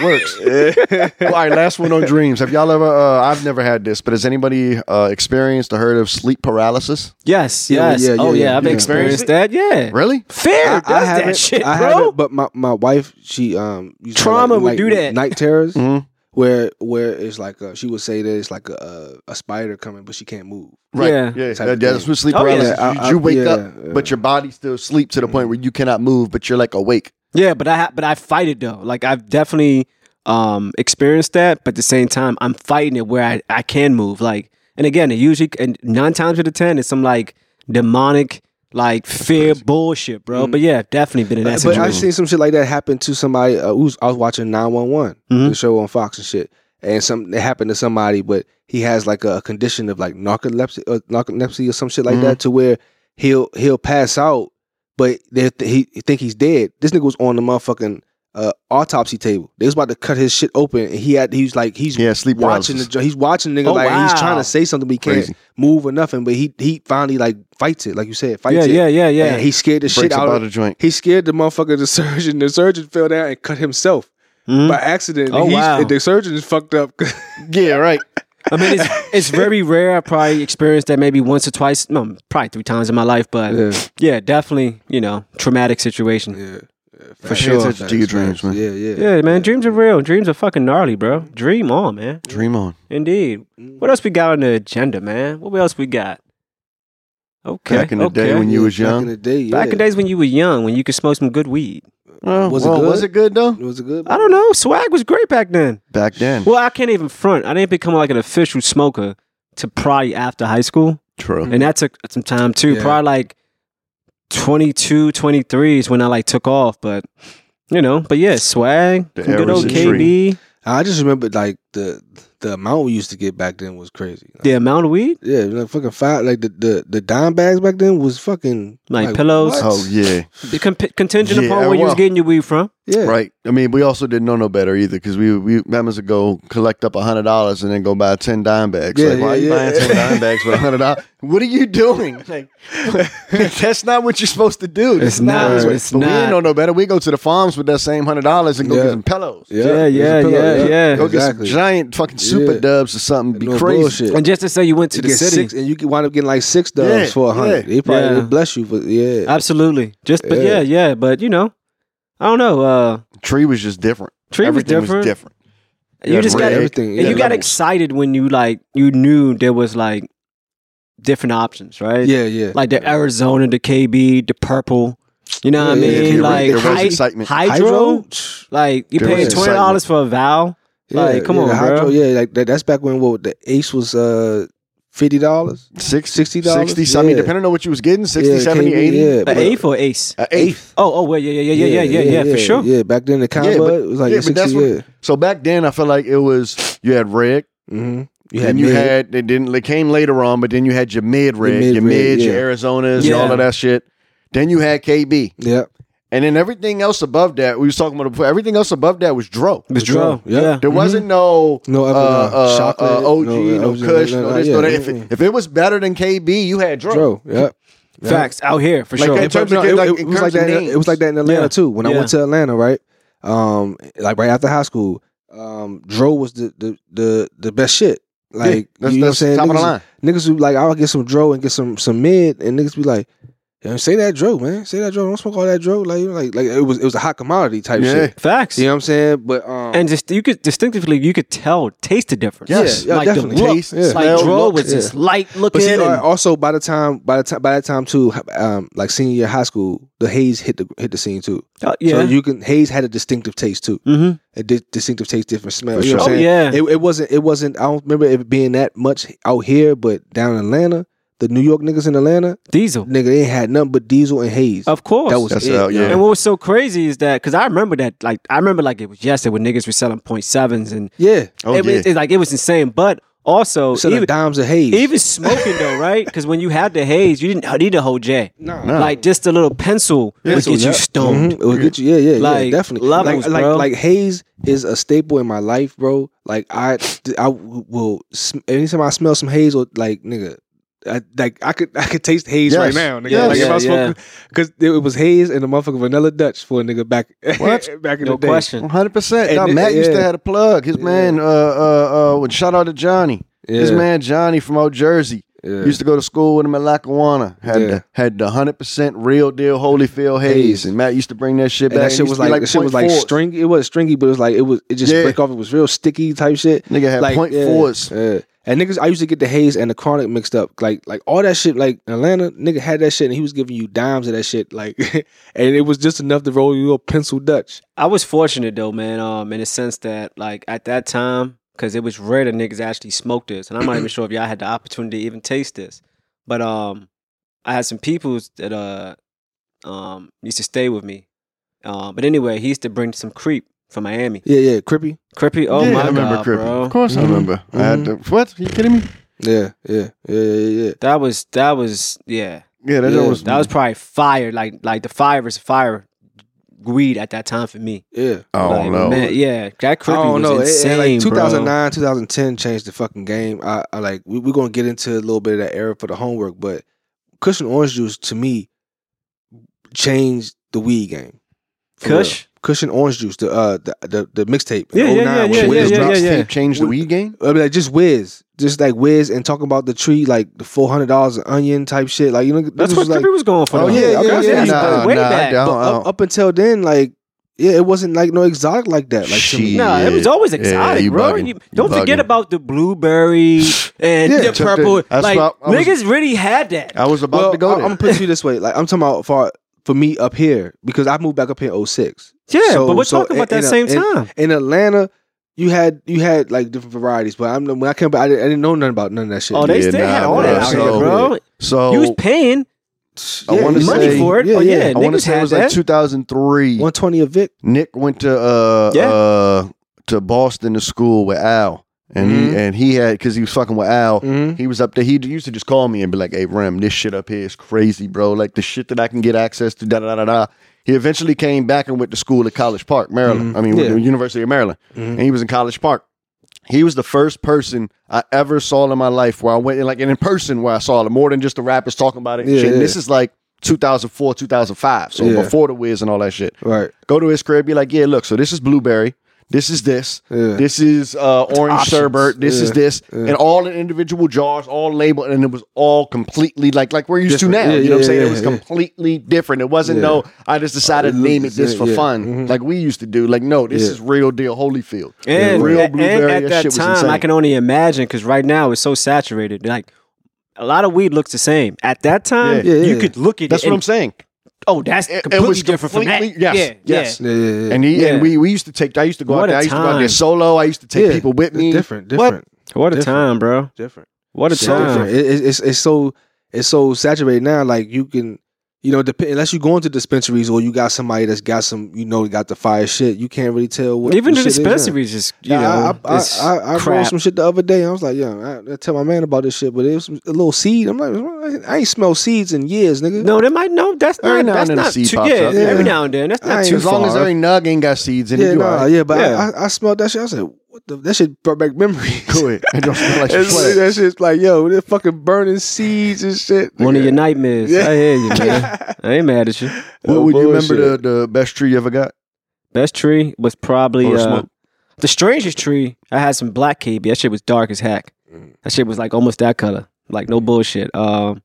[SPEAKER 2] works. Well, all right, last one on dreams. Have y'all ever? Uh, I've never had this, but has anybody uh, experienced or heard of sleep paralysis?
[SPEAKER 1] Yes,
[SPEAKER 3] Yeah,
[SPEAKER 1] yes.
[SPEAKER 3] yeah, yeah,
[SPEAKER 1] oh yeah,
[SPEAKER 3] yeah.
[SPEAKER 1] I've
[SPEAKER 3] You
[SPEAKER 1] experienced
[SPEAKER 2] experienced
[SPEAKER 1] that. Yeah.
[SPEAKER 2] Really?
[SPEAKER 1] Fear
[SPEAKER 3] I, I
[SPEAKER 1] does
[SPEAKER 3] haven't,
[SPEAKER 1] that shit,
[SPEAKER 3] I
[SPEAKER 1] bro.
[SPEAKER 3] haven't, but my, my wife, she um, used to have,
[SPEAKER 1] Trauma
[SPEAKER 3] like,
[SPEAKER 1] would
[SPEAKER 3] night-
[SPEAKER 1] do that. Mm-hmm.
[SPEAKER 3] Night terrors,
[SPEAKER 2] Mhm.
[SPEAKER 3] where where it's like uh she would say that it's like a a, a spider coming, but she can't move.
[SPEAKER 2] Right.
[SPEAKER 1] Yeah.
[SPEAKER 2] Yeah.
[SPEAKER 3] Type
[SPEAKER 2] That-
[SPEAKER 3] of
[SPEAKER 2] that's
[SPEAKER 3] thing.
[SPEAKER 2] what sleep
[SPEAKER 1] Oh, yeah.
[SPEAKER 2] paralysis. is.
[SPEAKER 3] I- I-
[SPEAKER 2] you, you wake
[SPEAKER 3] yeah,
[SPEAKER 2] up,
[SPEAKER 3] yeah.
[SPEAKER 2] but your body still sleeps to the point where you cannot move, but you're like awake.
[SPEAKER 1] Yeah, but I ha- but I fight it though. Like I've definitely um experienced that, but at the same time, I'm fighting it where I, I can move. Like and again, it usually and nine times out of ten, it's some like demonic like fear bullshit, bro. But yeah, I've definitely been in that
[SPEAKER 3] Mm-hmm. But, but
[SPEAKER 1] situation.
[SPEAKER 3] I've seen some shit like that happen to somebody. Uh, who's, I was watching 911, the show on Fox and shit. And some it happened to somebody, but he has like a condition of like narcolepsy or, narcolepsy or some shit like that to where he'll he'll pass out, but they th- he he think he's dead. This nigga was on the motherfucking uh, autopsy table. They was about to cut his shit open, and he had he was like he's
[SPEAKER 2] Yeah, sleep
[SPEAKER 3] watching the
[SPEAKER 2] paralysis.
[SPEAKER 3] jo- he's watching nigga
[SPEAKER 1] Oh,
[SPEAKER 3] like he's trying
[SPEAKER 1] wow.
[SPEAKER 3] to say something, but he can't
[SPEAKER 2] Crazy.
[SPEAKER 3] move or nothing. But he he finally like fights it, like you said, fights
[SPEAKER 1] yeah,
[SPEAKER 3] it.
[SPEAKER 1] yeah, yeah, yeah,
[SPEAKER 3] And he scared the shit
[SPEAKER 2] Breaks
[SPEAKER 3] out
[SPEAKER 2] about
[SPEAKER 3] of
[SPEAKER 2] a joint.
[SPEAKER 3] he scared the motherfucker, the surgeon. The surgeon fell down and cut himself
[SPEAKER 1] Mhm.
[SPEAKER 3] by accident.
[SPEAKER 1] Oh,
[SPEAKER 3] He's-
[SPEAKER 1] wow.
[SPEAKER 3] The surgeon is fucked up.
[SPEAKER 2] Yeah. Right.
[SPEAKER 1] I mean, it's it's very rare. I probably experienced that maybe once or twice, no, probably three times in my life. But yeah,
[SPEAKER 3] Yeah.
[SPEAKER 1] definitely, you know, traumatic situation. Yeah,
[SPEAKER 3] For
[SPEAKER 2] sure. attention to your dreams, man.
[SPEAKER 3] Yeah, yeah.
[SPEAKER 1] man, dreams are real. Dreams are fucking gnarly, bro. Dream on, man.
[SPEAKER 2] Dream on.
[SPEAKER 1] Indeed. What else we got on the agenda, man? What else we got? Okay.
[SPEAKER 2] Back in the
[SPEAKER 1] okay.
[SPEAKER 2] day when you was
[SPEAKER 3] Back in
[SPEAKER 2] young.
[SPEAKER 3] the day, yeah.
[SPEAKER 1] Back in days when you were young, when you could smoke some good weed.
[SPEAKER 2] Well, was,
[SPEAKER 3] Was it
[SPEAKER 2] it
[SPEAKER 3] good?
[SPEAKER 2] was it good though?
[SPEAKER 3] it was a good.
[SPEAKER 1] I don't know. Swag was great back then.
[SPEAKER 2] Back then.
[SPEAKER 1] Well, I can't even front. I didn't become like an official smoker to probably after high school.
[SPEAKER 2] True.
[SPEAKER 1] And that took some time too.
[SPEAKER 3] Yeah.
[SPEAKER 1] Probably like 22, 23 is when I like took off. But, you know, but yeah, swag.
[SPEAKER 2] The
[SPEAKER 1] some good
[SPEAKER 2] era's
[SPEAKER 1] old
[SPEAKER 2] a
[SPEAKER 1] KB.
[SPEAKER 3] I just remember like the the amount we used to get back then was crazy. Like,
[SPEAKER 1] The amount of weed,
[SPEAKER 3] yeah, like fucking five. Like the, the the dime bags back then was fucking
[SPEAKER 1] Like pillows?
[SPEAKER 3] what?
[SPEAKER 2] Oh yeah.
[SPEAKER 1] the con- contingent
[SPEAKER 2] Yeah,
[SPEAKER 1] upon where you was
[SPEAKER 2] well.
[SPEAKER 1] getting your weed from.
[SPEAKER 3] yeah.
[SPEAKER 2] Right. I mean, we also didn't know no better either because we we members would go collect up a hundred dollars and then go buy ten dime bags.
[SPEAKER 3] Yeah,
[SPEAKER 2] like, why are you
[SPEAKER 3] yeah,
[SPEAKER 2] buying
[SPEAKER 3] yeah.
[SPEAKER 2] ten dime bags with a hundred dollars? What are you doing? Like, that's not what you're supposed to do. This
[SPEAKER 1] It's
[SPEAKER 2] is not.
[SPEAKER 1] not.
[SPEAKER 2] what-
[SPEAKER 1] It's
[SPEAKER 2] but we
[SPEAKER 1] not.
[SPEAKER 2] didn't know no better. We go to the farms with that same hundred dollars and go
[SPEAKER 3] Yeah.
[SPEAKER 2] get some pillows.
[SPEAKER 1] Yeah,
[SPEAKER 3] it was a
[SPEAKER 1] yeah,
[SPEAKER 3] pillow,
[SPEAKER 1] yeah, yeah.
[SPEAKER 2] Go
[SPEAKER 3] Exactly.
[SPEAKER 2] get some giant fucking super
[SPEAKER 3] Yeah.
[SPEAKER 2] dubs or something. Be
[SPEAKER 3] No
[SPEAKER 2] crazy.
[SPEAKER 3] bullshit.
[SPEAKER 1] And just to say you went to
[SPEAKER 3] You
[SPEAKER 1] the
[SPEAKER 3] get
[SPEAKER 1] city.
[SPEAKER 3] six, and you could wind up getting like six dollars
[SPEAKER 2] Yeah,
[SPEAKER 3] for a hundred.
[SPEAKER 2] yeah.
[SPEAKER 3] They probably
[SPEAKER 1] Yeah.
[SPEAKER 3] they bless you for yeah.
[SPEAKER 1] Absolutely. Just but yeah,
[SPEAKER 3] Yeah.
[SPEAKER 1] yeah, but you know, I don't know. Uh
[SPEAKER 2] Tree was just different.
[SPEAKER 1] tree was
[SPEAKER 2] Everything
[SPEAKER 1] different.
[SPEAKER 2] was different.
[SPEAKER 1] You
[SPEAKER 2] Yeah,
[SPEAKER 1] just
[SPEAKER 2] the
[SPEAKER 1] got
[SPEAKER 2] red,
[SPEAKER 3] everything,
[SPEAKER 1] and
[SPEAKER 3] yeah,
[SPEAKER 1] you got
[SPEAKER 2] levels.
[SPEAKER 1] excited when you like you knew there was like different options, right?
[SPEAKER 3] yeah, yeah.
[SPEAKER 1] Like the Arizona, the KB, the purple. You know what
[SPEAKER 3] Yeah, yeah,
[SPEAKER 1] I mean?
[SPEAKER 3] yeah,
[SPEAKER 1] like
[SPEAKER 3] right.
[SPEAKER 2] There was
[SPEAKER 1] hy-
[SPEAKER 2] excitement.
[SPEAKER 1] hydro. Like you
[SPEAKER 2] There was
[SPEAKER 1] paying twenty dollars for a vowel. Like, come on,
[SPEAKER 3] the
[SPEAKER 1] bro.
[SPEAKER 3] Yeah, like that, that's back when what the ace was uh fifty dollars.
[SPEAKER 2] Six,
[SPEAKER 3] $60?
[SPEAKER 2] 60 I mean,
[SPEAKER 3] Yeah.
[SPEAKER 2] depending on what you was getting, 60,
[SPEAKER 3] Yeah,
[SPEAKER 2] 70,
[SPEAKER 3] KB,
[SPEAKER 2] 80.
[SPEAKER 3] yeah,
[SPEAKER 1] An
[SPEAKER 3] but-
[SPEAKER 1] eighth or ace?
[SPEAKER 2] A eighth.
[SPEAKER 1] Oh, oh, well, yeah, yeah, yeah, yeah, yeah, yeah, yeah, for sure.
[SPEAKER 3] Yeah, back then the combo
[SPEAKER 2] but-
[SPEAKER 3] it was like
[SPEAKER 2] yeah, but
[SPEAKER 3] 60,
[SPEAKER 2] that's what-
[SPEAKER 3] yeah.
[SPEAKER 2] So back then, I felt like it was you had red,
[SPEAKER 3] Mm-hmm. You
[SPEAKER 2] then you
[SPEAKER 3] mid,
[SPEAKER 2] had it didn't it came later on, but then you had your mid red, your
[SPEAKER 3] mid red,
[SPEAKER 2] mids,
[SPEAKER 3] yeah.
[SPEAKER 2] your Arizonas,
[SPEAKER 1] Yeah.
[SPEAKER 2] and all of that shit. Then you had KB,
[SPEAKER 3] yeah,
[SPEAKER 2] And then everything else above that, we was talking about it before, everything else above that was dro.
[SPEAKER 1] It's
[SPEAKER 3] Dro,
[SPEAKER 1] Dro.
[SPEAKER 3] yeah.
[SPEAKER 1] Yeah.
[SPEAKER 2] There wasn't no
[SPEAKER 3] Mm-hmm. No,
[SPEAKER 2] uh,
[SPEAKER 3] other,
[SPEAKER 2] uh,
[SPEAKER 3] chocolate,
[SPEAKER 2] uh, OG, no,
[SPEAKER 3] OG,
[SPEAKER 2] Kush,
[SPEAKER 3] no,
[SPEAKER 2] no
[SPEAKER 3] no,
[SPEAKER 2] this,
[SPEAKER 3] yeah,
[SPEAKER 2] no that. If
[SPEAKER 3] yeah.
[SPEAKER 2] it, if it was better than KB, you had dro.
[SPEAKER 3] Dro, yeah. Yeah.
[SPEAKER 1] Facts out here for
[SPEAKER 2] Like,
[SPEAKER 1] sure.
[SPEAKER 2] in
[SPEAKER 3] It,
[SPEAKER 2] terms
[SPEAKER 3] no,
[SPEAKER 2] of
[SPEAKER 3] it,
[SPEAKER 2] getting, like,
[SPEAKER 3] it was like
[SPEAKER 2] encouraging
[SPEAKER 3] that.
[SPEAKER 2] names.
[SPEAKER 3] It was like that in Atlanta
[SPEAKER 1] Yeah.
[SPEAKER 3] too. When I
[SPEAKER 1] Yeah.
[SPEAKER 3] went to Atlanta, right? Um, like right after high school, um, Dro was the the the, the best shit.
[SPEAKER 2] Yeah,
[SPEAKER 3] Like
[SPEAKER 2] that's,
[SPEAKER 3] you know
[SPEAKER 2] that's
[SPEAKER 3] what I'm saying?
[SPEAKER 2] top
[SPEAKER 3] niggas,
[SPEAKER 2] of the line.
[SPEAKER 3] niggas would be like, I'll get some Dro and get some some mid, and niggas be like, "Yeah, say that Dro, man, say that Dro. Don't smoke all that Dro. Like you know, like like it was it was a hot commodity type
[SPEAKER 2] Yeah.
[SPEAKER 3] shit.
[SPEAKER 1] Facts.
[SPEAKER 3] You know what I'm saying? But um,
[SPEAKER 1] And just you could distinctively you could tell taste the difference.
[SPEAKER 2] Yes.
[SPEAKER 3] Yeah, yeah,
[SPEAKER 1] like
[SPEAKER 3] definitely.
[SPEAKER 1] the look,
[SPEAKER 2] Taste,
[SPEAKER 3] yeah.
[SPEAKER 1] like
[SPEAKER 2] smell,
[SPEAKER 1] Dro
[SPEAKER 2] look.
[SPEAKER 1] was just light looking.
[SPEAKER 3] But see,
[SPEAKER 1] and- uh,
[SPEAKER 3] all right, also by the time by the time by that time too, um, like senior year of high school, the haze hit the hit the scene too.
[SPEAKER 1] Uh, yeah.
[SPEAKER 3] So you can haze had a distinctive taste too.
[SPEAKER 1] hmm
[SPEAKER 3] A di- distinctive taste, different smell.
[SPEAKER 2] For
[SPEAKER 3] You know what
[SPEAKER 1] Oh
[SPEAKER 3] I'm saying?
[SPEAKER 1] yeah.
[SPEAKER 3] It, it wasn't it wasn't I don't remember it being that much out here, but down in Atlanta, the New York niggas in Atlanta,
[SPEAKER 1] Diesel.
[SPEAKER 3] nigga, they ain't had nothing but diesel and haze.
[SPEAKER 1] Of course.
[SPEAKER 3] That was
[SPEAKER 2] That's
[SPEAKER 3] it.
[SPEAKER 2] out, yeah.
[SPEAKER 1] and what was so crazy is that because I remember that like I remember like it was yesterday when niggas were selling point sevens and
[SPEAKER 3] Yeah.
[SPEAKER 2] Oh,
[SPEAKER 1] it, was
[SPEAKER 2] yeah.
[SPEAKER 1] it's like it was insane. But also
[SPEAKER 3] So
[SPEAKER 1] even,
[SPEAKER 3] the dimes of haze.
[SPEAKER 1] even smoking though, right? Because when you had the haze, you didn't need a whole J.
[SPEAKER 3] nah.
[SPEAKER 2] No.
[SPEAKER 1] Like just a little pencil would
[SPEAKER 2] so
[SPEAKER 1] get you
[SPEAKER 2] yeah.
[SPEAKER 1] stoned.
[SPEAKER 3] Mhm. It would get you, yeah, yeah,
[SPEAKER 1] Mm-hmm. Like,
[SPEAKER 3] yeah, definitely.
[SPEAKER 1] levels,
[SPEAKER 3] like,
[SPEAKER 1] bro.
[SPEAKER 3] like, like haze is a staple in my life, bro. Like I, I will. sm- Anytime I smell some haze, or like nigga, I, like I could, I could taste haze
[SPEAKER 2] Yes.
[SPEAKER 3] right now, nigga.
[SPEAKER 2] Yes.
[SPEAKER 3] Like if I
[SPEAKER 1] Yeah,
[SPEAKER 3] smoke, because it was haze and the motherfucker vanilla Dutch for a nigga back,
[SPEAKER 2] What?
[SPEAKER 3] back in
[SPEAKER 1] No
[SPEAKER 3] the day.
[SPEAKER 2] Mm-hmm.
[SPEAKER 1] question.
[SPEAKER 2] 100%.
[SPEAKER 3] And
[SPEAKER 2] Nah,
[SPEAKER 3] it-
[SPEAKER 2] Matt used to
[SPEAKER 3] yeah.
[SPEAKER 2] have a plug. His man, uh, uh, uh, well, shout out to Johnny.
[SPEAKER 3] Yeah.
[SPEAKER 2] His man, Johnny from Old Jersey.
[SPEAKER 3] Yeah.
[SPEAKER 2] Used to go to school with him at Lackawanna. Had
[SPEAKER 3] Yeah.
[SPEAKER 2] the had the hundred percent real deal Holyfield haze,
[SPEAKER 3] Haze.
[SPEAKER 2] and Matt used to bring that shit
[SPEAKER 3] and
[SPEAKER 2] back.
[SPEAKER 3] that
[SPEAKER 2] It
[SPEAKER 3] shit
[SPEAKER 2] used
[SPEAKER 3] was
[SPEAKER 2] to be
[SPEAKER 3] like, that shit was like
[SPEAKER 2] 0.4s.
[SPEAKER 3] stringy. It was stringy, but it was like it was it just
[SPEAKER 2] Yeah.
[SPEAKER 3] break off. It was real sticky type shit.
[SPEAKER 2] Nigga had
[SPEAKER 3] like
[SPEAKER 2] point
[SPEAKER 3] yeah,
[SPEAKER 2] fours.
[SPEAKER 3] yeah. And niggas, I used to get the haze and the chronic mixed up. Like, like all that shit. Like Atlanta, nigga had that shit, and he was giving you dimes of that shit. Like, and it was just enough to roll you a pencil Dutch.
[SPEAKER 1] I was fortunate though, man, um, in the sense that like at that time, because it was rare that niggas actually smoked this, and I'm not even sure if y'all had the opportunity to even taste this. But um, I had some people that uh, um, used to stay with me. Um, but anyway, he used to bring some creep from Miami.
[SPEAKER 3] Yeah, yeah, crippy.
[SPEAKER 1] Crippy, oh
[SPEAKER 2] Yeah,
[SPEAKER 1] my
[SPEAKER 2] I remember
[SPEAKER 1] god,
[SPEAKER 2] Crippy.
[SPEAKER 1] bro,
[SPEAKER 2] Of course, I
[SPEAKER 3] Mhm.
[SPEAKER 2] remember. I had to, what? you kidding me?
[SPEAKER 3] Yeah, yeah, yeah, yeah, yeah.
[SPEAKER 1] that was that was yeah,
[SPEAKER 2] Yeah, that,
[SPEAKER 3] Yeah,
[SPEAKER 2] was
[SPEAKER 1] that was probably fire. Like like the fire was fire weed at that time for me.
[SPEAKER 3] yeah.
[SPEAKER 2] Oh
[SPEAKER 1] Like,
[SPEAKER 2] no,
[SPEAKER 1] man, yeah, that
[SPEAKER 3] I
[SPEAKER 1] crippy was
[SPEAKER 3] don't know. It-
[SPEAKER 1] insane,
[SPEAKER 3] it- like
[SPEAKER 1] bro.
[SPEAKER 3] 2009, 2010 changed the fucking game. I, I like we, we're gonna get into a little bit of that era for the homework, but Cushion Orange Juice to me changed the weed game. For real.
[SPEAKER 1] Kush.
[SPEAKER 3] Cushion Orange Juice, the uh the the, the mixtape.
[SPEAKER 1] Yeah, yeah,
[SPEAKER 3] 09
[SPEAKER 1] yeah,
[SPEAKER 3] when
[SPEAKER 2] Wiz
[SPEAKER 3] Wiz
[SPEAKER 1] yeah,
[SPEAKER 3] dropped.
[SPEAKER 2] Drops
[SPEAKER 1] yeah, yeah.
[SPEAKER 2] Tape changed the weed game.
[SPEAKER 3] I mean, like just Wiz, just like Wiz, and talking about the tree, like the four hundred dollars an onion type shit. Like you know,
[SPEAKER 1] That's
[SPEAKER 3] niggas
[SPEAKER 1] what
[SPEAKER 3] was like.
[SPEAKER 1] Crippy was going for.
[SPEAKER 3] Oh,
[SPEAKER 1] though.
[SPEAKER 3] yeah, yeah,
[SPEAKER 1] That's
[SPEAKER 3] yeah,
[SPEAKER 1] what he
[SPEAKER 3] nah,
[SPEAKER 1] was way
[SPEAKER 2] nah,
[SPEAKER 1] back.
[SPEAKER 2] I
[SPEAKER 3] But
[SPEAKER 2] don't- I
[SPEAKER 3] up,
[SPEAKER 2] don't-
[SPEAKER 3] up until then, like yeah, it wasn't like no exotic like that. Like some-
[SPEAKER 2] Shit.
[SPEAKER 1] No, it was always exotic,
[SPEAKER 2] you
[SPEAKER 1] bro.
[SPEAKER 2] bugging.
[SPEAKER 1] You-
[SPEAKER 2] You
[SPEAKER 1] don't forget
[SPEAKER 2] bugging.
[SPEAKER 1] about the blueberry and
[SPEAKER 3] Yeah,
[SPEAKER 1] the
[SPEAKER 2] check
[SPEAKER 1] purple.
[SPEAKER 2] that. That's
[SPEAKER 1] like
[SPEAKER 2] what I- I was-
[SPEAKER 1] niggas really had that.
[SPEAKER 2] I was about
[SPEAKER 3] well,
[SPEAKER 2] to go
[SPEAKER 3] I,
[SPEAKER 2] there.
[SPEAKER 3] I'm gonna put it to you this way. Like I'm talking about for for me up here because I moved back up here in 06.
[SPEAKER 1] Yeah,
[SPEAKER 3] So-
[SPEAKER 1] but we're
[SPEAKER 3] so
[SPEAKER 1] talking about
[SPEAKER 3] in-
[SPEAKER 1] that
[SPEAKER 3] in
[SPEAKER 1] same
[SPEAKER 3] a-
[SPEAKER 1] time.
[SPEAKER 3] In Atlanta, you had you had like different varieties, but I'm when I came back, I didn't, I didn't know nothing about none of that shit.
[SPEAKER 1] Oh, they
[SPEAKER 2] Yeah,
[SPEAKER 1] still
[SPEAKER 2] nah,
[SPEAKER 1] had all
[SPEAKER 2] bro.
[SPEAKER 1] that out here,
[SPEAKER 2] So-
[SPEAKER 1] bro.
[SPEAKER 2] so
[SPEAKER 1] you was paying
[SPEAKER 2] I wanna
[SPEAKER 1] money
[SPEAKER 2] say-
[SPEAKER 1] for it. oh yeah,
[SPEAKER 2] I want to
[SPEAKER 1] niggas
[SPEAKER 2] say it
[SPEAKER 1] had
[SPEAKER 2] was like
[SPEAKER 1] that.
[SPEAKER 2] 2003.
[SPEAKER 3] 120 a Vic.
[SPEAKER 2] Nick went to uh,
[SPEAKER 1] Yeah.
[SPEAKER 2] uh to Boston to school with Al, and
[SPEAKER 3] Mhm.
[SPEAKER 2] he and he had because he was fucking with Al.
[SPEAKER 3] Mm-hmm.
[SPEAKER 2] He was up there. He used to just call me and be like, "Hey, Rem, this shit up here is crazy, bro. Like the shit that I can get access to." Da da da da. da." He eventually came back and went to school at College Park, Maryland.
[SPEAKER 3] Mhm.
[SPEAKER 2] I mean,
[SPEAKER 3] Yeah.
[SPEAKER 2] the University of Maryland,
[SPEAKER 3] Mhm.
[SPEAKER 2] and he was in College Park. He was the first person I ever saw in my life where I went and like and in person where I saw him more than just the rappers talking about it. and
[SPEAKER 3] Yeah,
[SPEAKER 2] shit. And
[SPEAKER 3] yeah.
[SPEAKER 2] This is like 2004, 2005, so
[SPEAKER 3] Yeah.
[SPEAKER 2] before the Wiz and all that shit
[SPEAKER 3] Right.
[SPEAKER 2] go to his crib, be like, yeah, look, so this is blueberry, this is this,
[SPEAKER 3] Yeah.
[SPEAKER 2] this is uh, orange
[SPEAKER 3] options.
[SPEAKER 2] sherbet, this is
[SPEAKER 3] Yeah,
[SPEAKER 2] this,
[SPEAKER 3] yeah.
[SPEAKER 2] and all in individual jars, all labeled, and it was all completely like like we're used
[SPEAKER 3] Different.
[SPEAKER 2] to now.
[SPEAKER 3] Yeah,
[SPEAKER 2] you know what I'm
[SPEAKER 3] yeah,
[SPEAKER 2] saying?
[SPEAKER 3] yeah,
[SPEAKER 2] it was
[SPEAKER 3] yeah.
[SPEAKER 2] completely different. It wasn't
[SPEAKER 3] Yeah.
[SPEAKER 2] no, I just decided to
[SPEAKER 3] Uh,
[SPEAKER 2] name it this
[SPEAKER 3] yeah,
[SPEAKER 2] for
[SPEAKER 3] yeah.
[SPEAKER 2] fun,
[SPEAKER 3] Mhm.
[SPEAKER 2] like we used to do. Like, no, this
[SPEAKER 3] Yeah.
[SPEAKER 2] is real deal Holyfield.
[SPEAKER 1] And,
[SPEAKER 2] real
[SPEAKER 1] and
[SPEAKER 2] blueberry,
[SPEAKER 1] at
[SPEAKER 2] that
[SPEAKER 1] that
[SPEAKER 2] shit was
[SPEAKER 1] time,
[SPEAKER 2] insane.
[SPEAKER 1] I can only imagine because right now it's so saturated. Like a lot of weed looks the same. At that time,
[SPEAKER 3] Yeah. Yeah,
[SPEAKER 1] you
[SPEAKER 3] yeah.
[SPEAKER 1] could look at
[SPEAKER 2] That's
[SPEAKER 1] it.
[SPEAKER 2] what
[SPEAKER 1] and,
[SPEAKER 2] I'm saying.
[SPEAKER 1] Oh, that's
[SPEAKER 2] It- it
[SPEAKER 1] completely
[SPEAKER 2] was
[SPEAKER 1] different from that.
[SPEAKER 2] completely- yes,
[SPEAKER 1] yeah,
[SPEAKER 2] yes.
[SPEAKER 1] yeah.
[SPEAKER 3] Yeah, yeah, yeah.
[SPEAKER 2] And he
[SPEAKER 1] Yeah.
[SPEAKER 2] and we we used to take. I used to go
[SPEAKER 1] What
[SPEAKER 2] out
[SPEAKER 1] a
[SPEAKER 2] there. I used to go out there
[SPEAKER 1] time.
[SPEAKER 2] solo. I used to take
[SPEAKER 3] Yeah.
[SPEAKER 2] people with
[SPEAKER 3] It's
[SPEAKER 2] me.
[SPEAKER 3] different,
[SPEAKER 2] What?
[SPEAKER 3] different,
[SPEAKER 1] What a
[SPEAKER 3] Different.
[SPEAKER 1] time, bro.
[SPEAKER 3] different.
[SPEAKER 1] What a
[SPEAKER 3] So
[SPEAKER 1] time.
[SPEAKER 3] different. It, it, it's it's so it's so saturated now. Like you can You know, dep- unless you go into dispensaries or you got somebody that's got some, you know, got the fire shit, you can't really tell what.
[SPEAKER 1] Even
[SPEAKER 3] what
[SPEAKER 1] the
[SPEAKER 3] shit is in it.
[SPEAKER 1] dispensaries is, you
[SPEAKER 3] Yeah,
[SPEAKER 1] know,
[SPEAKER 3] I, I,
[SPEAKER 1] it's
[SPEAKER 3] I, I, I rolled
[SPEAKER 1] crap.
[SPEAKER 3] some shit the other day. I was like, yeah, I, I tell my man about this shit, but it was some- a little seed. I'm like, I ain't smelled seeds in years, nigga.
[SPEAKER 1] no, they might no. That's
[SPEAKER 2] Every
[SPEAKER 1] not.
[SPEAKER 2] now
[SPEAKER 1] That's
[SPEAKER 2] and then a
[SPEAKER 1] not too.
[SPEAKER 2] seed pops
[SPEAKER 1] Yeah,
[SPEAKER 2] up.
[SPEAKER 1] every
[SPEAKER 3] Yeah.
[SPEAKER 1] now and then. That's
[SPEAKER 3] I
[SPEAKER 1] not
[SPEAKER 3] ain't
[SPEAKER 1] too
[SPEAKER 2] As long as
[SPEAKER 1] far.
[SPEAKER 2] every nug ain't got seeds in it,
[SPEAKER 3] yeah,
[SPEAKER 2] you
[SPEAKER 3] nah,
[SPEAKER 2] all right.
[SPEAKER 3] yeah, but
[SPEAKER 1] Yeah.
[SPEAKER 3] I, I, I smelled that shit. I said, what the? That shit brought back memories.
[SPEAKER 2] Do it. It don't smell like
[SPEAKER 3] It's like-
[SPEAKER 2] sweat.
[SPEAKER 3] that shit's like, yo, they're fucking burning seeds and shit.
[SPEAKER 1] One of your nightmares.
[SPEAKER 3] Yeah.
[SPEAKER 1] I hear you, man. I ain't mad at you.
[SPEAKER 2] What
[SPEAKER 3] Oh,
[SPEAKER 2] would you
[SPEAKER 3] bullshit.
[SPEAKER 2] remember the, the best tree you ever got?
[SPEAKER 1] Best tree was probably
[SPEAKER 2] Or
[SPEAKER 1] uh,
[SPEAKER 2] smoke?
[SPEAKER 1] the strangest tree. I had some black KB. That shit was dark as heck.
[SPEAKER 2] Mm.
[SPEAKER 1] That shit was like almost that color. Like no bullshit. Um,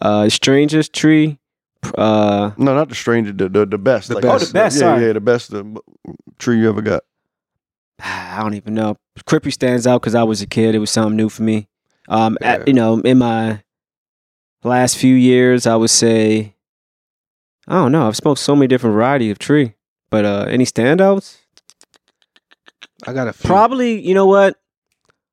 [SPEAKER 1] uh, strangest tree. pr- Uh,
[SPEAKER 2] No, not the stranger. The the, the best.
[SPEAKER 3] The
[SPEAKER 2] Like,
[SPEAKER 3] best.
[SPEAKER 1] Oh, the best,
[SPEAKER 2] Yeah,
[SPEAKER 1] sorry.
[SPEAKER 2] yeah, the best uh, tree you ever got.
[SPEAKER 1] I don't even know. Crippy stands out because I was a kid. It was something new for me. Um, at-
[SPEAKER 3] Yeah.
[SPEAKER 1] you know, in my last few years, I would say, I don't know. I've smoked so many different varieties of tree, but uh, any standouts?
[SPEAKER 3] I got a
[SPEAKER 2] Hmm.
[SPEAKER 3] few.
[SPEAKER 1] Probably. You know what?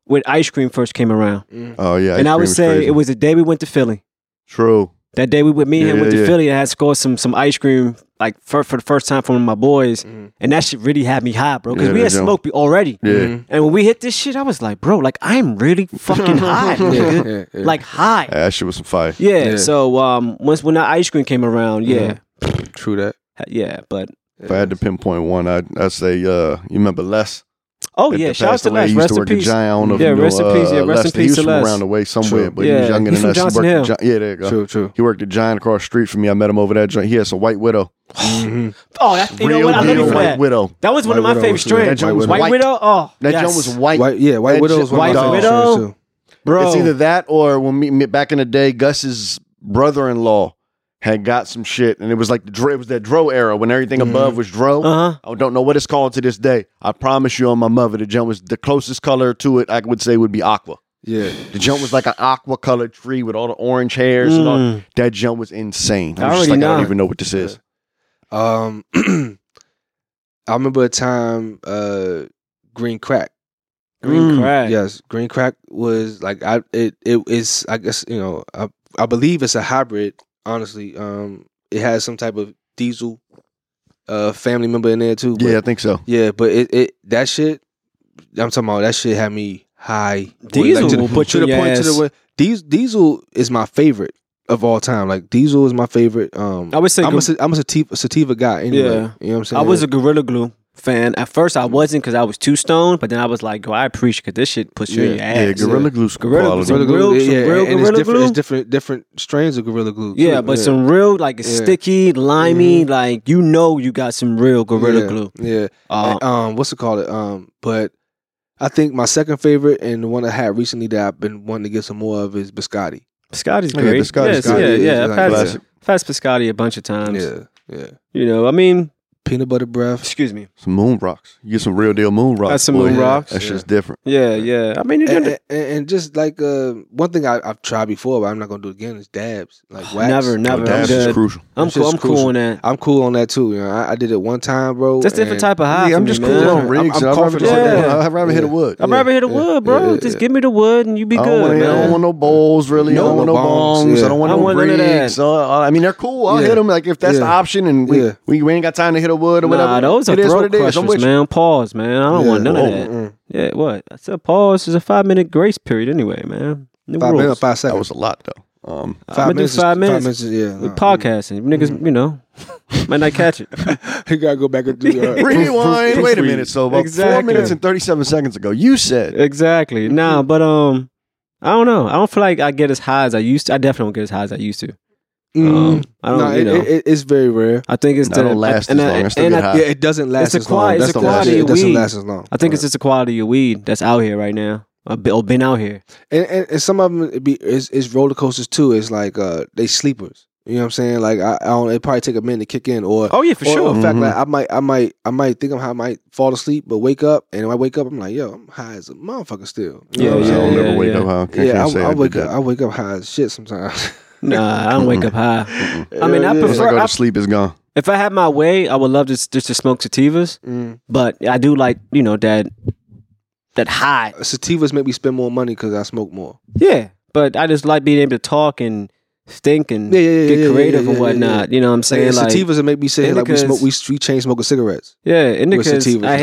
[SPEAKER 1] When ice cream first came around,
[SPEAKER 3] Mm.
[SPEAKER 2] Oh yeah,
[SPEAKER 1] and
[SPEAKER 2] ice
[SPEAKER 1] I
[SPEAKER 2] cream
[SPEAKER 1] would
[SPEAKER 2] is
[SPEAKER 1] say
[SPEAKER 2] crazy.
[SPEAKER 1] it was the day we went to Philly.
[SPEAKER 2] true.
[SPEAKER 1] That day we with me and
[SPEAKER 2] Yeah,
[SPEAKER 1] him went
[SPEAKER 2] yeah,
[SPEAKER 1] to
[SPEAKER 2] yeah.
[SPEAKER 1] Philly and I had scored some some ice cream like for for the first time from one of my boys,
[SPEAKER 3] Mhm.
[SPEAKER 1] and that shit really had me high, bro. Because
[SPEAKER 2] Yeah,
[SPEAKER 1] we
[SPEAKER 2] they
[SPEAKER 1] had
[SPEAKER 2] don't.
[SPEAKER 1] smoked be- already,
[SPEAKER 2] Mm-hmm. Yeah,
[SPEAKER 3] Mhm.
[SPEAKER 1] and when we hit this shit, I was like, bro, like I'm really fucking high, nigga.
[SPEAKER 3] Mm-hmm. Yeah, yeah, yeah.
[SPEAKER 1] like high.
[SPEAKER 2] that shit was some fire.
[SPEAKER 1] Yeah,
[SPEAKER 3] Yeah.
[SPEAKER 1] So um, once when that ice cream came around, yeah,
[SPEAKER 3] true that.
[SPEAKER 1] yeah. But
[SPEAKER 2] If I had to pinpoint one, I'd I'd say uh, you remember Les.
[SPEAKER 1] oh
[SPEAKER 2] That-
[SPEAKER 1] yeah,
[SPEAKER 2] that
[SPEAKER 1] shout out
[SPEAKER 2] passed
[SPEAKER 1] to
[SPEAKER 2] away.
[SPEAKER 1] Les.
[SPEAKER 2] He used
[SPEAKER 1] Rest
[SPEAKER 2] to
[SPEAKER 1] in
[SPEAKER 2] work at
[SPEAKER 1] peace.
[SPEAKER 2] Giant. I don't know if
[SPEAKER 1] Yeah,
[SPEAKER 2] you know,
[SPEAKER 1] rest in peace.
[SPEAKER 2] uh,
[SPEAKER 1] Yeah, rest in
[SPEAKER 2] Les.
[SPEAKER 1] peace
[SPEAKER 2] He was
[SPEAKER 1] to
[SPEAKER 2] from
[SPEAKER 1] Les.
[SPEAKER 2] around the way somewhere,
[SPEAKER 3] True.
[SPEAKER 2] but he
[SPEAKER 1] Yeah,
[SPEAKER 2] was younger
[SPEAKER 1] he's
[SPEAKER 2] than
[SPEAKER 1] from
[SPEAKER 2] us. He
[SPEAKER 1] Johnson
[SPEAKER 2] worked at
[SPEAKER 1] Hill.
[SPEAKER 2] Gi- yeah, there you go.
[SPEAKER 3] True, true.
[SPEAKER 2] He worked at Giant across the street from me. I met him over that joint. He had some white widow. Mm-hmm.
[SPEAKER 3] Mhm.
[SPEAKER 1] Oh, that, you
[SPEAKER 2] Real
[SPEAKER 1] know what? I love
[SPEAKER 2] deal
[SPEAKER 1] you for
[SPEAKER 2] white
[SPEAKER 1] that.
[SPEAKER 2] widow.
[SPEAKER 1] That was one of my
[SPEAKER 3] White Widow
[SPEAKER 1] favorite
[SPEAKER 3] was good.
[SPEAKER 1] strains.
[SPEAKER 3] That joint was
[SPEAKER 1] White
[SPEAKER 2] white.
[SPEAKER 1] Widow. Oh,
[SPEAKER 2] That
[SPEAKER 1] yes.
[SPEAKER 2] joint was white.
[SPEAKER 3] White, yeah, White
[SPEAKER 2] That
[SPEAKER 3] Widow
[SPEAKER 2] shit-
[SPEAKER 3] was one
[SPEAKER 1] White
[SPEAKER 3] of my
[SPEAKER 1] Widow.
[SPEAKER 3] too.
[SPEAKER 1] bro.
[SPEAKER 2] It's either that or when me, me back in the day, Gus's brother-in-law had got some shit, and it was like the dro- it was that dro era when everything
[SPEAKER 1] Mm-hmm.
[SPEAKER 3] Mhm.
[SPEAKER 2] above was dro.
[SPEAKER 1] uh huh.
[SPEAKER 2] I don't know what it's called to this day. I promise you on my mother, the jump was the closest color to it I would say would be aqua.
[SPEAKER 3] Yeah,
[SPEAKER 2] The jump was like an aqua colored tree with all the orange hairs and all. That jump was insane. I
[SPEAKER 1] Mm. I
[SPEAKER 2] was just
[SPEAKER 1] already
[SPEAKER 2] like, I
[SPEAKER 1] know.
[SPEAKER 2] don't even know what this is.
[SPEAKER 3] Um, I remember a time uh, green crack.
[SPEAKER 1] Green
[SPEAKER 2] Mm,
[SPEAKER 1] crack.
[SPEAKER 3] Yes, green crack was like I it it is I guess you know I I believe it's a hybrid. Honestly, um, it has some type of diesel uh family member in there too. but-
[SPEAKER 2] Yeah, I think so.
[SPEAKER 3] yeah, but it it that shit I'm talking about that shit had me high.
[SPEAKER 1] Diesel
[SPEAKER 3] Like, to the-
[SPEAKER 1] will put
[SPEAKER 3] to
[SPEAKER 1] you
[SPEAKER 3] the
[SPEAKER 1] in your
[SPEAKER 3] point to the
[SPEAKER 1] ass.
[SPEAKER 3] way- Dies- Diesel is my favorite of all time. Like Diesel is my favorite. Um,
[SPEAKER 1] I would say
[SPEAKER 3] I'm
[SPEAKER 1] gor-
[SPEAKER 3] a, sa- I'm a sativa, sativa guy anyway.
[SPEAKER 1] Yeah.
[SPEAKER 3] You know what I'm saying?
[SPEAKER 1] I was a Gorilla Glue fan. At first, I wasn't because I was too stoned, but then I was like, yo, I appreciate because this shit puts you in your
[SPEAKER 3] Yeah.
[SPEAKER 1] ass.
[SPEAKER 2] Yeah, Gorilla Glue
[SPEAKER 1] Gorilla Glue.
[SPEAKER 2] quality.
[SPEAKER 1] some real- some real
[SPEAKER 3] and
[SPEAKER 1] Gorilla
[SPEAKER 3] it's different,
[SPEAKER 1] Glue?
[SPEAKER 3] It's different different strains of gorilla glue. too.
[SPEAKER 1] Yeah, but some real like it's
[SPEAKER 3] Yeah.
[SPEAKER 1] sticky, limey, like you know you got some real gorilla
[SPEAKER 3] Yeah.
[SPEAKER 1] glue.
[SPEAKER 3] Yeah.
[SPEAKER 1] Uh,
[SPEAKER 3] Uh, um, what's it called? Um, but I think my second favorite and the one I had recently that I've been wanting to get some more of is biscotti.
[SPEAKER 1] Piscotti's
[SPEAKER 2] yeah,
[SPEAKER 1] great.
[SPEAKER 2] Piscotti's
[SPEAKER 1] Yes,
[SPEAKER 3] good.
[SPEAKER 1] yeah,
[SPEAKER 3] Yeah,
[SPEAKER 1] yeah.
[SPEAKER 3] it's
[SPEAKER 1] I've
[SPEAKER 3] like
[SPEAKER 1] had,
[SPEAKER 2] classic.
[SPEAKER 1] I've had Piscotti a bunch of times.
[SPEAKER 3] Yeah, yeah.
[SPEAKER 1] You know, I mean,
[SPEAKER 3] Peanut butter breath.
[SPEAKER 1] excuse me.
[SPEAKER 2] Some moon rocks. You get some real deal moon rocks.
[SPEAKER 1] That's some
[SPEAKER 2] boy.
[SPEAKER 1] moon
[SPEAKER 3] yeah.
[SPEAKER 1] rocks.
[SPEAKER 2] That's
[SPEAKER 3] Yeah.
[SPEAKER 2] just different.
[SPEAKER 1] Yeah, yeah. I mean, you
[SPEAKER 3] And,
[SPEAKER 1] did
[SPEAKER 3] and, and just like uh, one thing I, I've tried before, but I'm not gonna do it again is dabs, like wax.
[SPEAKER 1] never, never. I'm
[SPEAKER 2] That's just
[SPEAKER 1] good.
[SPEAKER 2] crucial.
[SPEAKER 1] I'm
[SPEAKER 3] It's
[SPEAKER 1] cool.
[SPEAKER 3] just
[SPEAKER 1] I'm cool
[SPEAKER 3] crucial.
[SPEAKER 1] on that.
[SPEAKER 3] I'm cool on that too. You know, I, I did it one time, bro.
[SPEAKER 1] That's a different
[SPEAKER 3] and-
[SPEAKER 1] type of high.
[SPEAKER 2] Yeah,
[SPEAKER 1] for
[SPEAKER 2] I'm
[SPEAKER 1] me,
[SPEAKER 2] just
[SPEAKER 1] man.
[SPEAKER 2] cool
[SPEAKER 3] I'm-
[SPEAKER 2] on rigs.
[SPEAKER 3] I'm
[SPEAKER 2] and I'd rather,
[SPEAKER 3] confident
[SPEAKER 1] on
[SPEAKER 2] yeah.
[SPEAKER 1] that.
[SPEAKER 2] I'd rather hit a
[SPEAKER 3] Yeah.
[SPEAKER 2] wood.
[SPEAKER 1] I'd
[SPEAKER 3] Yeah,
[SPEAKER 1] rather hit a
[SPEAKER 3] yeah,
[SPEAKER 1] wood, bro.
[SPEAKER 3] yeah,
[SPEAKER 1] Just
[SPEAKER 3] yeah.
[SPEAKER 1] give me the wood and you be
[SPEAKER 2] I
[SPEAKER 1] good,
[SPEAKER 2] don't, want, I
[SPEAKER 1] man.
[SPEAKER 2] don't want no bowls, really. I
[SPEAKER 3] No,
[SPEAKER 2] don't want
[SPEAKER 3] no
[SPEAKER 2] no
[SPEAKER 3] bongs,
[SPEAKER 2] bongs.
[SPEAKER 3] yeah.
[SPEAKER 2] I don't want
[SPEAKER 1] I
[SPEAKER 2] no
[SPEAKER 1] want none of that.
[SPEAKER 2] rigs. Uh, I mean, they're cool. I'll
[SPEAKER 3] Yeah.
[SPEAKER 2] hit them. Like, if that's the
[SPEAKER 3] Yeah.
[SPEAKER 2] option and we,
[SPEAKER 3] Yeah.
[SPEAKER 2] we, we ain't got time to hit a wood or whatever.
[SPEAKER 1] Nah, those are
[SPEAKER 2] it is what
[SPEAKER 1] throat
[SPEAKER 2] it is. I'm
[SPEAKER 1] crushers,
[SPEAKER 2] with you.
[SPEAKER 1] man. Pause, man. I don't
[SPEAKER 3] Yeah.
[SPEAKER 1] want none
[SPEAKER 2] Oh,
[SPEAKER 1] of that.
[SPEAKER 3] Mm-mm.
[SPEAKER 1] Yeah, what? I said pause is a five minute grace period anyway, man. New
[SPEAKER 3] Five
[SPEAKER 1] rules.
[SPEAKER 3] minutes, five
[SPEAKER 2] That
[SPEAKER 3] seconds.
[SPEAKER 2] was a lot, though. Um,
[SPEAKER 1] I'ma do
[SPEAKER 3] is-
[SPEAKER 1] five minutes.
[SPEAKER 3] is- yeah.
[SPEAKER 1] We
[SPEAKER 3] nah.
[SPEAKER 1] podcasting.
[SPEAKER 2] Mm-hmm.
[SPEAKER 1] Niggas, you know, might not catch it.
[SPEAKER 3] you gotta go back and do uh,
[SPEAKER 2] Rewind. Wait a
[SPEAKER 1] proofread.
[SPEAKER 2] minute. So about four
[SPEAKER 1] Exactly.
[SPEAKER 2] minutes and thirty-seven seconds ago, you said
[SPEAKER 1] exactly. Nah, but um, I don't know. I don't feel like I get as high as I used to. I definitely don't get as high as I used to. Um,
[SPEAKER 2] Mm-hmm.
[SPEAKER 3] Mm.
[SPEAKER 1] I don't.
[SPEAKER 3] Nah,
[SPEAKER 1] you
[SPEAKER 3] it,
[SPEAKER 1] know,
[SPEAKER 3] it- it- it's very rare.
[SPEAKER 1] I think it's
[SPEAKER 2] Nah, I don't last
[SPEAKER 1] and
[SPEAKER 2] as long. I still
[SPEAKER 1] and
[SPEAKER 2] get high.
[SPEAKER 3] Yeah, it doesn't last
[SPEAKER 1] a
[SPEAKER 3] as long.
[SPEAKER 1] quiet-
[SPEAKER 3] That's
[SPEAKER 1] it's a
[SPEAKER 3] the last-
[SPEAKER 2] quality
[SPEAKER 3] It doesn't
[SPEAKER 1] weed.
[SPEAKER 3] last as long.
[SPEAKER 1] I think it's just the quality of weed that's out here right now. Or be- or been out here.
[SPEAKER 3] and, and, and some of them it be it's, it's roller coasters too. It's like uh they sleepers. You know what I'm saying? Like I, I don't. It probably take a minute to kick in, or
[SPEAKER 1] Oh yeah, for
[SPEAKER 3] or-
[SPEAKER 1] sure.
[SPEAKER 3] or In fact,
[SPEAKER 2] Mhm.
[SPEAKER 3] like I might I might I might think I'm high, I might fall asleep, but wake up, and when I wake up, I'm like, yo, I'm high as a motherfucker still. You know
[SPEAKER 1] Yeah,
[SPEAKER 2] I
[SPEAKER 3] what I'm
[SPEAKER 1] yeah,
[SPEAKER 2] don't
[SPEAKER 3] saying?
[SPEAKER 2] ever
[SPEAKER 1] yeah,
[SPEAKER 2] wake
[SPEAKER 1] yeah.
[SPEAKER 2] up. How I can't,
[SPEAKER 3] Yeah,
[SPEAKER 2] can't
[SPEAKER 3] I,
[SPEAKER 2] say
[SPEAKER 3] I
[SPEAKER 2] I,
[SPEAKER 3] wake
[SPEAKER 2] did
[SPEAKER 3] up.
[SPEAKER 2] that.
[SPEAKER 3] I wake up high as shit sometimes.
[SPEAKER 1] Nah, I don't wake up high. I mean, I
[SPEAKER 3] Yeah,
[SPEAKER 2] Once I
[SPEAKER 3] yeah.
[SPEAKER 1] prefer-
[SPEAKER 2] go to sleep, it's gone.
[SPEAKER 1] If I had my way, I would love just just to smoke sativas,
[SPEAKER 3] Mm.
[SPEAKER 1] but I do like you know that that high.
[SPEAKER 3] Sativas make me spend more money because I smoke more.
[SPEAKER 1] Yeah, but I just like being able to talk and think and
[SPEAKER 3] Yeah, yeah, yeah,
[SPEAKER 1] Mm. get
[SPEAKER 3] yeah, yeah,
[SPEAKER 1] creative
[SPEAKER 3] yeah,
[SPEAKER 1] and
[SPEAKER 3] yeah, yeah,
[SPEAKER 1] whatnot. You know what I'm
[SPEAKER 3] Like,
[SPEAKER 1] saying? Like,
[SPEAKER 3] sativas that make me say like we
[SPEAKER 1] Indicas-
[SPEAKER 3] smoke, we, we chain smoking cigarettes.
[SPEAKER 1] yeah, indicas.
[SPEAKER 3] sativas.
[SPEAKER 1] I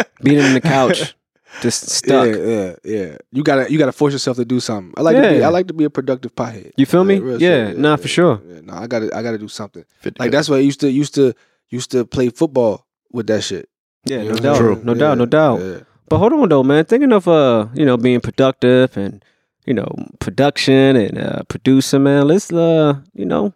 [SPEAKER 1] hate being on the couch, just stuck.
[SPEAKER 3] Yeah, yeah, yeah. You gotta you gotta force yourself to do something. I like to be
[SPEAKER 1] Yeah.
[SPEAKER 3] I like to be a productive pothead.
[SPEAKER 1] You feel me?
[SPEAKER 3] real shit.
[SPEAKER 1] Yeah, nah, for sure.
[SPEAKER 3] Yeah, nah, I gotta I gotta do something.
[SPEAKER 2] Fifty-
[SPEAKER 3] Like that's why I used to used to used to play football with that shit.
[SPEAKER 1] Yeah,
[SPEAKER 3] You
[SPEAKER 1] no
[SPEAKER 3] know what
[SPEAKER 1] doubt,
[SPEAKER 3] I'm saying?
[SPEAKER 1] no
[SPEAKER 3] Yeah,
[SPEAKER 1] doubt, no doubt.
[SPEAKER 3] yeah.
[SPEAKER 1] But hold on though, man. Thinking of uh, you know, being productive and you know, production and uh, producer, man. Let's uh, you know,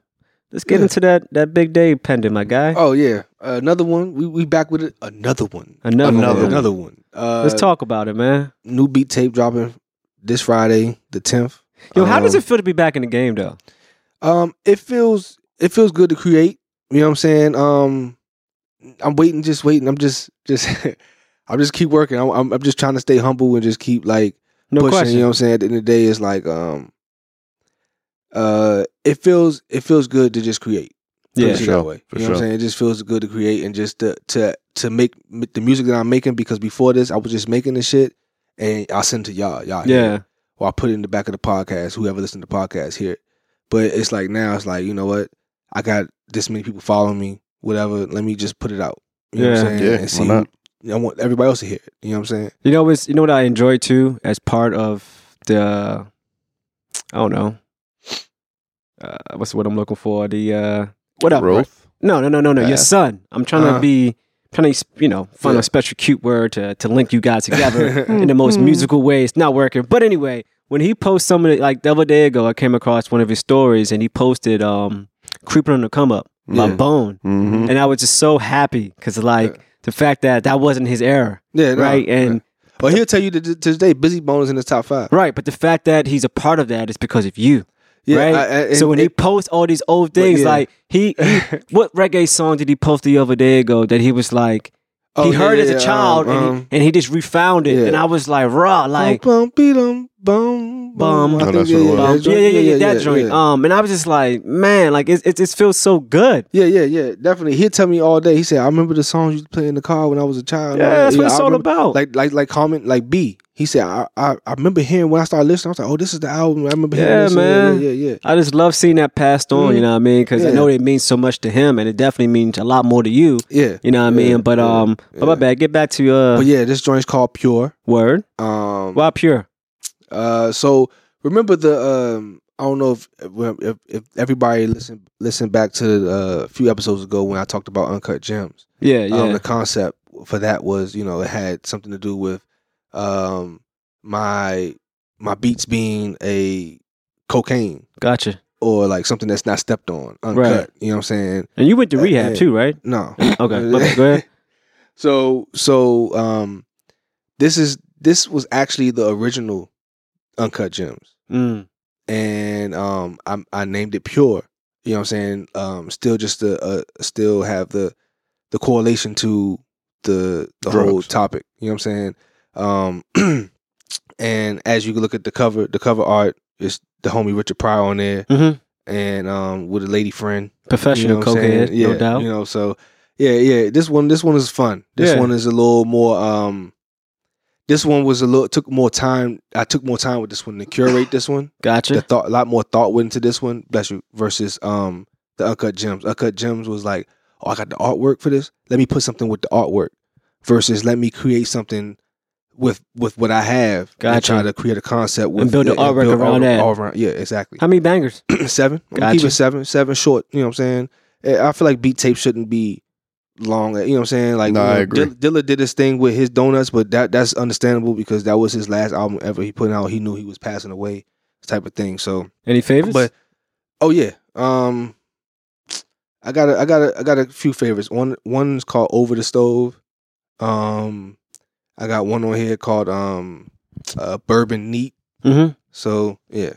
[SPEAKER 1] let's get
[SPEAKER 3] Yeah.
[SPEAKER 1] into that that big day pending, my guy.
[SPEAKER 3] Oh yeah, Uh, another one. We we back with it. Another one.
[SPEAKER 1] another,
[SPEAKER 2] another
[SPEAKER 1] one.
[SPEAKER 3] Another one. Uh,
[SPEAKER 1] Let's talk about it, man.
[SPEAKER 3] New beat tape dropping this Friday, the tenth.
[SPEAKER 1] Yo, how does it feel to be back in the game though?
[SPEAKER 3] Um, it feels it feels good to create. You know what I'm saying? Um, I'm waiting, just waiting. I'm just just I'm just keep working. I'm, I'm I'm just trying to stay humble and just keep like
[SPEAKER 1] No
[SPEAKER 3] pushing.
[SPEAKER 1] question.
[SPEAKER 3] You know what I'm saying? At the end of the day, it's like um, uh, it feels it feels good to just create. Put
[SPEAKER 1] yeah,
[SPEAKER 3] it
[SPEAKER 2] For
[SPEAKER 3] that
[SPEAKER 2] sure.
[SPEAKER 3] way.
[SPEAKER 2] For
[SPEAKER 3] you know
[SPEAKER 2] sure.
[SPEAKER 3] what I'm saying? It just feels good to create and just to to to make m- the music that I'm making because before this I was just making this shit and I send it to y'all. Y'all hear it
[SPEAKER 1] yeah,
[SPEAKER 3] or I put it in the back of the podcast. Whoever listened to the podcast hear it. But it's like now it's like, you know what? I got this many people following me, whatever. Let me just put it out. You know what
[SPEAKER 1] Yeah.
[SPEAKER 3] I'm saying?
[SPEAKER 2] Yeah,
[SPEAKER 3] and
[SPEAKER 2] why
[SPEAKER 3] see
[SPEAKER 2] not?
[SPEAKER 3] who- I want everybody else to hear it. You know what I'm saying?
[SPEAKER 1] You know, it's you know what I enjoy too as part of the I don't know uh, what's what I'm looking for the uh, what up? bro?
[SPEAKER 2] growth.
[SPEAKER 1] No, no, no, no, no. Your
[SPEAKER 2] Yeah.
[SPEAKER 1] son. I'm trying
[SPEAKER 3] Uh-huh.
[SPEAKER 1] to be trying to you know find
[SPEAKER 3] Yeah. Hmm,
[SPEAKER 1] a special cute word to to link you guys together in the most musical way. It's not working, but anyway, when he posts some of the like the other day ago, I came across one of his stories and he posted um creeping on the come up my
[SPEAKER 3] Yeah.
[SPEAKER 1] bone,
[SPEAKER 2] Mm-hmm.
[SPEAKER 1] and I was just so happy because like.
[SPEAKER 3] Yeah.
[SPEAKER 1] The fact that that wasn't his error,
[SPEAKER 3] yeah, nah,
[SPEAKER 1] right? And
[SPEAKER 3] yeah. But he'll tell you that to this day, Busy Bone is in his top five.
[SPEAKER 1] Right, but the fact that he's a part of that is because of you,
[SPEAKER 3] Yeah,
[SPEAKER 1] right?
[SPEAKER 3] I- I- and-
[SPEAKER 1] so when he
[SPEAKER 3] and-
[SPEAKER 1] posts all these old things,
[SPEAKER 3] yeah.
[SPEAKER 1] like he, he what reggae song did he post the other day ago that he was like he
[SPEAKER 3] Oh, yeah,
[SPEAKER 1] heard
[SPEAKER 3] yeah,
[SPEAKER 1] as
[SPEAKER 3] yeah,
[SPEAKER 1] a child
[SPEAKER 3] um,
[SPEAKER 1] and,
[SPEAKER 3] um,
[SPEAKER 1] he, and he just refound it,
[SPEAKER 3] yeah. Oh,
[SPEAKER 1] and I was like raw, like
[SPEAKER 3] bum, bum, beat 'em, bum,
[SPEAKER 1] Bum.
[SPEAKER 3] I
[SPEAKER 1] Oh,
[SPEAKER 3] think,
[SPEAKER 2] that's what it
[SPEAKER 1] um,
[SPEAKER 2] was.
[SPEAKER 1] yeah, yeah, yeah, yeah, that joint.
[SPEAKER 3] yeah.
[SPEAKER 1] Um, and I was just like, man, like it, it, it feels so good.
[SPEAKER 3] Yeah, yeah, yeah, definitely. He'd tell me all day. He said, "I remember the songs you play in the car when I was a child."
[SPEAKER 1] Yeah, that's what
[SPEAKER 3] I
[SPEAKER 1] it's all
[SPEAKER 3] remember-
[SPEAKER 1] about.
[SPEAKER 3] Like, like, like, comment, like B. He said, "I, I, I remember hearing when I started listening. I was like, oh, this is the album. I remember hearing
[SPEAKER 1] Yeah,
[SPEAKER 3] this.
[SPEAKER 1] man.
[SPEAKER 3] Yeah, yeah, yeah.
[SPEAKER 1] I just love seeing that passed on. You
[SPEAKER 3] Mhm.
[SPEAKER 1] know what I mean? Because
[SPEAKER 3] Yeah.
[SPEAKER 1] I know it means so much to him, and it definitely means a lot more to you.
[SPEAKER 3] yeah.
[SPEAKER 1] You know what I
[SPEAKER 3] Yeah,
[SPEAKER 1] mean? But
[SPEAKER 3] yeah,
[SPEAKER 1] um, but my
[SPEAKER 3] yeah.
[SPEAKER 1] bad. Get back to your uh,
[SPEAKER 3] But yeah, this joint's called Pure.
[SPEAKER 1] word.
[SPEAKER 3] Um,
[SPEAKER 1] Why pure?
[SPEAKER 3] uh, so remember the um, I don't know if if, if everybody listen listen back to uh, a few episodes ago when I talked about uncut gems.
[SPEAKER 1] Yeah, yeah.
[SPEAKER 3] Um, the concept for that was, you know, it had something to do with um, my my beats being a cocaine
[SPEAKER 1] gotcha.
[SPEAKER 3] or like something that's not stepped on, uncut.
[SPEAKER 1] Right.
[SPEAKER 3] You know what I'm saying?
[SPEAKER 1] And you went to
[SPEAKER 3] Uh,
[SPEAKER 1] rehab
[SPEAKER 3] yeah.
[SPEAKER 1] too, right?
[SPEAKER 3] No.
[SPEAKER 1] Okay, my bad, go ahead.
[SPEAKER 3] So so um, this is this was actually the original uncut gems,
[SPEAKER 1] Mm.
[SPEAKER 3] and um, I I named it pure. You know what I'm saying? Um, still just the uh, still have the the correlation to the the whole
[SPEAKER 2] Drugs.
[SPEAKER 3] topic. You know what I'm saying? Um, and as you can look at the cover, the cover art is the homie Richard Pryor on there,
[SPEAKER 1] Mhm.
[SPEAKER 3] and um, with a lady friend. You know
[SPEAKER 1] Professional
[SPEAKER 3] what I'm saying?
[SPEAKER 1] cokehead,
[SPEAKER 3] yeah,
[SPEAKER 1] no doubt.
[SPEAKER 3] You know, so yeah, yeah. This one, this one is fun. This
[SPEAKER 1] Yeah.
[SPEAKER 3] one is a little more. um This one was a little took more time. I took more time with this one to curate this one.
[SPEAKER 1] gotcha.
[SPEAKER 3] The thought, a lot more thought went into this one. Bless you. Versus um the uncut gems. Uncut gems was like, oh, I got the artwork for this. Let me put something with the artwork. Versus, let me create something with with what I have and
[SPEAKER 1] Gotcha.
[SPEAKER 3] try to create a concept with,
[SPEAKER 1] And build the artwork around that.
[SPEAKER 3] all around- yeah, exactly
[SPEAKER 1] How many bangers?
[SPEAKER 3] seven. I'm gonna
[SPEAKER 1] Gotcha.
[SPEAKER 3] keep it seven, seven short. You know what I'm saying? Eh, I feel like beat tape shouldn't be long. eh, You know what I'm saying? Like,
[SPEAKER 2] No,
[SPEAKER 3] you know,
[SPEAKER 2] I agree.
[SPEAKER 3] Dilla, Dilla did his thing with his donuts, but that that's understandable because that was his last album ever he put out. He knew he was passing away, type of thing. So,
[SPEAKER 1] Any favorites?
[SPEAKER 3] but oh yeah, um, I got a, I got a, I got a few favorites. One one's called Over the Stove. Um, I got one on here called um, uh, Bourbon Neat.
[SPEAKER 1] hmm
[SPEAKER 3] So yeah.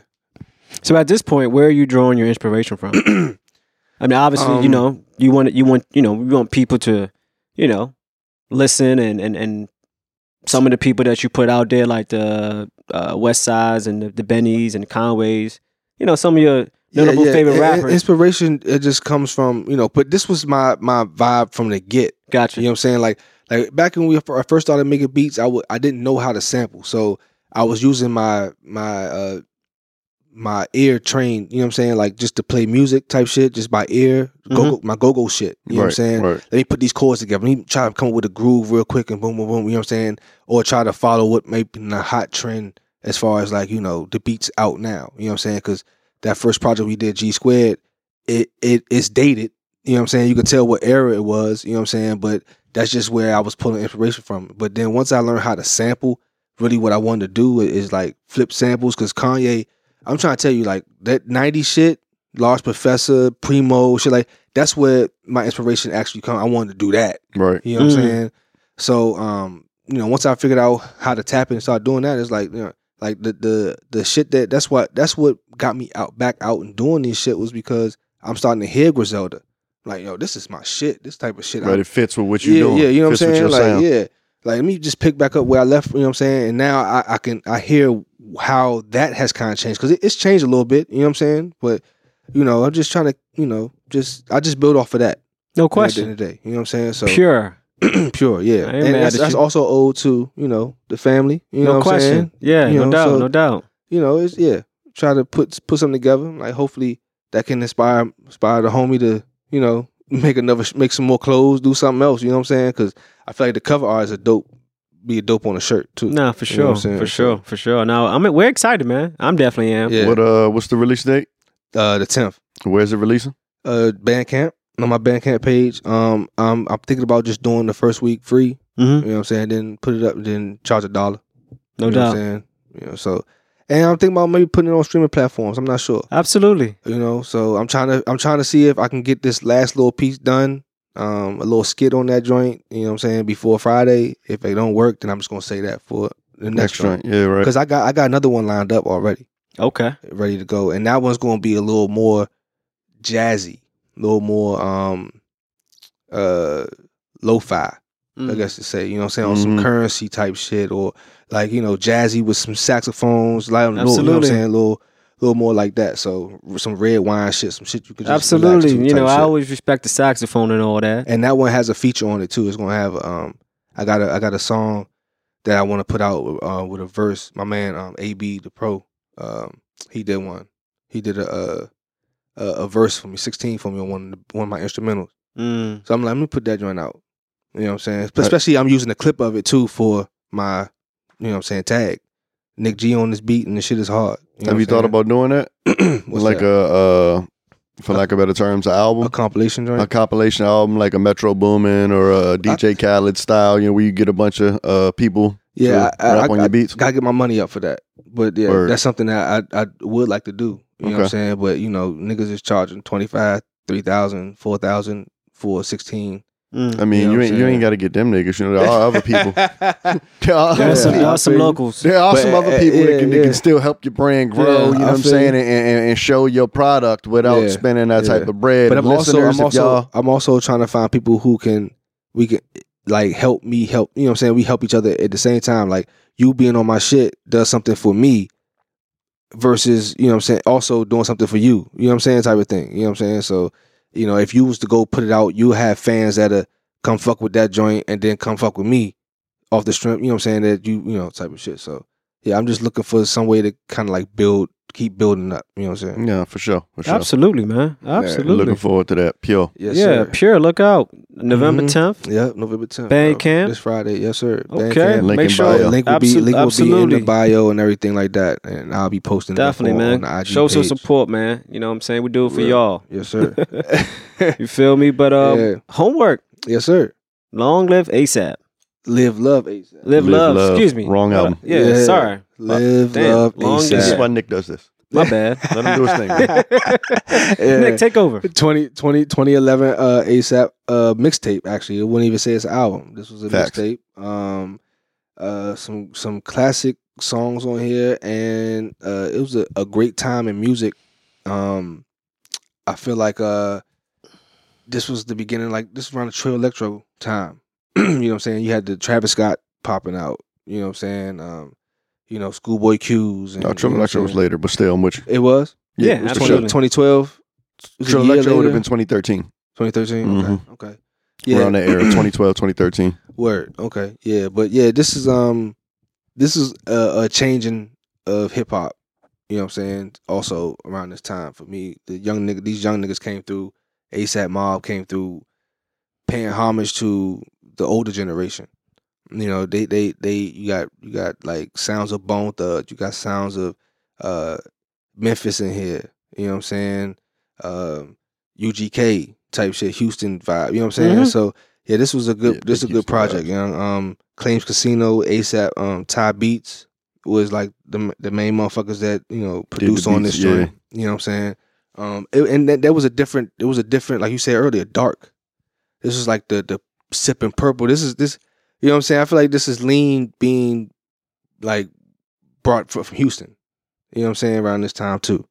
[SPEAKER 1] So at this point, where are you drawing your inspiration from? I mean, obviously, you
[SPEAKER 3] Um,
[SPEAKER 1] know, you want you want you know, you want people to, you know, listen and and and some of the people that you put out there, like the uh, West Sides and the, the Bennies and the Conways, you know, some of your notable favorite
[SPEAKER 3] And- and
[SPEAKER 1] rappers.
[SPEAKER 3] Inspiration it just comes from you know, but this was my my vibe from the get.
[SPEAKER 1] gotcha.
[SPEAKER 3] You know what I'm saying? Like like back when we I first started making beats, I would I didn't know how to sample, so I was using my my uh my ear trained, you know what I'm saying? Like just to play music type shit, just by ear,
[SPEAKER 1] Mm-hmm.
[SPEAKER 3] go go my go go shit. You know what I'm
[SPEAKER 2] Right,
[SPEAKER 3] saying?
[SPEAKER 2] right.
[SPEAKER 3] Let me put these chords together. Let me try to come up with a groove real quick and boom, boom, boom. You know what I'm saying? Or try to follow what may be the hot trend as far as like you know the beats out now. You know what I'm saying? Because that first project we did, G squared, it it it's dated. You know what I'm saying? You could tell what era it was. You know what I'm saying? But that's just where I was pulling inspiration from. But then once I learned how to sample, really what I wanted to do is like flip samples. Because Kanye, I'm trying to tell you, like that '90s shit, Large Professor, Primo, shit like that's where my inspiration actually come. I wanted to do that.
[SPEAKER 2] Right.
[SPEAKER 3] You know what
[SPEAKER 1] Mm.
[SPEAKER 3] I'm saying? So, um, you know, once I figured out how to tap it and start doing that, it's like, you know, like the the the shit that that's what that's what got me out back out and doing this shit was because I'm starting to hear Griselda. Like, yo, this is my shit. This type of shit. I-
[SPEAKER 2] Right. It fits with what you're
[SPEAKER 3] yeah,
[SPEAKER 2] doing.
[SPEAKER 3] yeah, you know what
[SPEAKER 2] Fits
[SPEAKER 3] I'm
[SPEAKER 2] with
[SPEAKER 3] saying?
[SPEAKER 2] your
[SPEAKER 3] Like,
[SPEAKER 2] sound.
[SPEAKER 3] yeah. Like let me just pick back up where I left, you know what I'm saying? And now I, I can I hear how that has kind of changed. Cause it, it's changed a little bit, you know what I'm saying? But you know, I'm just trying to, you know, just I just build off of that
[SPEAKER 1] No
[SPEAKER 3] at
[SPEAKER 1] question.
[SPEAKER 3] the end of the day. You know what I'm saying? So
[SPEAKER 1] Pure.
[SPEAKER 3] pure, yeah.
[SPEAKER 1] I ain't
[SPEAKER 3] And
[SPEAKER 1] mad
[SPEAKER 3] that's,
[SPEAKER 1] at
[SPEAKER 3] that's
[SPEAKER 1] you.
[SPEAKER 3] also owed to you know the family. You know
[SPEAKER 1] no
[SPEAKER 3] what I'm
[SPEAKER 1] question.
[SPEAKER 3] saying?
[SPEAKER 1] Yeah,
[SPEAKER 3] You
[SPEAKER 1] no
[SPEAKER 3] know,
[SPEAKER 1] doubt,
[SPEAKER 3] so-
[SPEAKER 1] no doubt.
[SPEAKER 3] You know, it's yeah. Try to put put something together. Like hopefully that can inspire inspire the homie to you know make another sh- make some more clothes, do something else. You know what I'm saying? Because I feel like the cover art is a dope, be a dope on a shirt too.
[SPEAKER 1] No, for
[SPEAKER 3] You know
[SPEAKER 1] sure,
[SPEAKER 3] what I'm saying?
[SPEAKER 1] for sure, for sure. No, I'm we're excited, man. I'm definitely am.
[SPEAKER 3] Yeah.
[SPEAKER 2] What uh? What's the release date?
[SPEAKER 3] Uh, the tenth.
[SPEAKER 2] Where's it releasing?
[SPEAKER 3] Uh, Bandcamp on my Bandcamp page. Um, I'm I'm thinking about just doing the first week free.
[SPEAKER 1] hmm
[SPEAKER 3] You know what I'm saying? Then put it up. Then charge a dollar.
[SPEAKER 1] No
[SPEAKER 3] you know What
[SPEAKER 1] doubt.
[SPEAKER 3] I'm saying? You know, so and I'm thinking about maybe putting it on streaming platforms. I'm not sure.
[SPEAKER 1] Absolutely.
[SPEAKER 3] You know, so I'm trying to I'm trying to see if I can get this last little piece done. Um, a little skit on that joint. You know what I'm saying? Before Friday, if it don't work, then I'm just gonna say that for the next joint.
[SPEAKER 2] Yeah. Right.
[SPEAKER 3] Because I got I got another one lined up already,
[SPEAKER 1] Okay.
[SPEAKER 3] ready to go, and that one's gonna be a little more jazzy, a little more um uh lo-fi. I
[SPEAKER 1] Mm-hmm.
[SPEAKER 3] guess to say, you know what I'm saying, on some
[SPEAKER 2] Mhm.
[SPEAKER 3] currency type shit or like, you know, jazzy with some saxophones, like little, you know what I'm
[SPEAKER 1] Absolutely.
[SPEAKER 3] saying, little little more like that. So some red wine shit, some shit you could just
[SPEAKER 1] Absolutely. You know, I
[SPEAKER 3] I
[SPEAKER 1] always respect the saxophone and all that.
[SPEAKER 3] and that one has a feature on it too. It's gonna have um I got a I got a song that I wanna put out uh, with a verse. My man um A B the Pro, um, he did one. He did a uh a, a verse for me, sixteen for me on one of the, one of my instrumentals.
[SPEAKER 1] Mm.
[SPEAKER 3] So I'm like, let me put that joint out. You know what I'm saying? Especially I'm using a clip of it too for my, you know what I'm saying, tag. Nick G on this beat and the shit is hard. know
[SPEAKER 2] Have you
[SPEAKER 3] what
[SPEAKER 2] thought
[SPEAKER 3] I'm
[SPEAKER 2] about doing that?
[SPEAKER 3] saying? What's
[SPEAKER 2] like
[SPEAKER 3] that?
[SPEAKER 2] a uh, for lack of better terms, an album.
[SPEAKER 3] a compilation joint?
[SPEAKER 2] a compilation album like a Metro Boomin or a DJ Khaled style, you know, where you get a bunch of uh, people
[SPEAKER 3] yeah,
[SPEAKER 2] to
[SPEAKER 3] I, I,
[SPEAKER 2] rap on
[SPEAKER 3] I,
[SPEAKER 2] your beats.
[SPEAKER 3] gotta get my money up for that. But yeah,
[SPEAKER 2] Word.
[SPEAKER 3] that's something that I, I would like to do. You know what I'm
[SPEAKER 2] Okay.
[SPEAKER 3] saying? But you know, niggas is charging 25, 3,000, 4,000 for 16.
[SPEAKER 2] I
[SPEAKER 1] Mm.
[SPEAKER 2] mean, you,
[SPEAKER 3] You know what I'm
[SPEAKER 2] ain't you
[SPEAKER 3] saying?
[SPEAKER 2] ain't got to get them niggas. You know, there are other people. There are,
[SPEAKER 1] There
[SPEAKER 3] Yeah,
[SPEAKER 1] are some, there
[SPEAKER 3] I
[SPEAKER 1] are some
[SPEAKER 3] feel you.
[SPEAKER 1] locals.
[SPEAKER 2] there are
[SPEAKER 3] But,
[SPEAKER 2] some
[SPEAKER 3] uh,
[SPEAKER 2] other people
[SPEAKER 3] yeah,
[SPEAKER 2] that, can, that
[SPEAKER 3] yeah.
[SPEAKER 2] can still help your brand grow.
[SPEAKER 3] Yeah,
[SPEAKER 2] you know
[SPEAKER 3] I
[SPEAKER 2] what I'm
[SPEAKER 3] feel
[SPEAKER 2] saying, and, and, and show your product without
[SPEAKER 3] Yeah,
[SPEAKER 2] spending that
[SPEAKER 3] yeah.
[SPEAKER 2] type of bread.
[SPEAKER 3] but I'm also
[SPEAKER 2] Listeners, if
[SPEAKER 3] I'm also
[SPEAKER 2] y'all-
[SPEAKER 3] I'm also trying to find people who can we can like help me help you know what I'm saying we help each other at the same time like you being on my shit does something for me versus you know what I'm saying also doing something for you you know what I'm saying type of thing you know what I'm saying so you know if you was to go put it out you have fans that are come fuck with that joint and then come fuck with me off the strength you know what I'm saying that you you know type of shit so yeah I'm just looking for some way to kind of like build keep building up you know what I'm saying
[SPEAKER 2] yeah, for sure, for sure.
[SPEAKER 1] Absolutely, man. Absolutely.
[SPEAKER 2] Looking forward to that. Pure.
[SPEAKER 3] yes
[SPEAKER 1] yeah,
[SPEAKER 3] sir.
[SPEAKER 1] pure. Look out. November
[SPEAKER 3] Mhm.
[SPEAKER 1] 10th.
[SPEAKER 3] Yeah, November 10th.
[SPEAKER 1] Band
[SPEAKER 3] bro.
[SPEAKER 1] camp?
[SPEAKER 3] This Friday. Yes, sir. Band
[SPEAKER 1] Okay.
[SPEAKER 3] camp.
[SPEAKER 2] Link
[SPEAKER 1] Make
[SPEAKER 2] in
[SPEAKER 1] sure.
[SPEAKER 2] bio.
[SPEAKER 3] Link will be
[SPEAKER 1] Abso-
[SPEAKER 3] link will be in
[SPEAKER 1] absolutely.
[SPEAKER 3] the bio and everything like that, and I'll be posting that
[SPEAKER 1] Definitely,
[SPEAKER 3] on-
[SPEAKER 1] man.
[SPEAKER 3] on the IG
[SPEAKER 1] Show some
[SPEAKER 3] page.
[SPEAKER 1] support, man. You know what I'm saying? We do it for
[SPEAKER 3] Real.
[SPEAKER 1] y'all.
[SPEAKER 3] Yes, sir.
[SPEAKER 1] You feel me? But um,
[SPEAKER 3] Yeah.
[SPEAKER 1] homework.
[SPEAKER 3] yes, sir.
[SPEAKER 1] Long live ASAP.
[SPEAKER 3] Live love ASAP.
[SPEAKER 1] Live, love. Excuse me.
[SPEAKER 2] Wrong album.
[SPEAKER 1] Yeah,
[SPEAKER 3] Yeah.
[SPEAKER 1] sorry.
[SPEAKER 3] Live
[SPEAKER 1] Damn,
[SPEAKER 3] love
[SPEAKER 1] long
[SPEAKER 2] This is
[SPEAKER 1] Yeah.
[SPEAKER 3] ASAP.
[SPEAKER 2] why Nick does this.
[SPEAKER 1] My bad.
[SPEAKER 2] Let him do his thing. man.
[SPEAKER 3] Yeah.
[SPEAKER 1] Nick, take over.
[SPEAKER 3] 20, 20, 2011 uh, ASAP uh, mixtape. Actually, it wouldn't even say it's an album. This was a
[SPEAKER 2] Facts.
[SPEAKER 3] mixtape. Um, uh, some some classic songs on here, and uh, it was a, a great time in music. Um, I feel like uh, this was the beginning. Like this was around the Trail Electro time. you know what I'm saying? You had the Travis Scott popping out. You know what I'm saying? Um, you know, Schoolboy Q's. And,
[SPEAKER 2] No,
[SPEAKER 3] you know
[SPEAKER 2] Triple
[SPEAKER 3] what
[SPEAKER 2] Oh, Electro
[SPEAKER 3] I'm
[SPEAKER 2] was
[SPEAKER 3] saying?
[SPEAKER 2] later, but still, I'm with you.
[SPEAKER 3] It was.
[SPEAKER 1] Yeah,
[SPEAKER 2] it was
[SPEAKER 3] It
[SPEAKER 2] for
[SPEAKER 3] was
[SPEAKER 2] sure.
[SPEAKER 1] 20
[SPEAKER 3] 2012.
[SPEAKER 2] Trill Electro would have been 2013,
[SPEAKER 3] 2013.
[SPEAKER 2] Mhm.
[SPEAKER 3] Okay. Okay.
[SPEAKER 2] around that era, 2012, 2013.
[SPEAKER 3] Word. Okay. Yeah. But yeah, this is um, this is a, a changing of hip hop. You know what I'm saying? Also around this time for me, the young nigga, these young niggas came through. ASAP Mob came through, paying homage to the older generation. You know, they they they you got you got like sounds of Bone Thugs, you got sounds of uh Memphis in here. You know what I'm saying? Um, UGK type shit, Houston vibe. You know what I'm saying?
[SPEAKER 1] Mhm.
[SPEAKER 3] So yeah, this was a good
[SPEAKER 2] Yeah,
[SPEAKER 3] this is a
[SPEAKER 2] big
[SPEAKER 3] good
[SPEAKER 2] Houston vibes.
[SPEAKER 3] project. You know, um, Claims Casino, ASAP, um, Ty Beats was like the the main motherfuckers that you know produced on
[SPEAKER 2] beats,
[SPEAKER 3] this joint. You know what I'm saying? Um, it- and that, that was a different. It was a different, like you said earlier, dark. This is like the the sipping purple. This is this. You know what I'm saying? I feel like this is lean being like brought fro- from Houston. You know what I'm saying? Around this time too.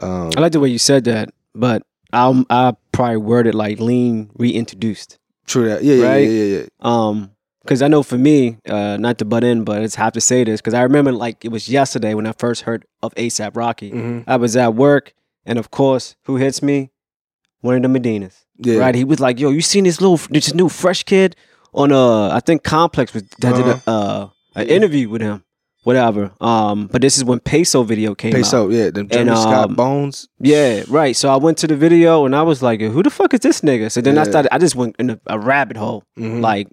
[SPEAKER 3] Um,
[SPEAKER 1] I like the way you said that, but I I probably worded like lean reintroduced.
[SPEAKER 3] true that. Yeah, yeah,
[SPEAKER 1] Right?
[SPEAKER 3] yeah, yeah, yeah.
[SPEAKER 1] Um, because I know for me, uh, not to butt in, but it's have to say this because I remember like it was yesterday when I first heard of ASAP Rocky.
[SPEAKER 3] Mhm.
[SPEAKER 1] I was at work, and of course, who hits me? One of the Medinas,
[SPEAKER 3] yeah.
[SPEAKER 1] right? He was like, "Yo, you seen this little this new fresh kid on uh I think Complex was that did
[SPEAKER 3] Uh-huh.
[SPEAKER 1] a, uh, an
[SPEAKER 3] Yeah.
[SPEAKER 1] interview with him, whatever." Um, but this is when Peso video came out.
[SPEAKER 3] Peso, yeah. Them Jeremy
[SPEAKER 1] And,
[SPEAKER 3] Scott
[SPEAKER 1] um,
[SPEAKER 3] Bones.
[SPEAKER 1] Yeah, right. So I went to the video and I was like, "Who the fuck is this nigga?" So then I
[SPEAKER 3] Yeah.
[SPEAKER 1] started. I just went in a, a rabbit hole,
[SPEAKER 3] Mhm.
[SPEAKER 1] like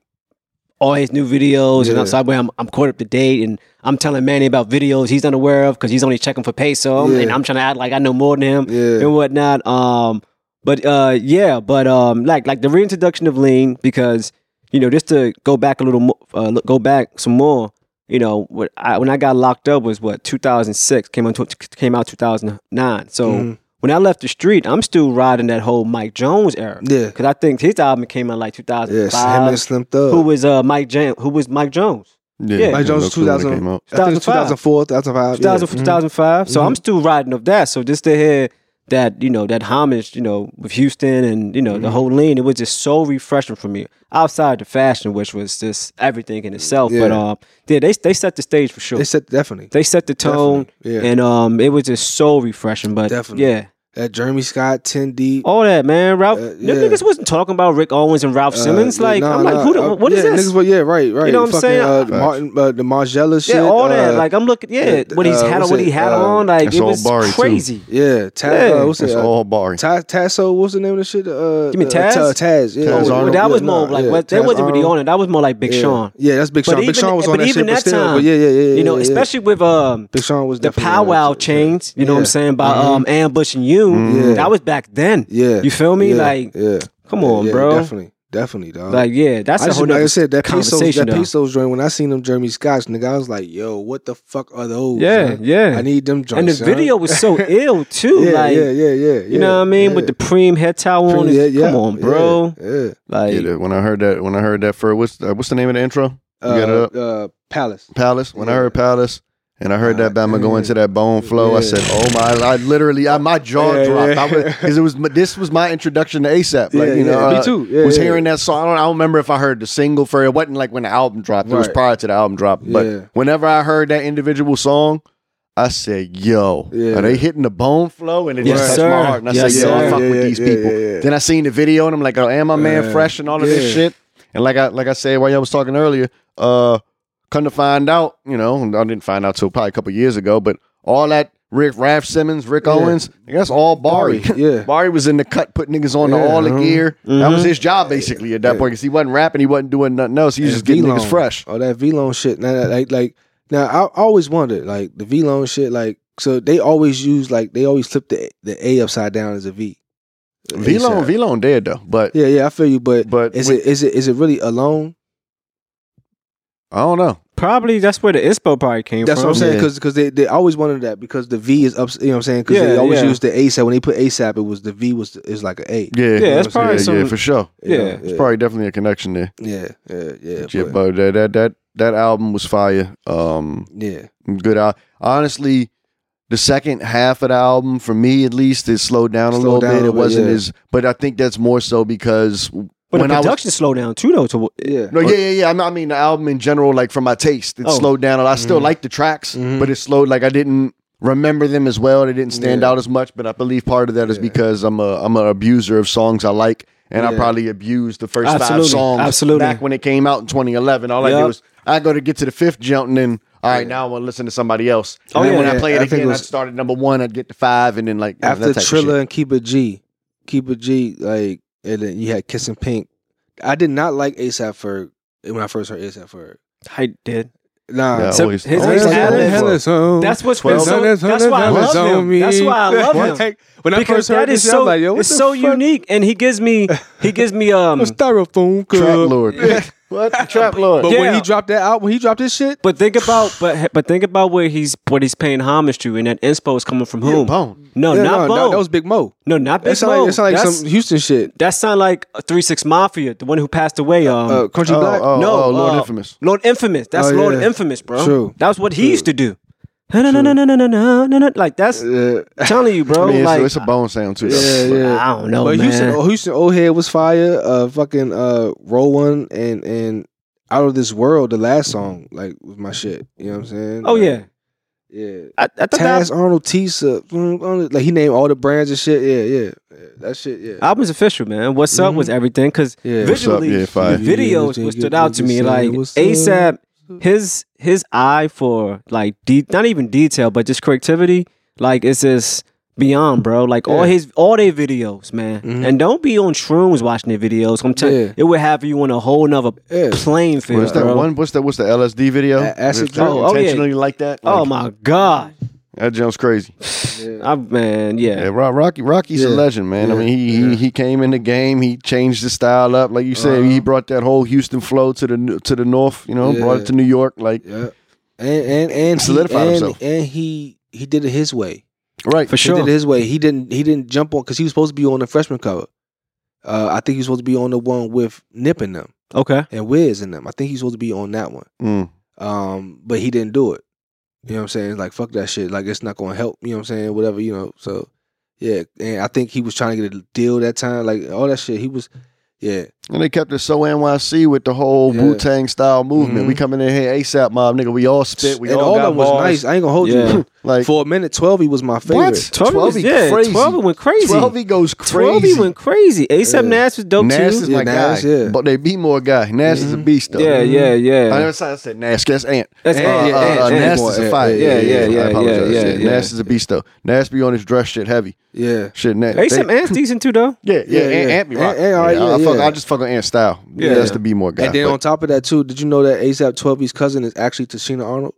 [SPEAKER 1] all his new videos,
[SPEAKER 3] Yeah.
[SPEAKER 1] and so I went, I'm, I'm caught up to date, and I'm telling Manny about videos he's unaware of because he's only checking for peso,
[SPEAKER 3] Yeah.
[SPEAKER 1] and I'm trying to act like I know more than him
[SPEAKER 3] yeah,
[SPEAKER 1] and whatnot. Um, but uh, yeah, but um, like like the reintroduction of lean because you know just to go back a little, mo- uh, look- go back some more. You know, when I when I got locked up was what 2006 came on tw- came out 2009. So
[SPEAKER 3] Mhm.
[SPEAKER 1] when I left the street, I'm still riding that whole Mike Jones era
[SPEAKER 3] yeah,
[SPEAKER 1] because I think his album came out like
[SPEAKER 3] yes. Him
[SPEAKER 1] 2005.
[SPEAKER 3] and Slim Thug.
[SPEAKER 1] who was uh Mike Jam- Who was Mike Jones? Yeah.
[SPEAKER 3] Mike
[SPEAKER 2] I had
[SPEAKER 3] Jones
[SPEAKER 2] no clue when it
[SPEAKER 3] 2000.
[SPEAKER 2] came out.
[SPEAKER 3] I think it's 2004, 2005.
[SPEAKER 1] 2000,
[SPEAKER 3] yeah. Mhm.
[SPEAKER 1] 2005. So I'm
[SPEAKER 3] Mhm.
[SPEAKER 1] still riding of that. So just to hear that, you know, that homage, you know, with Houston and, you know, the
[SPEAKER 3] Mhm.
[SPEAKER 1] whole lean, it was just so refreshing for me outside the fashion, which was just everything in itself. But,
[SPEAKER 3] Yeah.
[SPEAKER 1] um, yeah, they, they set the stage for sure.
[SPEAKER 3] They
[SPEAKER 1] They,
[SPEAKER 3] said definitely.
[SPEAKER 1] set the tone
[SPEAKER 3] Definitely, Yeah.
[SPEAKER 1] and, um, it was just so refreshing. But,
[SPEAKER 3] Definitely.
[SPEAKER 1] yeah,
[SPEAKER 3] that Jeremy Scott, 10 deep.
[SPEAKER 1] all that, man. Ralph,
[SPEAKER 3] Uh,
[SPEAKER 1] them
[SPEAKER 3] yeah.
[SPEAKER 1] niggas wasn't talking about Rick Owens and Ralph
[SPEAKER 3] uh,
[SPEAKER 1] Simmons.
[SPEAKER 3] yeah,
[SPEAKER 1] like,
[SPEAKER 3] nah,
[SPEAKER 1] I'm like,
[SPEAKER 3] nah,
[SPEAKER 1] who the,
[SPEAKER 3] uh,
[SPEAKER 1] what is
[SPEAKER 3] yeah,
[SPEAKER 1] this?
[SPEAKER 3] Niggas, were- yeah, right, right.
[SPEAKER 1] You know what I'm
[SPEAKER 3] Fucking,
[SPEAKER 1] saying?
[SPEAKER 3] Uh,
[SPEAKER 1] Facts.
[SPEAKER 3] Martin, uh, the Margella shit.
[SPEAKER 1] yeah, all that.
[SPEAKER 3] uh,
[SPEAKER 1] Like, I'm looking, yeah,
[SPEAKER 3] yeah,
[SPEAKER 1] what he's
[SPEAKER 3] uh,
[SPEAKER 1] had on,
[SPEAKER 3] what's
[SPEAKER 1] what he
[SPEAKER 3] it,
[SPEAKER 1] had
[SPEAKER 3] uh,
[SPEAKER 1] on. Like,
[SPEAKER 2] it's
[SPEAKER 1] it
[SPEAKER 2] all
[SPEAKER 1] was
[SPEAKER 2] Barry, too.
[SPEAKER 1] crazy.
[SPEAKER 3] yeah, Taz,
[SPEAKER 1] Yeah.
[SPEAKER 3] uh, what's
[SPEAKER 2] It's
[SPEAKER 3] it? Uh,
[SPEAKER 2] all Barry.
[SPEAKER 3] Ta- Tasso, what's the name of the shit? Uh,
[SPEAKER 1] You mean
[SPEAKER 3] uh,
[SPEAKER 1] Taz?
[SPEAKER 3] Ta- Taz, yeah.
[SPEAKER 2] Taz
[SPEAKER 1] Oh,
[SPEAKER 2] Arnold.
[SPEAKER 1] well, that was
[SPEAKER 3] Yeah,
[SPEAKER 1] more
[SPEAKER 3] nah,
[SPEAKER 1] like
[SPEAKER 3] yeah,
[SPEAKER 1] what, that
[SPEAKER 3] Taz
[SPEAKER 1] wasn't really
[SPEAKER 3] Arnold.
[SPEAKER 1] on it. That was more like Big
[SPEAKER 3] yeah.
[SPEAKER 1] Sean.
[SPEAKER 3] Yeah, that's Big
[SPEAKER 1] But
[SPEAKER 3] Sean. Big
[SPEAKER 1] even-
[SPEAKER 3] Sean was on
[SPEAKER 1] but
[SPEAKER 3] that
[SPEAKER 1] even
[SPEAKER 3] shit, but
[SPEAKER 1] that
[SPEAKER 3] still.
[SPEAKER 1] time,
[SPEAKER 3] But yeah, yeah, yeah.
[SPEAKER 1] You know,
[SPEAKER 3] yeah, yeah.
[SPEAKER 1] especially with um
[SPEAKER 3] Big Sean was
[SPEAKER 1] the
[SPEAKER 3] definitely on that
[SPEAKER 1] powwow
[SPEAKER 3] shit, yeah.
[SPEAKER 1] chains. You know what I'm
[SPEAKER 3] Yeah.
[SPEAKER 1] saying by
[SPEAKER 3] Mhm.
[SPEAKER 1] um ambush and you.
[SPEAKER 2] Mhm.
[SPEAKER 3] Yeah.
[SPEAKER 1] That was back then.
[SPEAKER 3] Yeah.
[SPEAKER 1] You feel me?
[SPEAKER 3] yeah,
[SPEAKER 1] Like,
[SPEAKER 3] yeah.
[SPEAKER 1] come on,
[SPEAKER 3] yeah,
[SPEAKER 1] bro.
[SPEAKER 3] Definitely, definitely, dog.
[SPEAKER 1] Like, yeah, that's
[SPEAKER 3] I
[SPEAKER 1] a
[SPEAKER 3] just,
[SPEAKER 1] whole
[SPEAKER 3] like I
[SPEAKER 1] nother.
[SPEAKER 3] said, that pesos,
[SPEAKER 1] conversation,
[SPEAKER 3] that
[SPEAKER 1] though.
[SPEAKER 3] pesos joint. When I seen them Jeremy Scotts, nigga, I was like, "Yo, what the fuck are those?"
[SPEAKER 1] Yeah,
[SPEAKER 3] son?
[SPEAKER 1] yeah.
[SPEAKER 3] I need them joints.
[SPEAKER 1] And the
[SPEAKER 3] son.
[SPEAKER 1] video was so ill too.
[SPEAKER 3] yeah,
[SPEAKER 1] like,
[SPEAKER 3] yeah, yeah, yeah.
[SPEAKER 1] you know what I mean? With the preem head towel on.
[SPEAKER 3] yeah,
[SPEAKER 1] his
[SPEAKER 3] yeah,
[SPEAKER 1] come on,
[SPEAKER 3] yeah,
[SPEAKER 1] bro.
[SPEAKER 3] Yeah,
[SPEAKER 1] Like,
[SPEAKER 2] Yeah, that- when I heard that, when I heard that for what's uh, what's the name of the intro?
[SPEAKER 3] Uh,
[SPEAKER 2] got it up?
[SPEAKER 3] uh, Palace.
[SPEAKER 2] Palace. When I
[SPEAKER 3] Yeah.
[SPEAKER 2] heard Palace, and I heard that
[SPEAKER 3] God
[SPEAKER 2] Bama go
[SPEAKER 3] damn.
[SPEAKER 2] into that bone flow, I
[SPEAKER 3] Yeah.
[SPEAKER 2] said, "Oh my!" I literally, I, my jaw
[SPEAKER 3] Yeah, yeah.
[SPEAKER 2] dropped because it was my- this was my introduction to ASAP. Like
[SPEAKER 3] yeah,
[SPEAKER 2] you know,
[SPEAKER 3] yeah,
[SPEAKER 2] uh,
[SPEAKER 3] me too. Yeah,
[SPEAKER 2] was
[SPEAKER 3] yeah.
[SPEAKER 2] hearing that song. I don't, I don't remember if I heard the single for it. It wasn't like when the album dropped. It was
[SPEAKER 3] Right.
[SPEAKER 2] prior to the album drop. But
[SPEAKER 3] Yeah.
[SPEAKER 2] whenever I heard that individual song, I said, "Yo,
[SPEAKER 3] Yeah.
[SPEAKER 2] are they hitting the bone flow?" And it just
[SPEAKER 1] Yes,
[SPEAKER 2] touched
[SPEAKER 1] sir.
[SPEAKER 2] my heart. And I
[SPEAKER 1] Yes,
[SPEAKER 2] said, "Yo,
[SPEAKER 1] sir.
[SPEAKER 2] I fuck
[SPEAKER 3] Yeah,
[SPEAKER 2] with
[SPEAKER 3] yeah,
[SPEAKER 2] these
[SPEAKER 3] yeah,
[SPEAKER 2] people."
[SPEAKER 3] yeah, yeah.
[SPEAKER 2] Then I seen the video, and I'm like, "Oh, am I man
[SPEAKER 3] Yeah.
[SPEAKER 2] fresh and all of this
[SPEAKER 3] Yeah.
[SPEAKER 2] shit?" And like I like I said while y'all was talking earlier, uh, come to find out, you know, and I didn't find out till probably a couple years ago, but all that Rick Raph Simmons, Rick
[SPEAKER 3] Yeah.
[SPEAKER 2] Owens, I guess all Barry.
[SPEAKER 3] Barry, yeah.
[SPEAKER 2] Barry was in the cut putting niggas on
[SPEAKER 3] Yeah,
[SPEAKER 2] to all the
[SPEAKER 3] uh-huh.
[SPEAKER 2] gear. That
[SPEAKER 1] Mhm.
[SPEAKER 2] was his job basically at that point because he wasn't rapping, he wasn't doing nothing else. He was
[SPEAKER 3] And
[SPEAKER 2] just getting
[SPEAKER 3] V-Lone.
[SPEAKER 2] niggas fresh.
[SPEAKER 3] All that V Lone shit. Now, that- like, like now, I, I always wondered, like the V Lone shit. Like, so they always use, like, they always flip the the A upside down as a V.
[SPEAKER 2] V Lone, V Lone dead though, but
[SPEAKER 3] Yeah, yeah, I feel you, but
[SPEAKER 2] but
[SPEAKER 3] is
[SPEAKER 2] with-
[SPEAKER 3] it is it is it really alone?
[SPEAKER 2] I don't know.
[SPEAKER 1] probably that's where the inspo probably came
[SPEAKER 3] That's
[SPEAKER 1] from.
[SPEAKER 3] what I'm saying.
[SPEAKER 2] Yeah.
[SPEAKER 3] Because they, they always wanted that because the V is up. You know what I'm saying? Because they
[SPEAKER 1] Yeah,
[SPEAKER 3] always
[SPEAKER 1] yeah.
[SPEAKER 3] use the ASAP. When they put ASAP, it was the V was is like a A.
[SPEAKER 2] Yeah,
[SPEAKER 1] Yeah, that's
[SPEAKER 3] You know what
[SPEAKER 1] probably
[SPEAKER 3] I'm
[SPEAKER 2] yeah,
[SPEAKER 1] some.
[SPEAKER 2] yeah, for sure.
[SPEAKER 3] You know,
[SPEAKER 1] Yeah.
[SPEAKER 2] It's probably definitely a connection there.
[SPEAKER 3] yeah, yeah, yeah,
[SPEAKER 2] Yeah,
[SPEAKER 3] but-
[SPEAKER 2] but that that that, that album was fire. Um,
[SPEAKER 3] yeah.
[SPEAKER 2] good out. Honestly, the second half of the album, for me at least, it slowed down a
[SPEAKER 3] Slowed
[SPEAKER 2] little
[SPEAKER 3] down a
[SPEAKER 2] bit. It
[SPEAKER 3] bit,
[SPEAKER 2] wasn't
[SPEAKER 3] yeah.
[SPEAKER 2] as, but I think that's more so because
[SPEAKER 1] But
[SPEAKER 2] when
[SPEAKER 1] the
[SPEAKER 2] I was.
[SPEAKER 1] production slowed down too, though. To
[SPEAKER 3] Yeah.
[SPEAKER 2] No, yeah, yeah, yeah. I mean- I mean, the album in general, like for my taste, it
[SPEAKER 1] Oh.
[SPEAKER 2] slowed down. a lot. I still
[SPEAKER 3] Mhm.
[SPEAKER 2] like the tracks,
[SPEAKER 3] Mhm.
[SPEAKER 2] but it slowed. Like I didn't remember them as well. They didn't stand
[SPEAKER 3] Yeah.
[SPEAKER 2] out as much. But I believe part of that is
[SPEAKER 3] Yeah.
[SPEAKER 2] because I'm a I'm an abuser of songs I like, and I
[SPEAKER 3] Yeah.
[SPEAKER 2] probably abused the first
[SPEAKER 1] Absolutely.
[SPEAKER 2] five songs
[SPEAKER 1] Absolutely.
[SPEAKER 2] back when it came out in 2011. All I did
[SPEAKER 1] Yep.
[SPEAKER 2] was I go to get to the fifth jump, and then I All right,
[SPEAKER 3] Yeah.
[SPEAKER 2] now I want to listen to somebody else. And
[SPEAKER 1] Oh,
[SPEAKER 2] then
[SPEAKER 1] yeah,
[SPEAKER 2] when I
[SPEAKER 3] yeah.
[SPEAKER 2] play it
[SPEAKER 3] I think
[SPEAKER 2] again,
[SPEAKER 3] it was-
[SPEAKER 2] I'd start at number one, I'd get to five, and then like you know,
[SPEAKER 3] After
[SPEAKER 2] that type of
[SPEAKER 3] Triller
[SPEAKER 2] shit.
[SPEAKER 3] and Keep It G, Keep It G, like, and then you had Kissing Pink. I did not like ASAP Ferg when I first heard ASAP Ferg.
[SPEAKER 1] I did.
[SPEAKER 3] Nah,
[SPEAKER 2] Yeah,
[SPEAKER 1] So
[SPEAKER 2] always-
[SPEAKER 1] his-
[SPEAKER 2] always
[SPEAKER 1] his
[SPEAKER 2] like
[SPEAKER 1] ad-lib-
[SPEAKER 2] that.
[SPEAKER 1] That's what's been
[SPEAKER 2] Well,
[SPEAKER 1] so. That's why I love him. That's why I love him.
[SPEAKER 3] When I
[SPEAKER 1] because
[SPEAKER 3] first
[SPEAKER 1] that
[SPEAKER 3] heard
[SPEAKER 1] is
[SPEAKER 3] this,
[SPEAKER 1] so
[SPEAKER 3] I was like, yo, what
[SPEAKER 1] it's
[SPEAKER 3] the
[SPEAKER 1] so
[SPEAKER 3] fuck?
[SPEAKER 1] unique, and he gives me he gives me um.
[SPEAKER 3] A styrofoam cup.
[SPEAKER 2] Trap Lord. what the Trap Lord?
[SPEAKER 3] But when
[SPEAKER 1] Yeah.
[SPEAKER 3] he dropped that out, when he dropped this shit,
[SPEAKER 1] But think about but but think about where he's what he's paying homage to, and that inspo is coming from whom?
[SPEAKER 2] Bone.
[SPEAKER 1] No,
[SPEAKER 3] yeah,
[SPEAKER 1] not
[SPEAKER 3] no, that-
[SPEAKER 1] Bone.
[SPEAKER 3] that was Big Mo.
[SPEAKER 1] no, not Big
[SPEAKER 3] That sound like,
[SPEAKER 1] Mo.
[SPEAKER 3] that sound like
[SPEAKER 1] That's-
[SPEAKER 3] some Houston shit.
[SPEAKER 1] That sound like a Three Six Mafia, the one who passed away. Um,
[SPEAKER 3] Uh, Country
[SPEAKER 2] Oh,
[SPEAKER 3] Black.
[SPEAKER 2] oh,
[SPEAKER 1] no,
[SPEAKER 2] oh, Lord
[SPEAKER 1] uh,
[SPEAKER 2] Infamous.
[SPEAKER 1] Lord Infamous. That's
[SPEAKER 3] Oh,
[SPEAKER 1] Lord
[SPEAKER 3] yeah.
[SPEAKER 1] Infamous, bro.
[SPEAKER 3] True.
[SPEAKER 1] That's what he used to do. No, no, no, no, no, no, no, no, no. Like that's
[SPEAKER 3] Uh,
[SPEAKER 1] telling you, bro.
[SPEAKER 2] I mean, it's,
[SPEAKER 1] like
[SPEAKER 2] it's a bone sound too. though.
[SPEAKER 3] yeah,
[SPEAKER 2] But-
[SPEAKER 3] yeah.
[SPEAKER 1] I don't know,
[SPEAKER 3] but Houston,
[SPEAKER 1] man.
[SPEAKER 3] oh, Houston old head was fire. Uh, fucking uh, roll one and and out of this world. The last song like was my shit. You know what I'm saying?
[SPEAKER 1] Mm-hmm. oh
[SPEAKER 3] Like,
[SPEAKER 1] yeah,
[SPEAKER 3] yeah.
[SPEAKER 1] I, I thought
[SPEAKER 3] Taz
[SPEAKER 1] that
[SPEAKER 3] Arnold Tisa, mm, Arnold- like he named all the brands and shit. Yeah, yeah, yeah. that shit. Yeah,
[SPEAKER 1] album's official, man. What's up
[SPEAKER 3] Mhm.
[SPEAKER 1] was everything because
[SPEAKER 3] yeah.
[SPEAKER 2] What's up?
[SPEAKER 1] visually
[SPEAKER 2] Yeah,
[SPEAKER 1] the
[SPEAKER 2] fire.
[SPEAKER 3] Yeah,
[SPEAKER 1] videos
[SPEAKER 3] yeah,
[SPEAKER 1] what
[SPEAKER 3] yeah,
[SPEAKER 1] stood
[SPEAKER 3] yeah,
[SPEAKER 1] out to
[SPEAKER 3] yeah,
[SPEAKER 1] me
[SPEAKER 3] yeah,
[SPEAKER 1] like
[SPEAKER 3] what's
[SPEAKER 1] ASAP
[SPEAKER 3] up?
[SPEAKER 1] his his eye for like de- not even detail but just creativity like it's just beyond bro like all
[SPEAKER 3] Yeah.
[SPEAKER 1] his all their videos man
[SPEAKER 3] Mhm.
[SPEAKER 1] and don't be on shrooms watching their videos I'm telling
[SPEAKER 3] Yeah.
[SPEAKER 1] it would have you on a whole nother
[SPEAKER 3] Yeah.
[SPEAKER 1] playing field
[SPEAKER 2] What's that
[SPEAKER 1] bro.
[SPEAKER 2] one? What's that? What's the LSD video?
[SPEAKER 3] A- acid
[SPEAKER 2] Is that
[SPEAKER 1] trip. Oh, oh, yeah.
[SPEAKER 2] intentionally like that.
[SPEAKER 1] oh
[SPEAKER 2] Like,
[SPEAKER 1] my god
[SPEAKER 2] that jumps crazy.
[SPEAKER 3] Yeah.
[SPEAKER 1] I, man yeah,
[SPEAKER 2] Yeah, Ro- Rocky Rocky's a
[SPEAKER 3] Yeah.
[SPEAKER 2] legend, man. I
[SPEAKER 3] Yeah.
[SPEAKER 2] mean, he,
[SPEAKER 3] Yeah.
[SPEAKER 2] he he came in the game. He changed the style up, like you said.
[SPEAKER 3] Uh-huh.
[SPEAKER 2] He brought that whole Houston flow to the to the north. You know, brought
[SPEAKER 3] Yeah.
[SPEAKER 2] it to New York. Like
[SPEAKER 3] Yeah. And and and
[SPEAKER 2] Solidified
[SPEAKER 3] he, and,
[SPEAKER 2] himself.
[SPEAKER 3] and he he did it his way.
[SPEAKER 2] right,
[SPEAKER 1] for
[SPEAKER 3] He
[SPEAKER 1] sure
[SPEAKER 3] did it his way. He didn't he didn't jump on because he was supposed to be on the freshman cover. Uh, I think he was supposed to be on the one with Nip in them
[SPEAKER 1] okay
[SPEAKER 3] and Wiz in them. I think he's supposed to be on that one.
[SPEAKER 2] Mm.
[SPEAKER 3] Um, but he didn't do it. You know what I'm saying? Like fuck that shit. Like it's not gonna help. You know what I'm saying? Whatever. You know. So yeah, and I think he was trying to get a deal that time. Like all that shit. He was. Yeah.
[SPEAKER 2] And they kept it so NYC with the whole
[SPEAKER 3] Yeah.
[SPEAKER 2] Wu Tang style movement.
[SPEAKER 3] Mhm.
[SPEAKER 2] We coming in here ASAP mob, nigga. We all spit. We
[SPEAKER 3] and
[SPEAKER 2] all,
[SPEAKER 3] all
[SPEAKER 2] got
[SPEAKER 3] of them was
[SPEAKER 2] bars.
[SPEAKER 3] nice. I ain't gonna hold
[SPEAKER 1] Yeah.
[SPEAKER 3] you.
[SPEAKER 2] Like
[SPEAKER 3] For a minute, twelve E was my favorite.
[SPEAKER 1] 12, was,
[SPEAKER 2] 12
[SPEAKER 1] yeah,
[SPEAKER 2] crazy.
[SPEAKER 1] 12 went crazy
[SPEAKER 2] twelve, he goes
[SPEAKER 1] 12
[SPEAKER 2] crazy.
[SPEAKER 1] went crazy ASAP
[SPEAKER 3] Yeah.
[SPEAKER 1] Nas was dope
[SPEAKER 2] Nas
[SPEAKER 1] too
[SPEAKER 2] is my
[SPEAKER 3] Yeah, Nas,
[SPEAKER 2] guy,
[SPEAKER 3] yeah.
[SPEAKER 2] but they be more guy. Nas is a
[SPEAKER 3] Mhm.
[SPEAKER 2] beast though. Mm-hmm.
[SPEAKER 1] yeah yeah yeah
[SPEAKER 2] I never said I said Nas. That's Ant.
[SPEAKER 1] That's
[SPEAKER 3] Uh,
[SPEAKER 1] Ant,
[SPEAKER 2] uh,
[SPEAKER 1] yeah,
[SPEAKER 2] uh,
[SPEAKER 1] Ant,
[SPEAKER 2] uh,
[SPEAKER 1] Ant.
[SPEAKER 2] Nas
[SPEAKER 3] boy,
[SPEAKER 2] is a
[SPEAKER 3] Ant,
[SPEAKER 2] fire.
[SPEAKER 1] yeah, yeah, yeah,
[SPEAKER 2] I apologize.
[SPEAKER 1] yeah, yeah,
[SPEAKER 2] Nas is a beast though. Nas be on his dress shit heavy.
[SPEAKER 3] Yeah.
[SPEAKER 2] Shit, Nas.
[SPEAKER 1] Hey,
[SPEAKER 2] they-
[SPEAKER 1] some Ant's decent too, though.
[SPEAKER 2] Yeah, yeah,
[SPEAKER 3] Yeah,
[SPEAKER 2] Ant,
[SPEAKER 3] yeah.
[SPEAKER 2] Ant be
[SPEAKER 3] Ant-
[SPEAKER 2] rocking.
[SPEAKER 3] Ant, all right,
[SPEAKER 2] yeah, I,
[SPEAKER 3] yeah,
[SPEAKER 2] fuck,
[SPEAKER 3] yeah.
[SPEAKER 2] I just fuck with Ant style.
[SPEAKER 1] Yeah.
[SPEAKER 2] Yeah, that's the be more guy.
[SPEAKER 3] And then
[SPEAKER 2] but-
[SPEAKER 3] on top of that too, did you know that ASAP Twelvy's cousin is actually Tashina Arnold?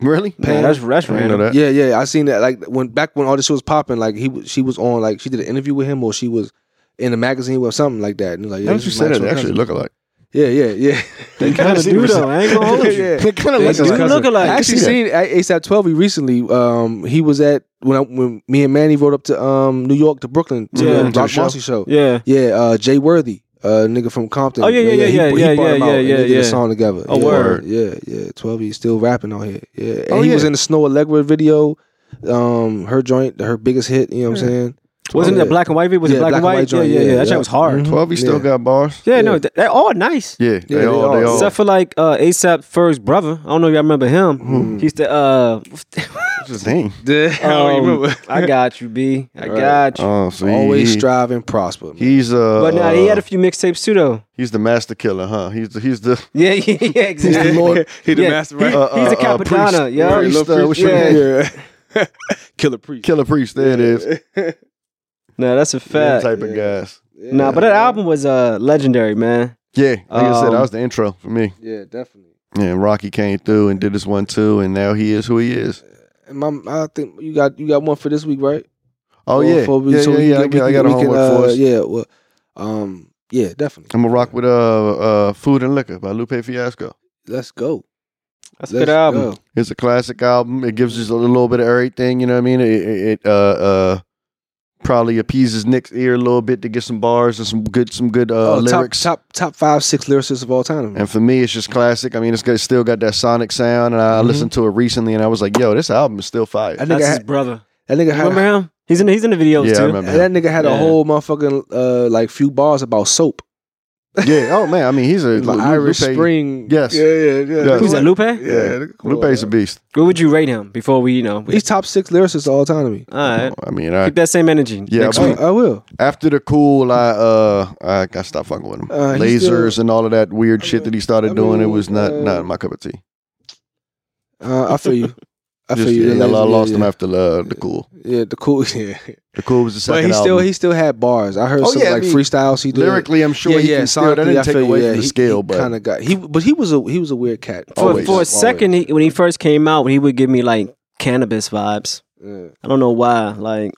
[SPEAKER 2] really,
[SPEAKER 1] Man, that's that's
[SPEAKER 2] I didn't know
[SPEAKER 1] random.
[SPEAKER 2] that.
[SPEAKER 3] Yeah, yeah, I seen that. Like when back when all this shit was popping, like he was- she was on like she did an interview with him or she was in a magazine or something like that. And it was like, yeah,
[SPEAKER 2] Now that
[SPEAKER 3] this
[SPEAKER 2] you
[SPEAKER 3] is
[SPEAKER 2] said
[SPEAKER 3] my
[SPEAKER 2] it, they
[SPEAKER 3] actual
[SPEAKER 2] actually
[SPEAKER 3] cousin.
[SPEAKER 2] look alike.
[SPEAKER 3] Yeah, yeah, yeah.
[SPEAKER 1] They kind of do though. I ain't gonna hold you.
[SPEAKER 3] Yeah.
[SPEAKER 2] They kind of
[SPEAKER 3] They
[SPEAKER 2] look
[SPEAKER 1] They
[SPEAKER 3] do
[SPEAKER 2] alike.
[SPEAKER 1] do look
[SPEAKER 3] I
[SPEAKER 1] alike.
[SPEAKER 2] Act-
[SPEAKER 3] actually
[SPEAKER 2] see
[SPEAKER 3] seen ASAP Twelvy E recently. Um, he was at when I, when me and Manny rode up to um New York to Brooklyn to
[SPEAKER 1] Yeah.
[SPEAKER 3] the
[SPEAKER 1] To
[SPEAKER 2] the
[SPEAKER 3] Rock
[SPEAKER 2] show.
[SPEAKER 3] Marcy show.
[SPEAKER 1] Yeah.
[SPEAKER 3] Yeah, uh, Jay Worthy, uh, nigga from Compton.
[SPEAKER 1] Oh, yeah, yeah,
[SPEAKER 3] he-
[SPEAKER 1] yeah,
[SPEAKER 3] he,
[SPEAKER 1] yeah,
[SPEAKER 3] brought
[SPEAKER 1] yeah,
[SPEAKER 3] him out
[SPEAKER 1] yeah,
[SPEAKER 3] and
[SPEAKER 1] yeah,
[SPEAKER 3] they did
[SPEAKER 1] yeah.
[SPEAKER 3] a song together.
[SPEAKER 1] Oh,
[SPEAKER 3] yeah,
[SPEAKER 2] word.
[SPEAKER 3] Yeah, yeah. Twelve, he's still rapping on here. Yeah, and
[SPEAKER 2] Oh,
[SPEAKER 3] he
[SPEAKER 2] yeah.
[SPEAKER 3] was in the Snow Allegra video. Um, her joint, her biggest hit. You know what I'm saying?
[SPEAKER 1] Wasn't it
[SPEAKER 3] yeah.
[SPEAKER 1] a black and white video? Was it
[SPEAKER 3] Yeah,
[SPEAKER 1] black, and white?
[SPEAKER 3] joint,
[SPEAKER 1] yeah, yeah, yeah.
[SPEAKER 3] yeah,
[SPEAKER 1] That
[SPEAKER 3] yeah.
[SPEAKER 1] shit was hard.
[SPEAKER 3] Mhm.
[SPEAKER 2] Twelve, he still
[SPEAKER 3] Yeah.
[SPEAKER 2] got bars.
[SPEAKER 1] Yeah,
[SPEAKER 3] Yeah.
[SPEAKER 1] no, th- they're all nice.
[SPEAKER 2] Yeah,
[SPEAKER 3] Yeah,
[SPEAKER 2] they
[SPEAKER 3] they
[SPEAKER 2] all, they
[SPEAKER 3] are.
[SPEAKER 2] all.
[SPEAKER 1] Except for like uh, ASAP Ferg's brother. I don't know if y'all remember him.
[SPEAKER 3] Mhm.
[SPEAKER 1] He's the uh,
[SPEAKER 2] What's his name?
[SPEAKER 3] I don't
[SPEAKER 1] um,
[SPEAKER 3] remember.
[SPEAKER 1] I got you, B. I
[SPEAKER 3] Right.
[SPEAKER 1] got you.
[SPEAKER 2] Oh, so he-
[SPEAKER 3] Always
[SPEAKER 2] he-
[SPEAKER 3] strive and prosper. man.
[SPEAKER 2] He's uh,
[SPEAKER 1] but nah, he had a
[SPEAKER 2] uh,
[SPEAKER 1] few mixtapes too, though.
[SPEAKER 2] he's the master killer, huh? He's the, he's the
[SPEAKER 1] Yeah, yeah, yeah, exactly.
[SPEAKER 3] he
[SPEAKER 1] Yeah, he-
[SPEAKER 3] right?
[SPEAKER 1] he's a Capadonna, yeah.
[SPEAKER 2] Priest,
[SPEAKER 3] Little
[SPEAKER 2] uh, what's
[SPEAKER 1] priest,
[SPEAKER 2] your
[SPEAKER 1] yeah.
[SPEAKER 2] name?
[SPEAKER 3] yeah. Killer priest.
[SPEAKER 2] Killer priest. There it is.
[SPEAKER 1] Nah, that's a
[SPEAKER 2] Them
[SPEAKER 1] fact.
[SPEAKER 2] type of guys.
[SPEAKER 3] Yeah.
[SPEAKER 1] Nah, but that album was uh legendary, man.
[SPEAKER 2] Yeah, like I said, that
[SPEAKER 1] Um,
[SPEAKER 2] was the intro for me.
[SPEAKER 3] Yeah, definitely.
[SPEAKER 2] Yeah, and Rocky came through and did this one too, and now he is who he is.
[SPEAKER 3] And my, I think you got you got one for this week, right?
[SPEAKER 2] Oh
[SPEAKER 3] Or
[SPEAKER 2] yeah,
[SPEAKER 3] for-
[SPEAKER 2] yeah,
[SPEAKER 3] so
[SPEAKER 2] yeah,
[SPEAKER 3] we
[SPEAKER 2] yeah.
[SPEAKER 3] can-
[SPEAKER 2] I
[SPEAKER 3] we
[SPEAKER 2] got, I
[SPEAKER 3] can-
[SPEAKER 2] got a
[SPEAKER 3] we can,
[SPEAKER 2] homework
[SPEAKER 3] uh,
[SPEAKER 2] for us.
[SPEAKER 3] Yeah, well, um, yeah, definitely.
[SPEAKER 2] I'm gonna rock with uh uh Food and Liquor by Lupe Fiasco.
[SPEAKER 3] Let's go.
[SPEAKER 1] That's a
[SPEAKER 3] Let's
[SPEAKER 1] good album.
[SPEAKER 3] go.
[SPEAKER 2] It's a classic album. It gives us a little bit of everything. You know what I mean? It, it, it uh uh probably appeases Nick's ear a little bit to get some bars and some good some good uh,
[SPEAKER 3] oh,
[SPEAKER 2] lyrics.
[SPEAKER 3] top top top five six lyricists of all time.
[SPEAKER 2] And for me, it's just classic. I mean, it's got, it's still got that sonic sound, and I
[SPEAKER 3] Mhm.
[SPEAKER 2] listened to it recently, and I was like, "Yo, this album is still fire."
[SPEAKER 3] That
[SPEAKER 1] That's
[SPEAKER 3] nigga,
[SPEAKER 1] his
[SPEAKER 3] had,
[SPEAKER 1] brother.
[SPEAKER 3] that nigga had
[SPEAKER 1] Remember him? He's in he's in the videos
[SPEAKER 2] yeah,
[SPEAKER 1] too.
[SPEAKER 2] I remember. him.
[SPEAKER 3] that nigga had a
[SPEAKER 1] Yeah.
[SPEAKER 3] whole motherfucking uh like few bars about soap.
[SPEAKER 2] yeah. Oh man, I mean, he's a
[SPEAKER 3] Like
[SPEAKER 2] Lu-
[SPEAKER 3] Irish
[SPEAKER 2] Lupe-
[SPEAKER 3] Spring.
[SPEAKER 2] Yes.
[SPEAKER 3] Yeah, yeah, yeah.
[SPEAKER 2] Yes.
[SPEAKER 1] Who's that, Lupe? Where
[SPEAKER 3] Yeah. come on,
[SPEAKER 2] Lupe's a
[SPEAKER 3] man.
[SPEAKER 2] beast.
[SPEAKER 1] would you rate him before we, you know?
[SPEAKER 3] He's top six lyricists of all time to me.
[SPEAKER 1] all right.
[SPEAKER 2] I mean, I,
[SPEAKER 1] Keep that same energy.
[SPEAKER 2] Yeah,
[SPEAKER 1] next
[SPEAKER 2] but-
[SPEAKER 1] week.
[SPEAKER 3] I, I will.
[SPEAKER 2] after the cool, I uh, I got stopped fucking with him.
[SPEAKER 3] Uh, he's
[SPEAKER 2] Lasers
[SPEAKER 3] still-
[SPEAKER 2] and all of that weird
[SPEAKER 3] I
[SPEAKER 2] shit
[SPEAKER 3] mean- uh,
[SPEAKER 2] that he started
[SPEAKER 3] I
[SPEAKER 2] doing, it
[SPEAKER 3] mean,
[SPEAKER 2] was not
[SPEAKER 3] uh,
[SPEAKER 2] not my cup of tea.
[SPEAKER 3] Uh, I feel you. I feel
[SPEAKER 2] Just,
[SPEAKER 3] you.
[SPEAKER 2] yeah,
[SPEAKER 3] Yeah,
[SPEAKER 2] I
[SPEAKER 3] yeah,
[SPEAKER 2] lost
[SPEAKER 3] yeah.
[SPEAKER 2] him after uh, the cool.
[SPEAKER 3] Yeah, the cool. Yeah,
[SPEAKER 2] The cool was the
[SPEAKER 3] but
[SPEAKER 2] second
[SPEAKER 3] he still
[SPEAKER 2] album.
[SPEAKER 3] he still had bars. I heard
[SPEAKER 2] Oh,
[SPEAKER 3] some
[SPEAKER 2] yeah, I
[SPEAKER 3] like
[SPEAKER 2] mean,
[SPEAKER 3] freestyles he did.
[SPEAKER 2] lyrically, I'm sure he can still. That
[SPEAKER 3] sonically, I
[SPEAKER 2] didn't take
[SPEAKER 3] feel you,
[SPEAKER 2] away
[SPEAKER 3] yeah,
[SPEAKER 2] from the
[SPEAKER 3] he-
[SPEAKER 2] scale,
[SPEAKER 3] he,
[SPEAKER 2] but
[SPEAKER 3] kind of got he. But he was a he was a weird cat.
[SPEAKER 1] For,
[SPEAKER 2] Always.
[SPEAKER 1] for a
[SPEAKER 2] Always.
[SPEAKER 1] second, he, when he first came out, he would give me like cannabis vibes.
[SPEAKER 3] Yeah.
[SPEAKER 1] I don't know why. Like,
[SPEAKER 3] I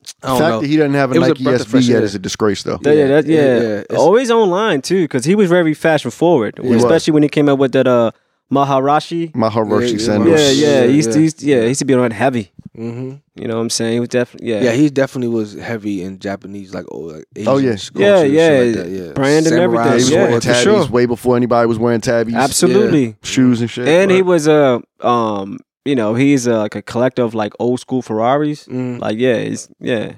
[SPEAKER 2] the
[SPEAKER 3] don't
[SPEAKER 2] fact
[SPEAKER 3] know.
[SPEAKER 2] that he doesn't have a
[SPEAKER 3] It was a
[SPEAKER 2] Nike
[SPEAKER 3] breath of fresh
[SPEAKER 2] SB yet
[SPEAKER 3] air.
[SPEAKER 2] is a disgrace, though.
[SPEAKER 1] yeah, yeah, that,
[SPEAKER 3] yeah,
[SPEAKER 1] yeah.
[SPEAKER 3] yeah, it's-
[SPEAKER 1] Always online too, because he was very fashion forward,
[SPEAKER 3] He was.
[SPEAKER 1] especially when he came out with that uh Maharashi.
[SPEAKER 2] My Harashi
[SPEAKER 3] Yeah, yeah,
[SPEAKER 2] sandals.
[SPEAKER 1] Yeah,
[SPEAKER 3] Maharashi.
[SPEAKER 1] yeah, he used to,
[SPEAKER 3] Yeah.
[SPEAKER 1] he used to- yeah, he used to be on that heavy.
[SPEAKER 3] hmm
[SPEAKER 1] You know what I'm saying? He was definitely, yeah,
[SPEAKER 3] Yeah, he definitely was heavy in Japanese, like oh, like Asian
[SPEAKER 2] Oh, yeah.
[SPEAKER 3] culture,
[SPEAKER 1] Yeah,
[SPEAKER 3] shit
[SPEAKER 1] yeah,
[SPEAKER 3] like that, yeah.
[SPEAKER 1] brand and
[SPEAKER 3] Samurai
[SPEAKER 1] everything,
[SPEAKER 2] he was
[SPEAKER 3] sword.
[SPEAKER 1] yeah,
[SPEAKER 2] wearing
[SPEAKER 1] for
[SPEAKER 2] tabbies
[SPEAKER 1] sure.
[SPEAKER 2] way before anybody was wearing tabbies.
[SPEAKER 1] absolutely.
[SPEAKER 2] Shoes and shit.
[SPEAKER 1] And he
[SPEAKER 2] but-
[SPEAKER 1] was a, um, you know, he's a, like a collector of like old school Ferraris.
[SPEAKER 3] Mm,
[SPEAKER 1] Like, yeah, he's yeah,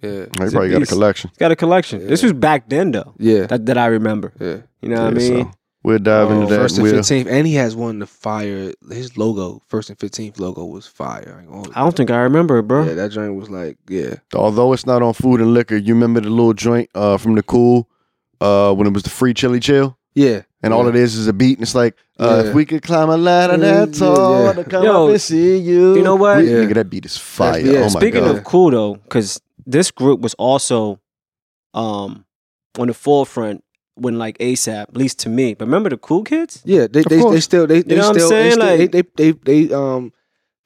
[SPEAKER 1] he's
[SPEAKER 3] yeah,
[SPEAKER 2] he
[SPEAKER 1] he's a
[SPEAKER 2] probably got a
[SPEAKER 1] beast.
[SPEAKER 2] collection.
[SPEAKER 1] got a collection. This
[SPEAKER 3] Yeah.
[SPEAKER 1] was back then though,
[SPEAKER 3] yeah,
[SPEAKER 1] that that I remember.
[SPEAKER 3] yeah.
[SPEAKER 1] You know what I
[SPEAKER 2] Yeah, so
[SPEAKER 1] mean?
[SPEAKER 2] We'll dive
[SPEAKER 1] Oh,
[SPEAKER 2] into that.
[SPEAKER 3] Uh, First
[SPEAKER 2] and
[SPEAKER 3] and
[SPEAKER 2] we'll-
[SPEAKER 3] fifteenth, and he has one. The fire, his logo, first and fifteenth logo was fire. I ain't gonna-
[SPEAKER 1] I don't think I remember it, bro.
[SPEAKER 3] yeah, that joint was like, yeah,
[SPEAKER 2] Although it's not on food and liquor, you remember the little joint uh, from the cool uh, when it was the free chili chill?
[SPEAKER 3] yeah,
[SPEAKER 2] And all it is is a beat, and it's like, uh,
[SPEAKER 3] Yeah.
[SPEAKER 2] if we could climb a ladder
[SPEAKER 3] Yeah,
[SPEAKER 2] that tall,
[SPEAKER 3] yeah.
[SPEAKER 2] to come
[SPEAKER 1] Yo,
[SPEAKER 2] up and see you.
[SPEAKER 1] you know what?
[SPEAKER 2] We-
[SPEAKER 3] Yeah.
[SPEAKER 2] Nigga, that beat is fire.
[SPEAKER 3] yeah.
[SPEAKER 2] Oh my
[SPEAKER 1] Speaking
[SPEAKER 2] god.
[SPEAKER 1] of cool though, because this group was also um on the forefront when like ASAP, at least to me. But remember the cool kids?
[SPEAKER 3] yeah. They
[SPEAKER 2] Of
[SPEAKER 3] they, they
[SPEAKER 2] course.
[SPEAKER 3] still they they
[SPEAKER 1] know what I'm
[SPEAKER 3] still, they,
[SPEAKER 1] saying?
[SPEAKER 3] still
[SPEAKER 1] Like-
[SPEAKER 3] they, they they they um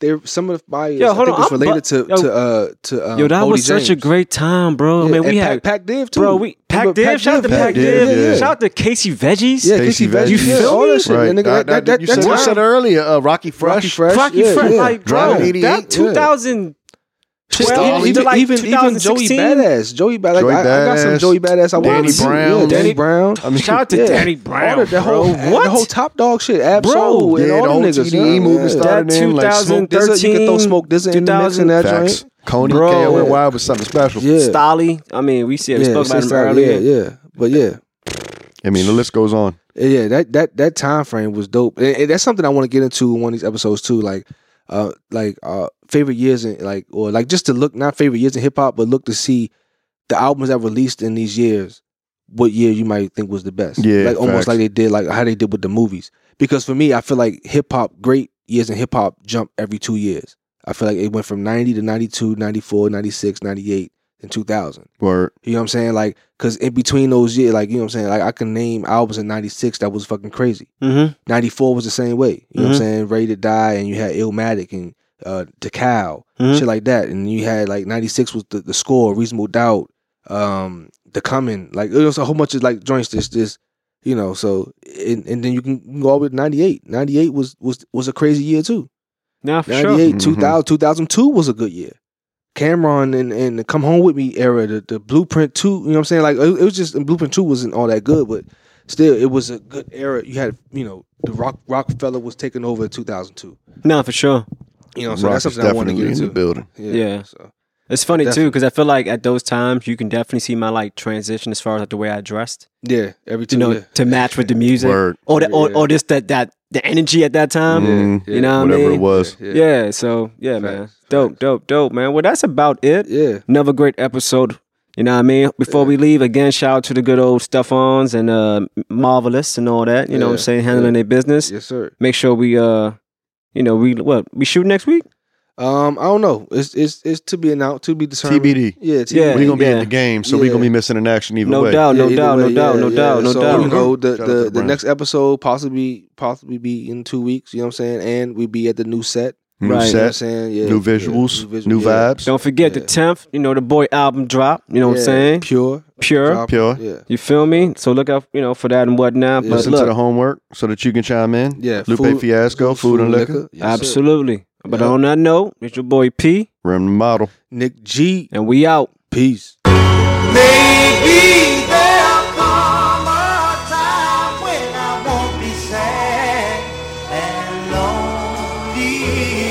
[SPEAKER 3] they some of the bios.
[SPEAKER 1] Yo,
[SPEAKER 3] I
[SPEAKER 1] hold
[SPEAKER 3] think
[SPEAKER 1] on,
[SPEAKER 3] it's
[SPEAKER 1] I'm
[SPEAKER 3] related to
[SPEAKER 1] bu- yo.
[SPEAKER 3] to uh to um,
[SPEAKER 1] Yo, that
[SPEAKER 3] Bodie
[SPEAKER 1] was such a
[SPEAKER 3] James.
[SPEAKER 1] great time, bro.
[SPEAKER 3] Yeah,
[SPEAKER 1] I mean, we
[SPEAKER 3] and
[SPEAKER 1] had
[SPEAKER 3] Pac, Pac Div too,
[SPEAKER 1] bro, we Pack
[SPEAKER 3] Remember
[SPEAKER 1] Div, shout out to
[SPEAKER 2] Pac
[SPEAKER 1] Pack
[SPEAKER 2] Div,
[SPEAKER 1] Div,
[SPEAKER 2] yeah.
[SPEAKER 1] shout out to Casey Veggies.
[SPEAKER 3] Yeah,
[SPEAKER 2] Casey
[SPEAKER 3] Casey Veggie,
[SPEAKER 2] Veggie.
[SPEAKER 3] yeah,
[SPEAKER 1] You
[SPEAKER 3] all
[SPEAKER 1] feel me?
[SPEAKER 3] that shit,
[SPEAKER 2] Right.
[SPEAKER 3] and nigga,
[SPEAKER 2] That-
[SPEAKER 3] that,
[SPEAKER 2] that-
[SPEAKER 3] that, that,
[SPEAKER 2] you said,
[SPEAKER 3] time,
[SPEAKER 2] you said earlier, uh, Rocky Fresh.
[SPEAKER 3] Rocky Fresh,
[SPEAKER 1] Rocky
[SPEAKER 3] yeah,
[SPEAKER 1] Fresh,
[SPEAKER 3] yeah.
[SPEAKER 1] like
[SPEAKER 2] Driving
[SPEAKER 1] bro,
[SPEAKER 2] 88,
[SPEAKER 1] that
[SPEAKER 3] yeah.
[SPEAKER 1] 2000,
[SPEAKER 3] Shit,
[SPEAKER 2] Well,
[SPEAKER 3] even,
[SPEAKER 2] even-
[SPEAKER 3] even,
[SPEAKER 1] like
[SPEAKER 3] even, even Joey
[SPEAKER 1] 2016.
[SPEAKER 3] Badass, Joey Badass.
[SPEAKER 2] Joey
[SPEAKER 3] I, I got some
[SPEAKER 2] Badass,
[SPEAKER 3] Joey Badass. I
[SPEAKER 2] Danny
[SPEAKER 3] wanted to see.
[SPEAKER 2] Brown.
[SPEAKER 3] yeah, Danny
[SPEAKER 1] Danny-
[SPEAKER 3] Brown.
[SPEAKER 2] I mean,
[SPEAKER 1] shout out to
[SPEAKER 3] Yeah.
[SPEAKER 1] Danny
[SPEAKER 3] All
[SPEAKER 1] Brown,
[SPEAKER 3] of the whole,
[SPEAKER 1] bro.
[SPEAKER 3] and the whole top dog shit, Ab
[SPEAKER 1] Bro.
[SPEAKER 3] Soul, and
[SPEAKER 2] Yeah, the
[SPEAKER 3] all
[SPEAKER 2] whole
[SPEAKER 3] them niggas.
[SPEAKER 2] TDE
[SPEAKER 3] yeah.
[SPEAKER 2] movement
[SPEAKER 3] Yeah.
[SPEAKER 2] started
[SPEAKER 1] That
[SPEAKER 2] in like
[SPEAKER 1] 2000
[SPEAKER 2] smoke.
[SPEAKER 3] There's a- You could throw
[SPEAKER 1] 13,
[SPEAKER 3] smoke this in the mix in that
[SPEAKER 2] Facts.
[SPEAKER 3] joint.
[SPEAKER 2] Coney
[SPEAKER 1] Bro.
[SPEAKER 2] KONY was something special.
[SPEAKER 3] Yeah,
[SPEAKER 1] Stolly. I mean, we said we spoke about
[SPEAKER 3] since
[SPEAKER 1] him
[SPEAKER 3] that-
[SPEAKER 1] earlier.
[SPEAKER 3] Yeah, yeah, but yeah.
[SPEAKER 2] I mean, the list goes on.
[SPEAKER 3] Yeah, that that that time frame was dope, and, and that's something I want to get into in one of these episodes too. Like, uh, like uh, favorite years and like or like just to look not favorite years in hip hop, but look to see the albums that released in these years. What year you might think was the best?
[SPEAKER 2] Yeah,
[SPEAKER 3] like almost
[SPEAKER 2] facts.
[SPEAKER 3] like they did like how they did with the movies. Because for me, I feel like hip hop great years in hip hop jump every two years. I feel like it went from 90 to 92, 94, 96, 98, and 2000.
[SPEAKER 2] Word.
[SPEAKER 3] You know what I'm saying? Like, cause in between those years, like, you know what I'm saying? Like, I can name albums in 96 that was fucking crazy.
[SPEAKER 1] Mm-hmm.
[SPEAKER 3] 94 was the same way. You know what
[SPEAKER 1] Mhm.
[SPEAKER 3] I'm saying? Ready to Die, and you had Illmatic and uh, The Cow,
[SPEAKER 1] Mhm.
[SPEAKER 3] shit like that. And you had, like, 96 was the, the score, Reasonable Doubt, um, The Coming. Like, it was a whole bunch of, like, joints, this, this, you know, so, and, and then you can go all the way to 98. 98 was, was, was a crazy year, too.
[SPEAKER 1] Nah, for
[SPEAKER 3] 98,
[SPEAKER 1] sure.
[SPEAKER 3] 2000,
[SPEAKER 2] Mm-hmm.
[SPEAKER 3] 2002 was a good year. Cameron and, and the Come Home With Me era, the, the Blueprint 2, you know what I'm saying? Like, it, it was just, and Blueprint 2 wasn't all that good, but still, it was a good era. You had, you know, the Rock Rockefeller was taking over in 2002.
[SPEAKER 1] Nah, for sure.
[SPEAKER 3] You know, so
[SPEAKER 2] Rock
[SPEAKER 3] that's
[SPEAKER 2] is
[SPEAKER 3] something I want to
[SPEAKER 2] definitely
[SPEAKER 3] get
[SPEAKER 2] in the
[SPEAKER 3] into.
[SPEAKER 2] building.
[SPEAKER 1] Yeah.
[SPEAKER 3] So,
[SPEAKER 1] It's funny
[SPEAKER 3] Definitely.
[SPEAKER 1] too because I feel like at those times you can definitely see my like transition as far as like the way I dressed,
[SPEAKER 3] yeah, every two
[SPEAKER 1] you know,
[SPEAKER 3] yeah.
[SPEAKER 1] to match with the music
[SPEAKER 2] Word.
[SPEAKER 1] or the, or,
[SPEAKER 3] Yeah.
[SPEAKER 1] or just that that the energy at that time.
[SPEAKER 2] Yeah.
[SPEAKER 1] Yeah,
[SPEAKER 2] Mm,
[SPEAKER 1] you know what I
[SPEAKER 2] Whatever it
[SPEAKER 1] mean?
[SPEAKER 2] was.
[SPEAKER 3] Yeah. Yeah.
[SPEAKER 1] so yeah, man,
[SPEAKER 3] Facts,
[SPEAKER 1] dope,
[SPEAKER 3] facts.
[SPEAKER 1] dope, dope, man. Well, that's about it.
[SPEAKER 3] yeah.
[SPEAKER 1] Another great episode. You know what I mean? Before
[SPEAKER 3] Yeah.
[SPEAKER 1] we leave, again, shout out to the good old Stephans and uh, Marvelous and all that. You know what I'm
[SPEAKER 3] Yeah,
[SPEAKER 1] saying? Handling
[SPEAKER 3] yeah.
[SPEAKER 1] their business.
[SPEAKER 3] Yes, sir.
[SPEAKER 1] Make sure we uh, you know, we what we shoot next week.
[SPEAKER 3] Um, I don't know. It's it's it's to be announced, to be determined.
[SPEAKER 2] TBD.
[SPEAKER 3] Yeah, TBD.
[SPEAKER 1] Yeah.
[SPEAKER 2] We're going to be in
[SPEAKER 1] Yeah.
[SPEAKER 2] the game, so we're
[SPEAKER 3] Yeah.
[SPEAKER 2] going to be missing an action either
[SPEAKER 1] No
[SPEAKER 2] way.
[SPEAKER 1] doubt, Oh, no
[SPEAKER 3] Yeah, either
[SPEAKER 1] doubt, no
[SPEAKER 3] way,
[SPEAKER 1] doubt,
[SPEAKER 3] yeah,
[SPEAKER 1] no
[SPEAKER 3] yeah.
[SPEAKER 1] doubt, no
[SPEAKER 3] so,
[SPEAKER 1] doubt.
[SPEAKER 3] You know, the,
[SPEAKER 2] Shout out to the
[SPEAKER 3] the, the
[SPEAKER 2] Browns.
[SPEAKER 3] next episode possibly possibly be in two weeks. You know what I'm saying? And we be at the new set.
[SPEAKER 2] New
[SPEAKER 1] Right.
[SPEAKER 3] You know what I'm
[SPEAKER 2] set,
[SPEAKER 3] saying? Yeah,
[SPEAKER 2] new
[SPEAKER 3] yeah,
[SPEAKER 2] visuals,
[SPEAKER 3] visual-
[SPEAKER 2] new
[SPEAKER 3] yeah.
[SPEAKER 2] vibes.
[SPEAKER 1] Don't forget the
[SPEAKER 3] Yeah.
[SPEAKER 1] tenth. You know the boy album drop. You know what
[SPEAKER 3] Yeah,
[SPEAKER 1] I'm saying?
[SPEAKER 3] Pure,
[SPEAKER 1] Pure.
[SPEAKER 3] drop,
[SPEAKER 2] Pure.
[SPEAKER 3] Yeah,
[SPEAKER 1] You feel me? So look out, you know, for that and whatnot.
[SPEAKER 3] Yeah.
[SPEAKER 1] But
[SPEAKER 2] Listen
[SPEAKER 1] uh, look,
[SPEAKER 2] to the homework so that you can chime in.
[SPEAKER 3] yeah.
[SPEAKER 2] Lupe Fiasco, Food and Liquor.
[SPEAKER 3] Yes, sir.
[SPEAKER 1] absolutely. But
[SPEAKER 3] Yeah.
[SPEAKER 1] on that note, it's your boy P,
[SPEAKER 2] Rem the model.
[SPEAKER 3] Nick G.
[SPEAKER 1] and we out.
[SPEAKER 3] Peace.
[SPEAKER 4] Maybe there'll come a time when I won't be sad and lonely.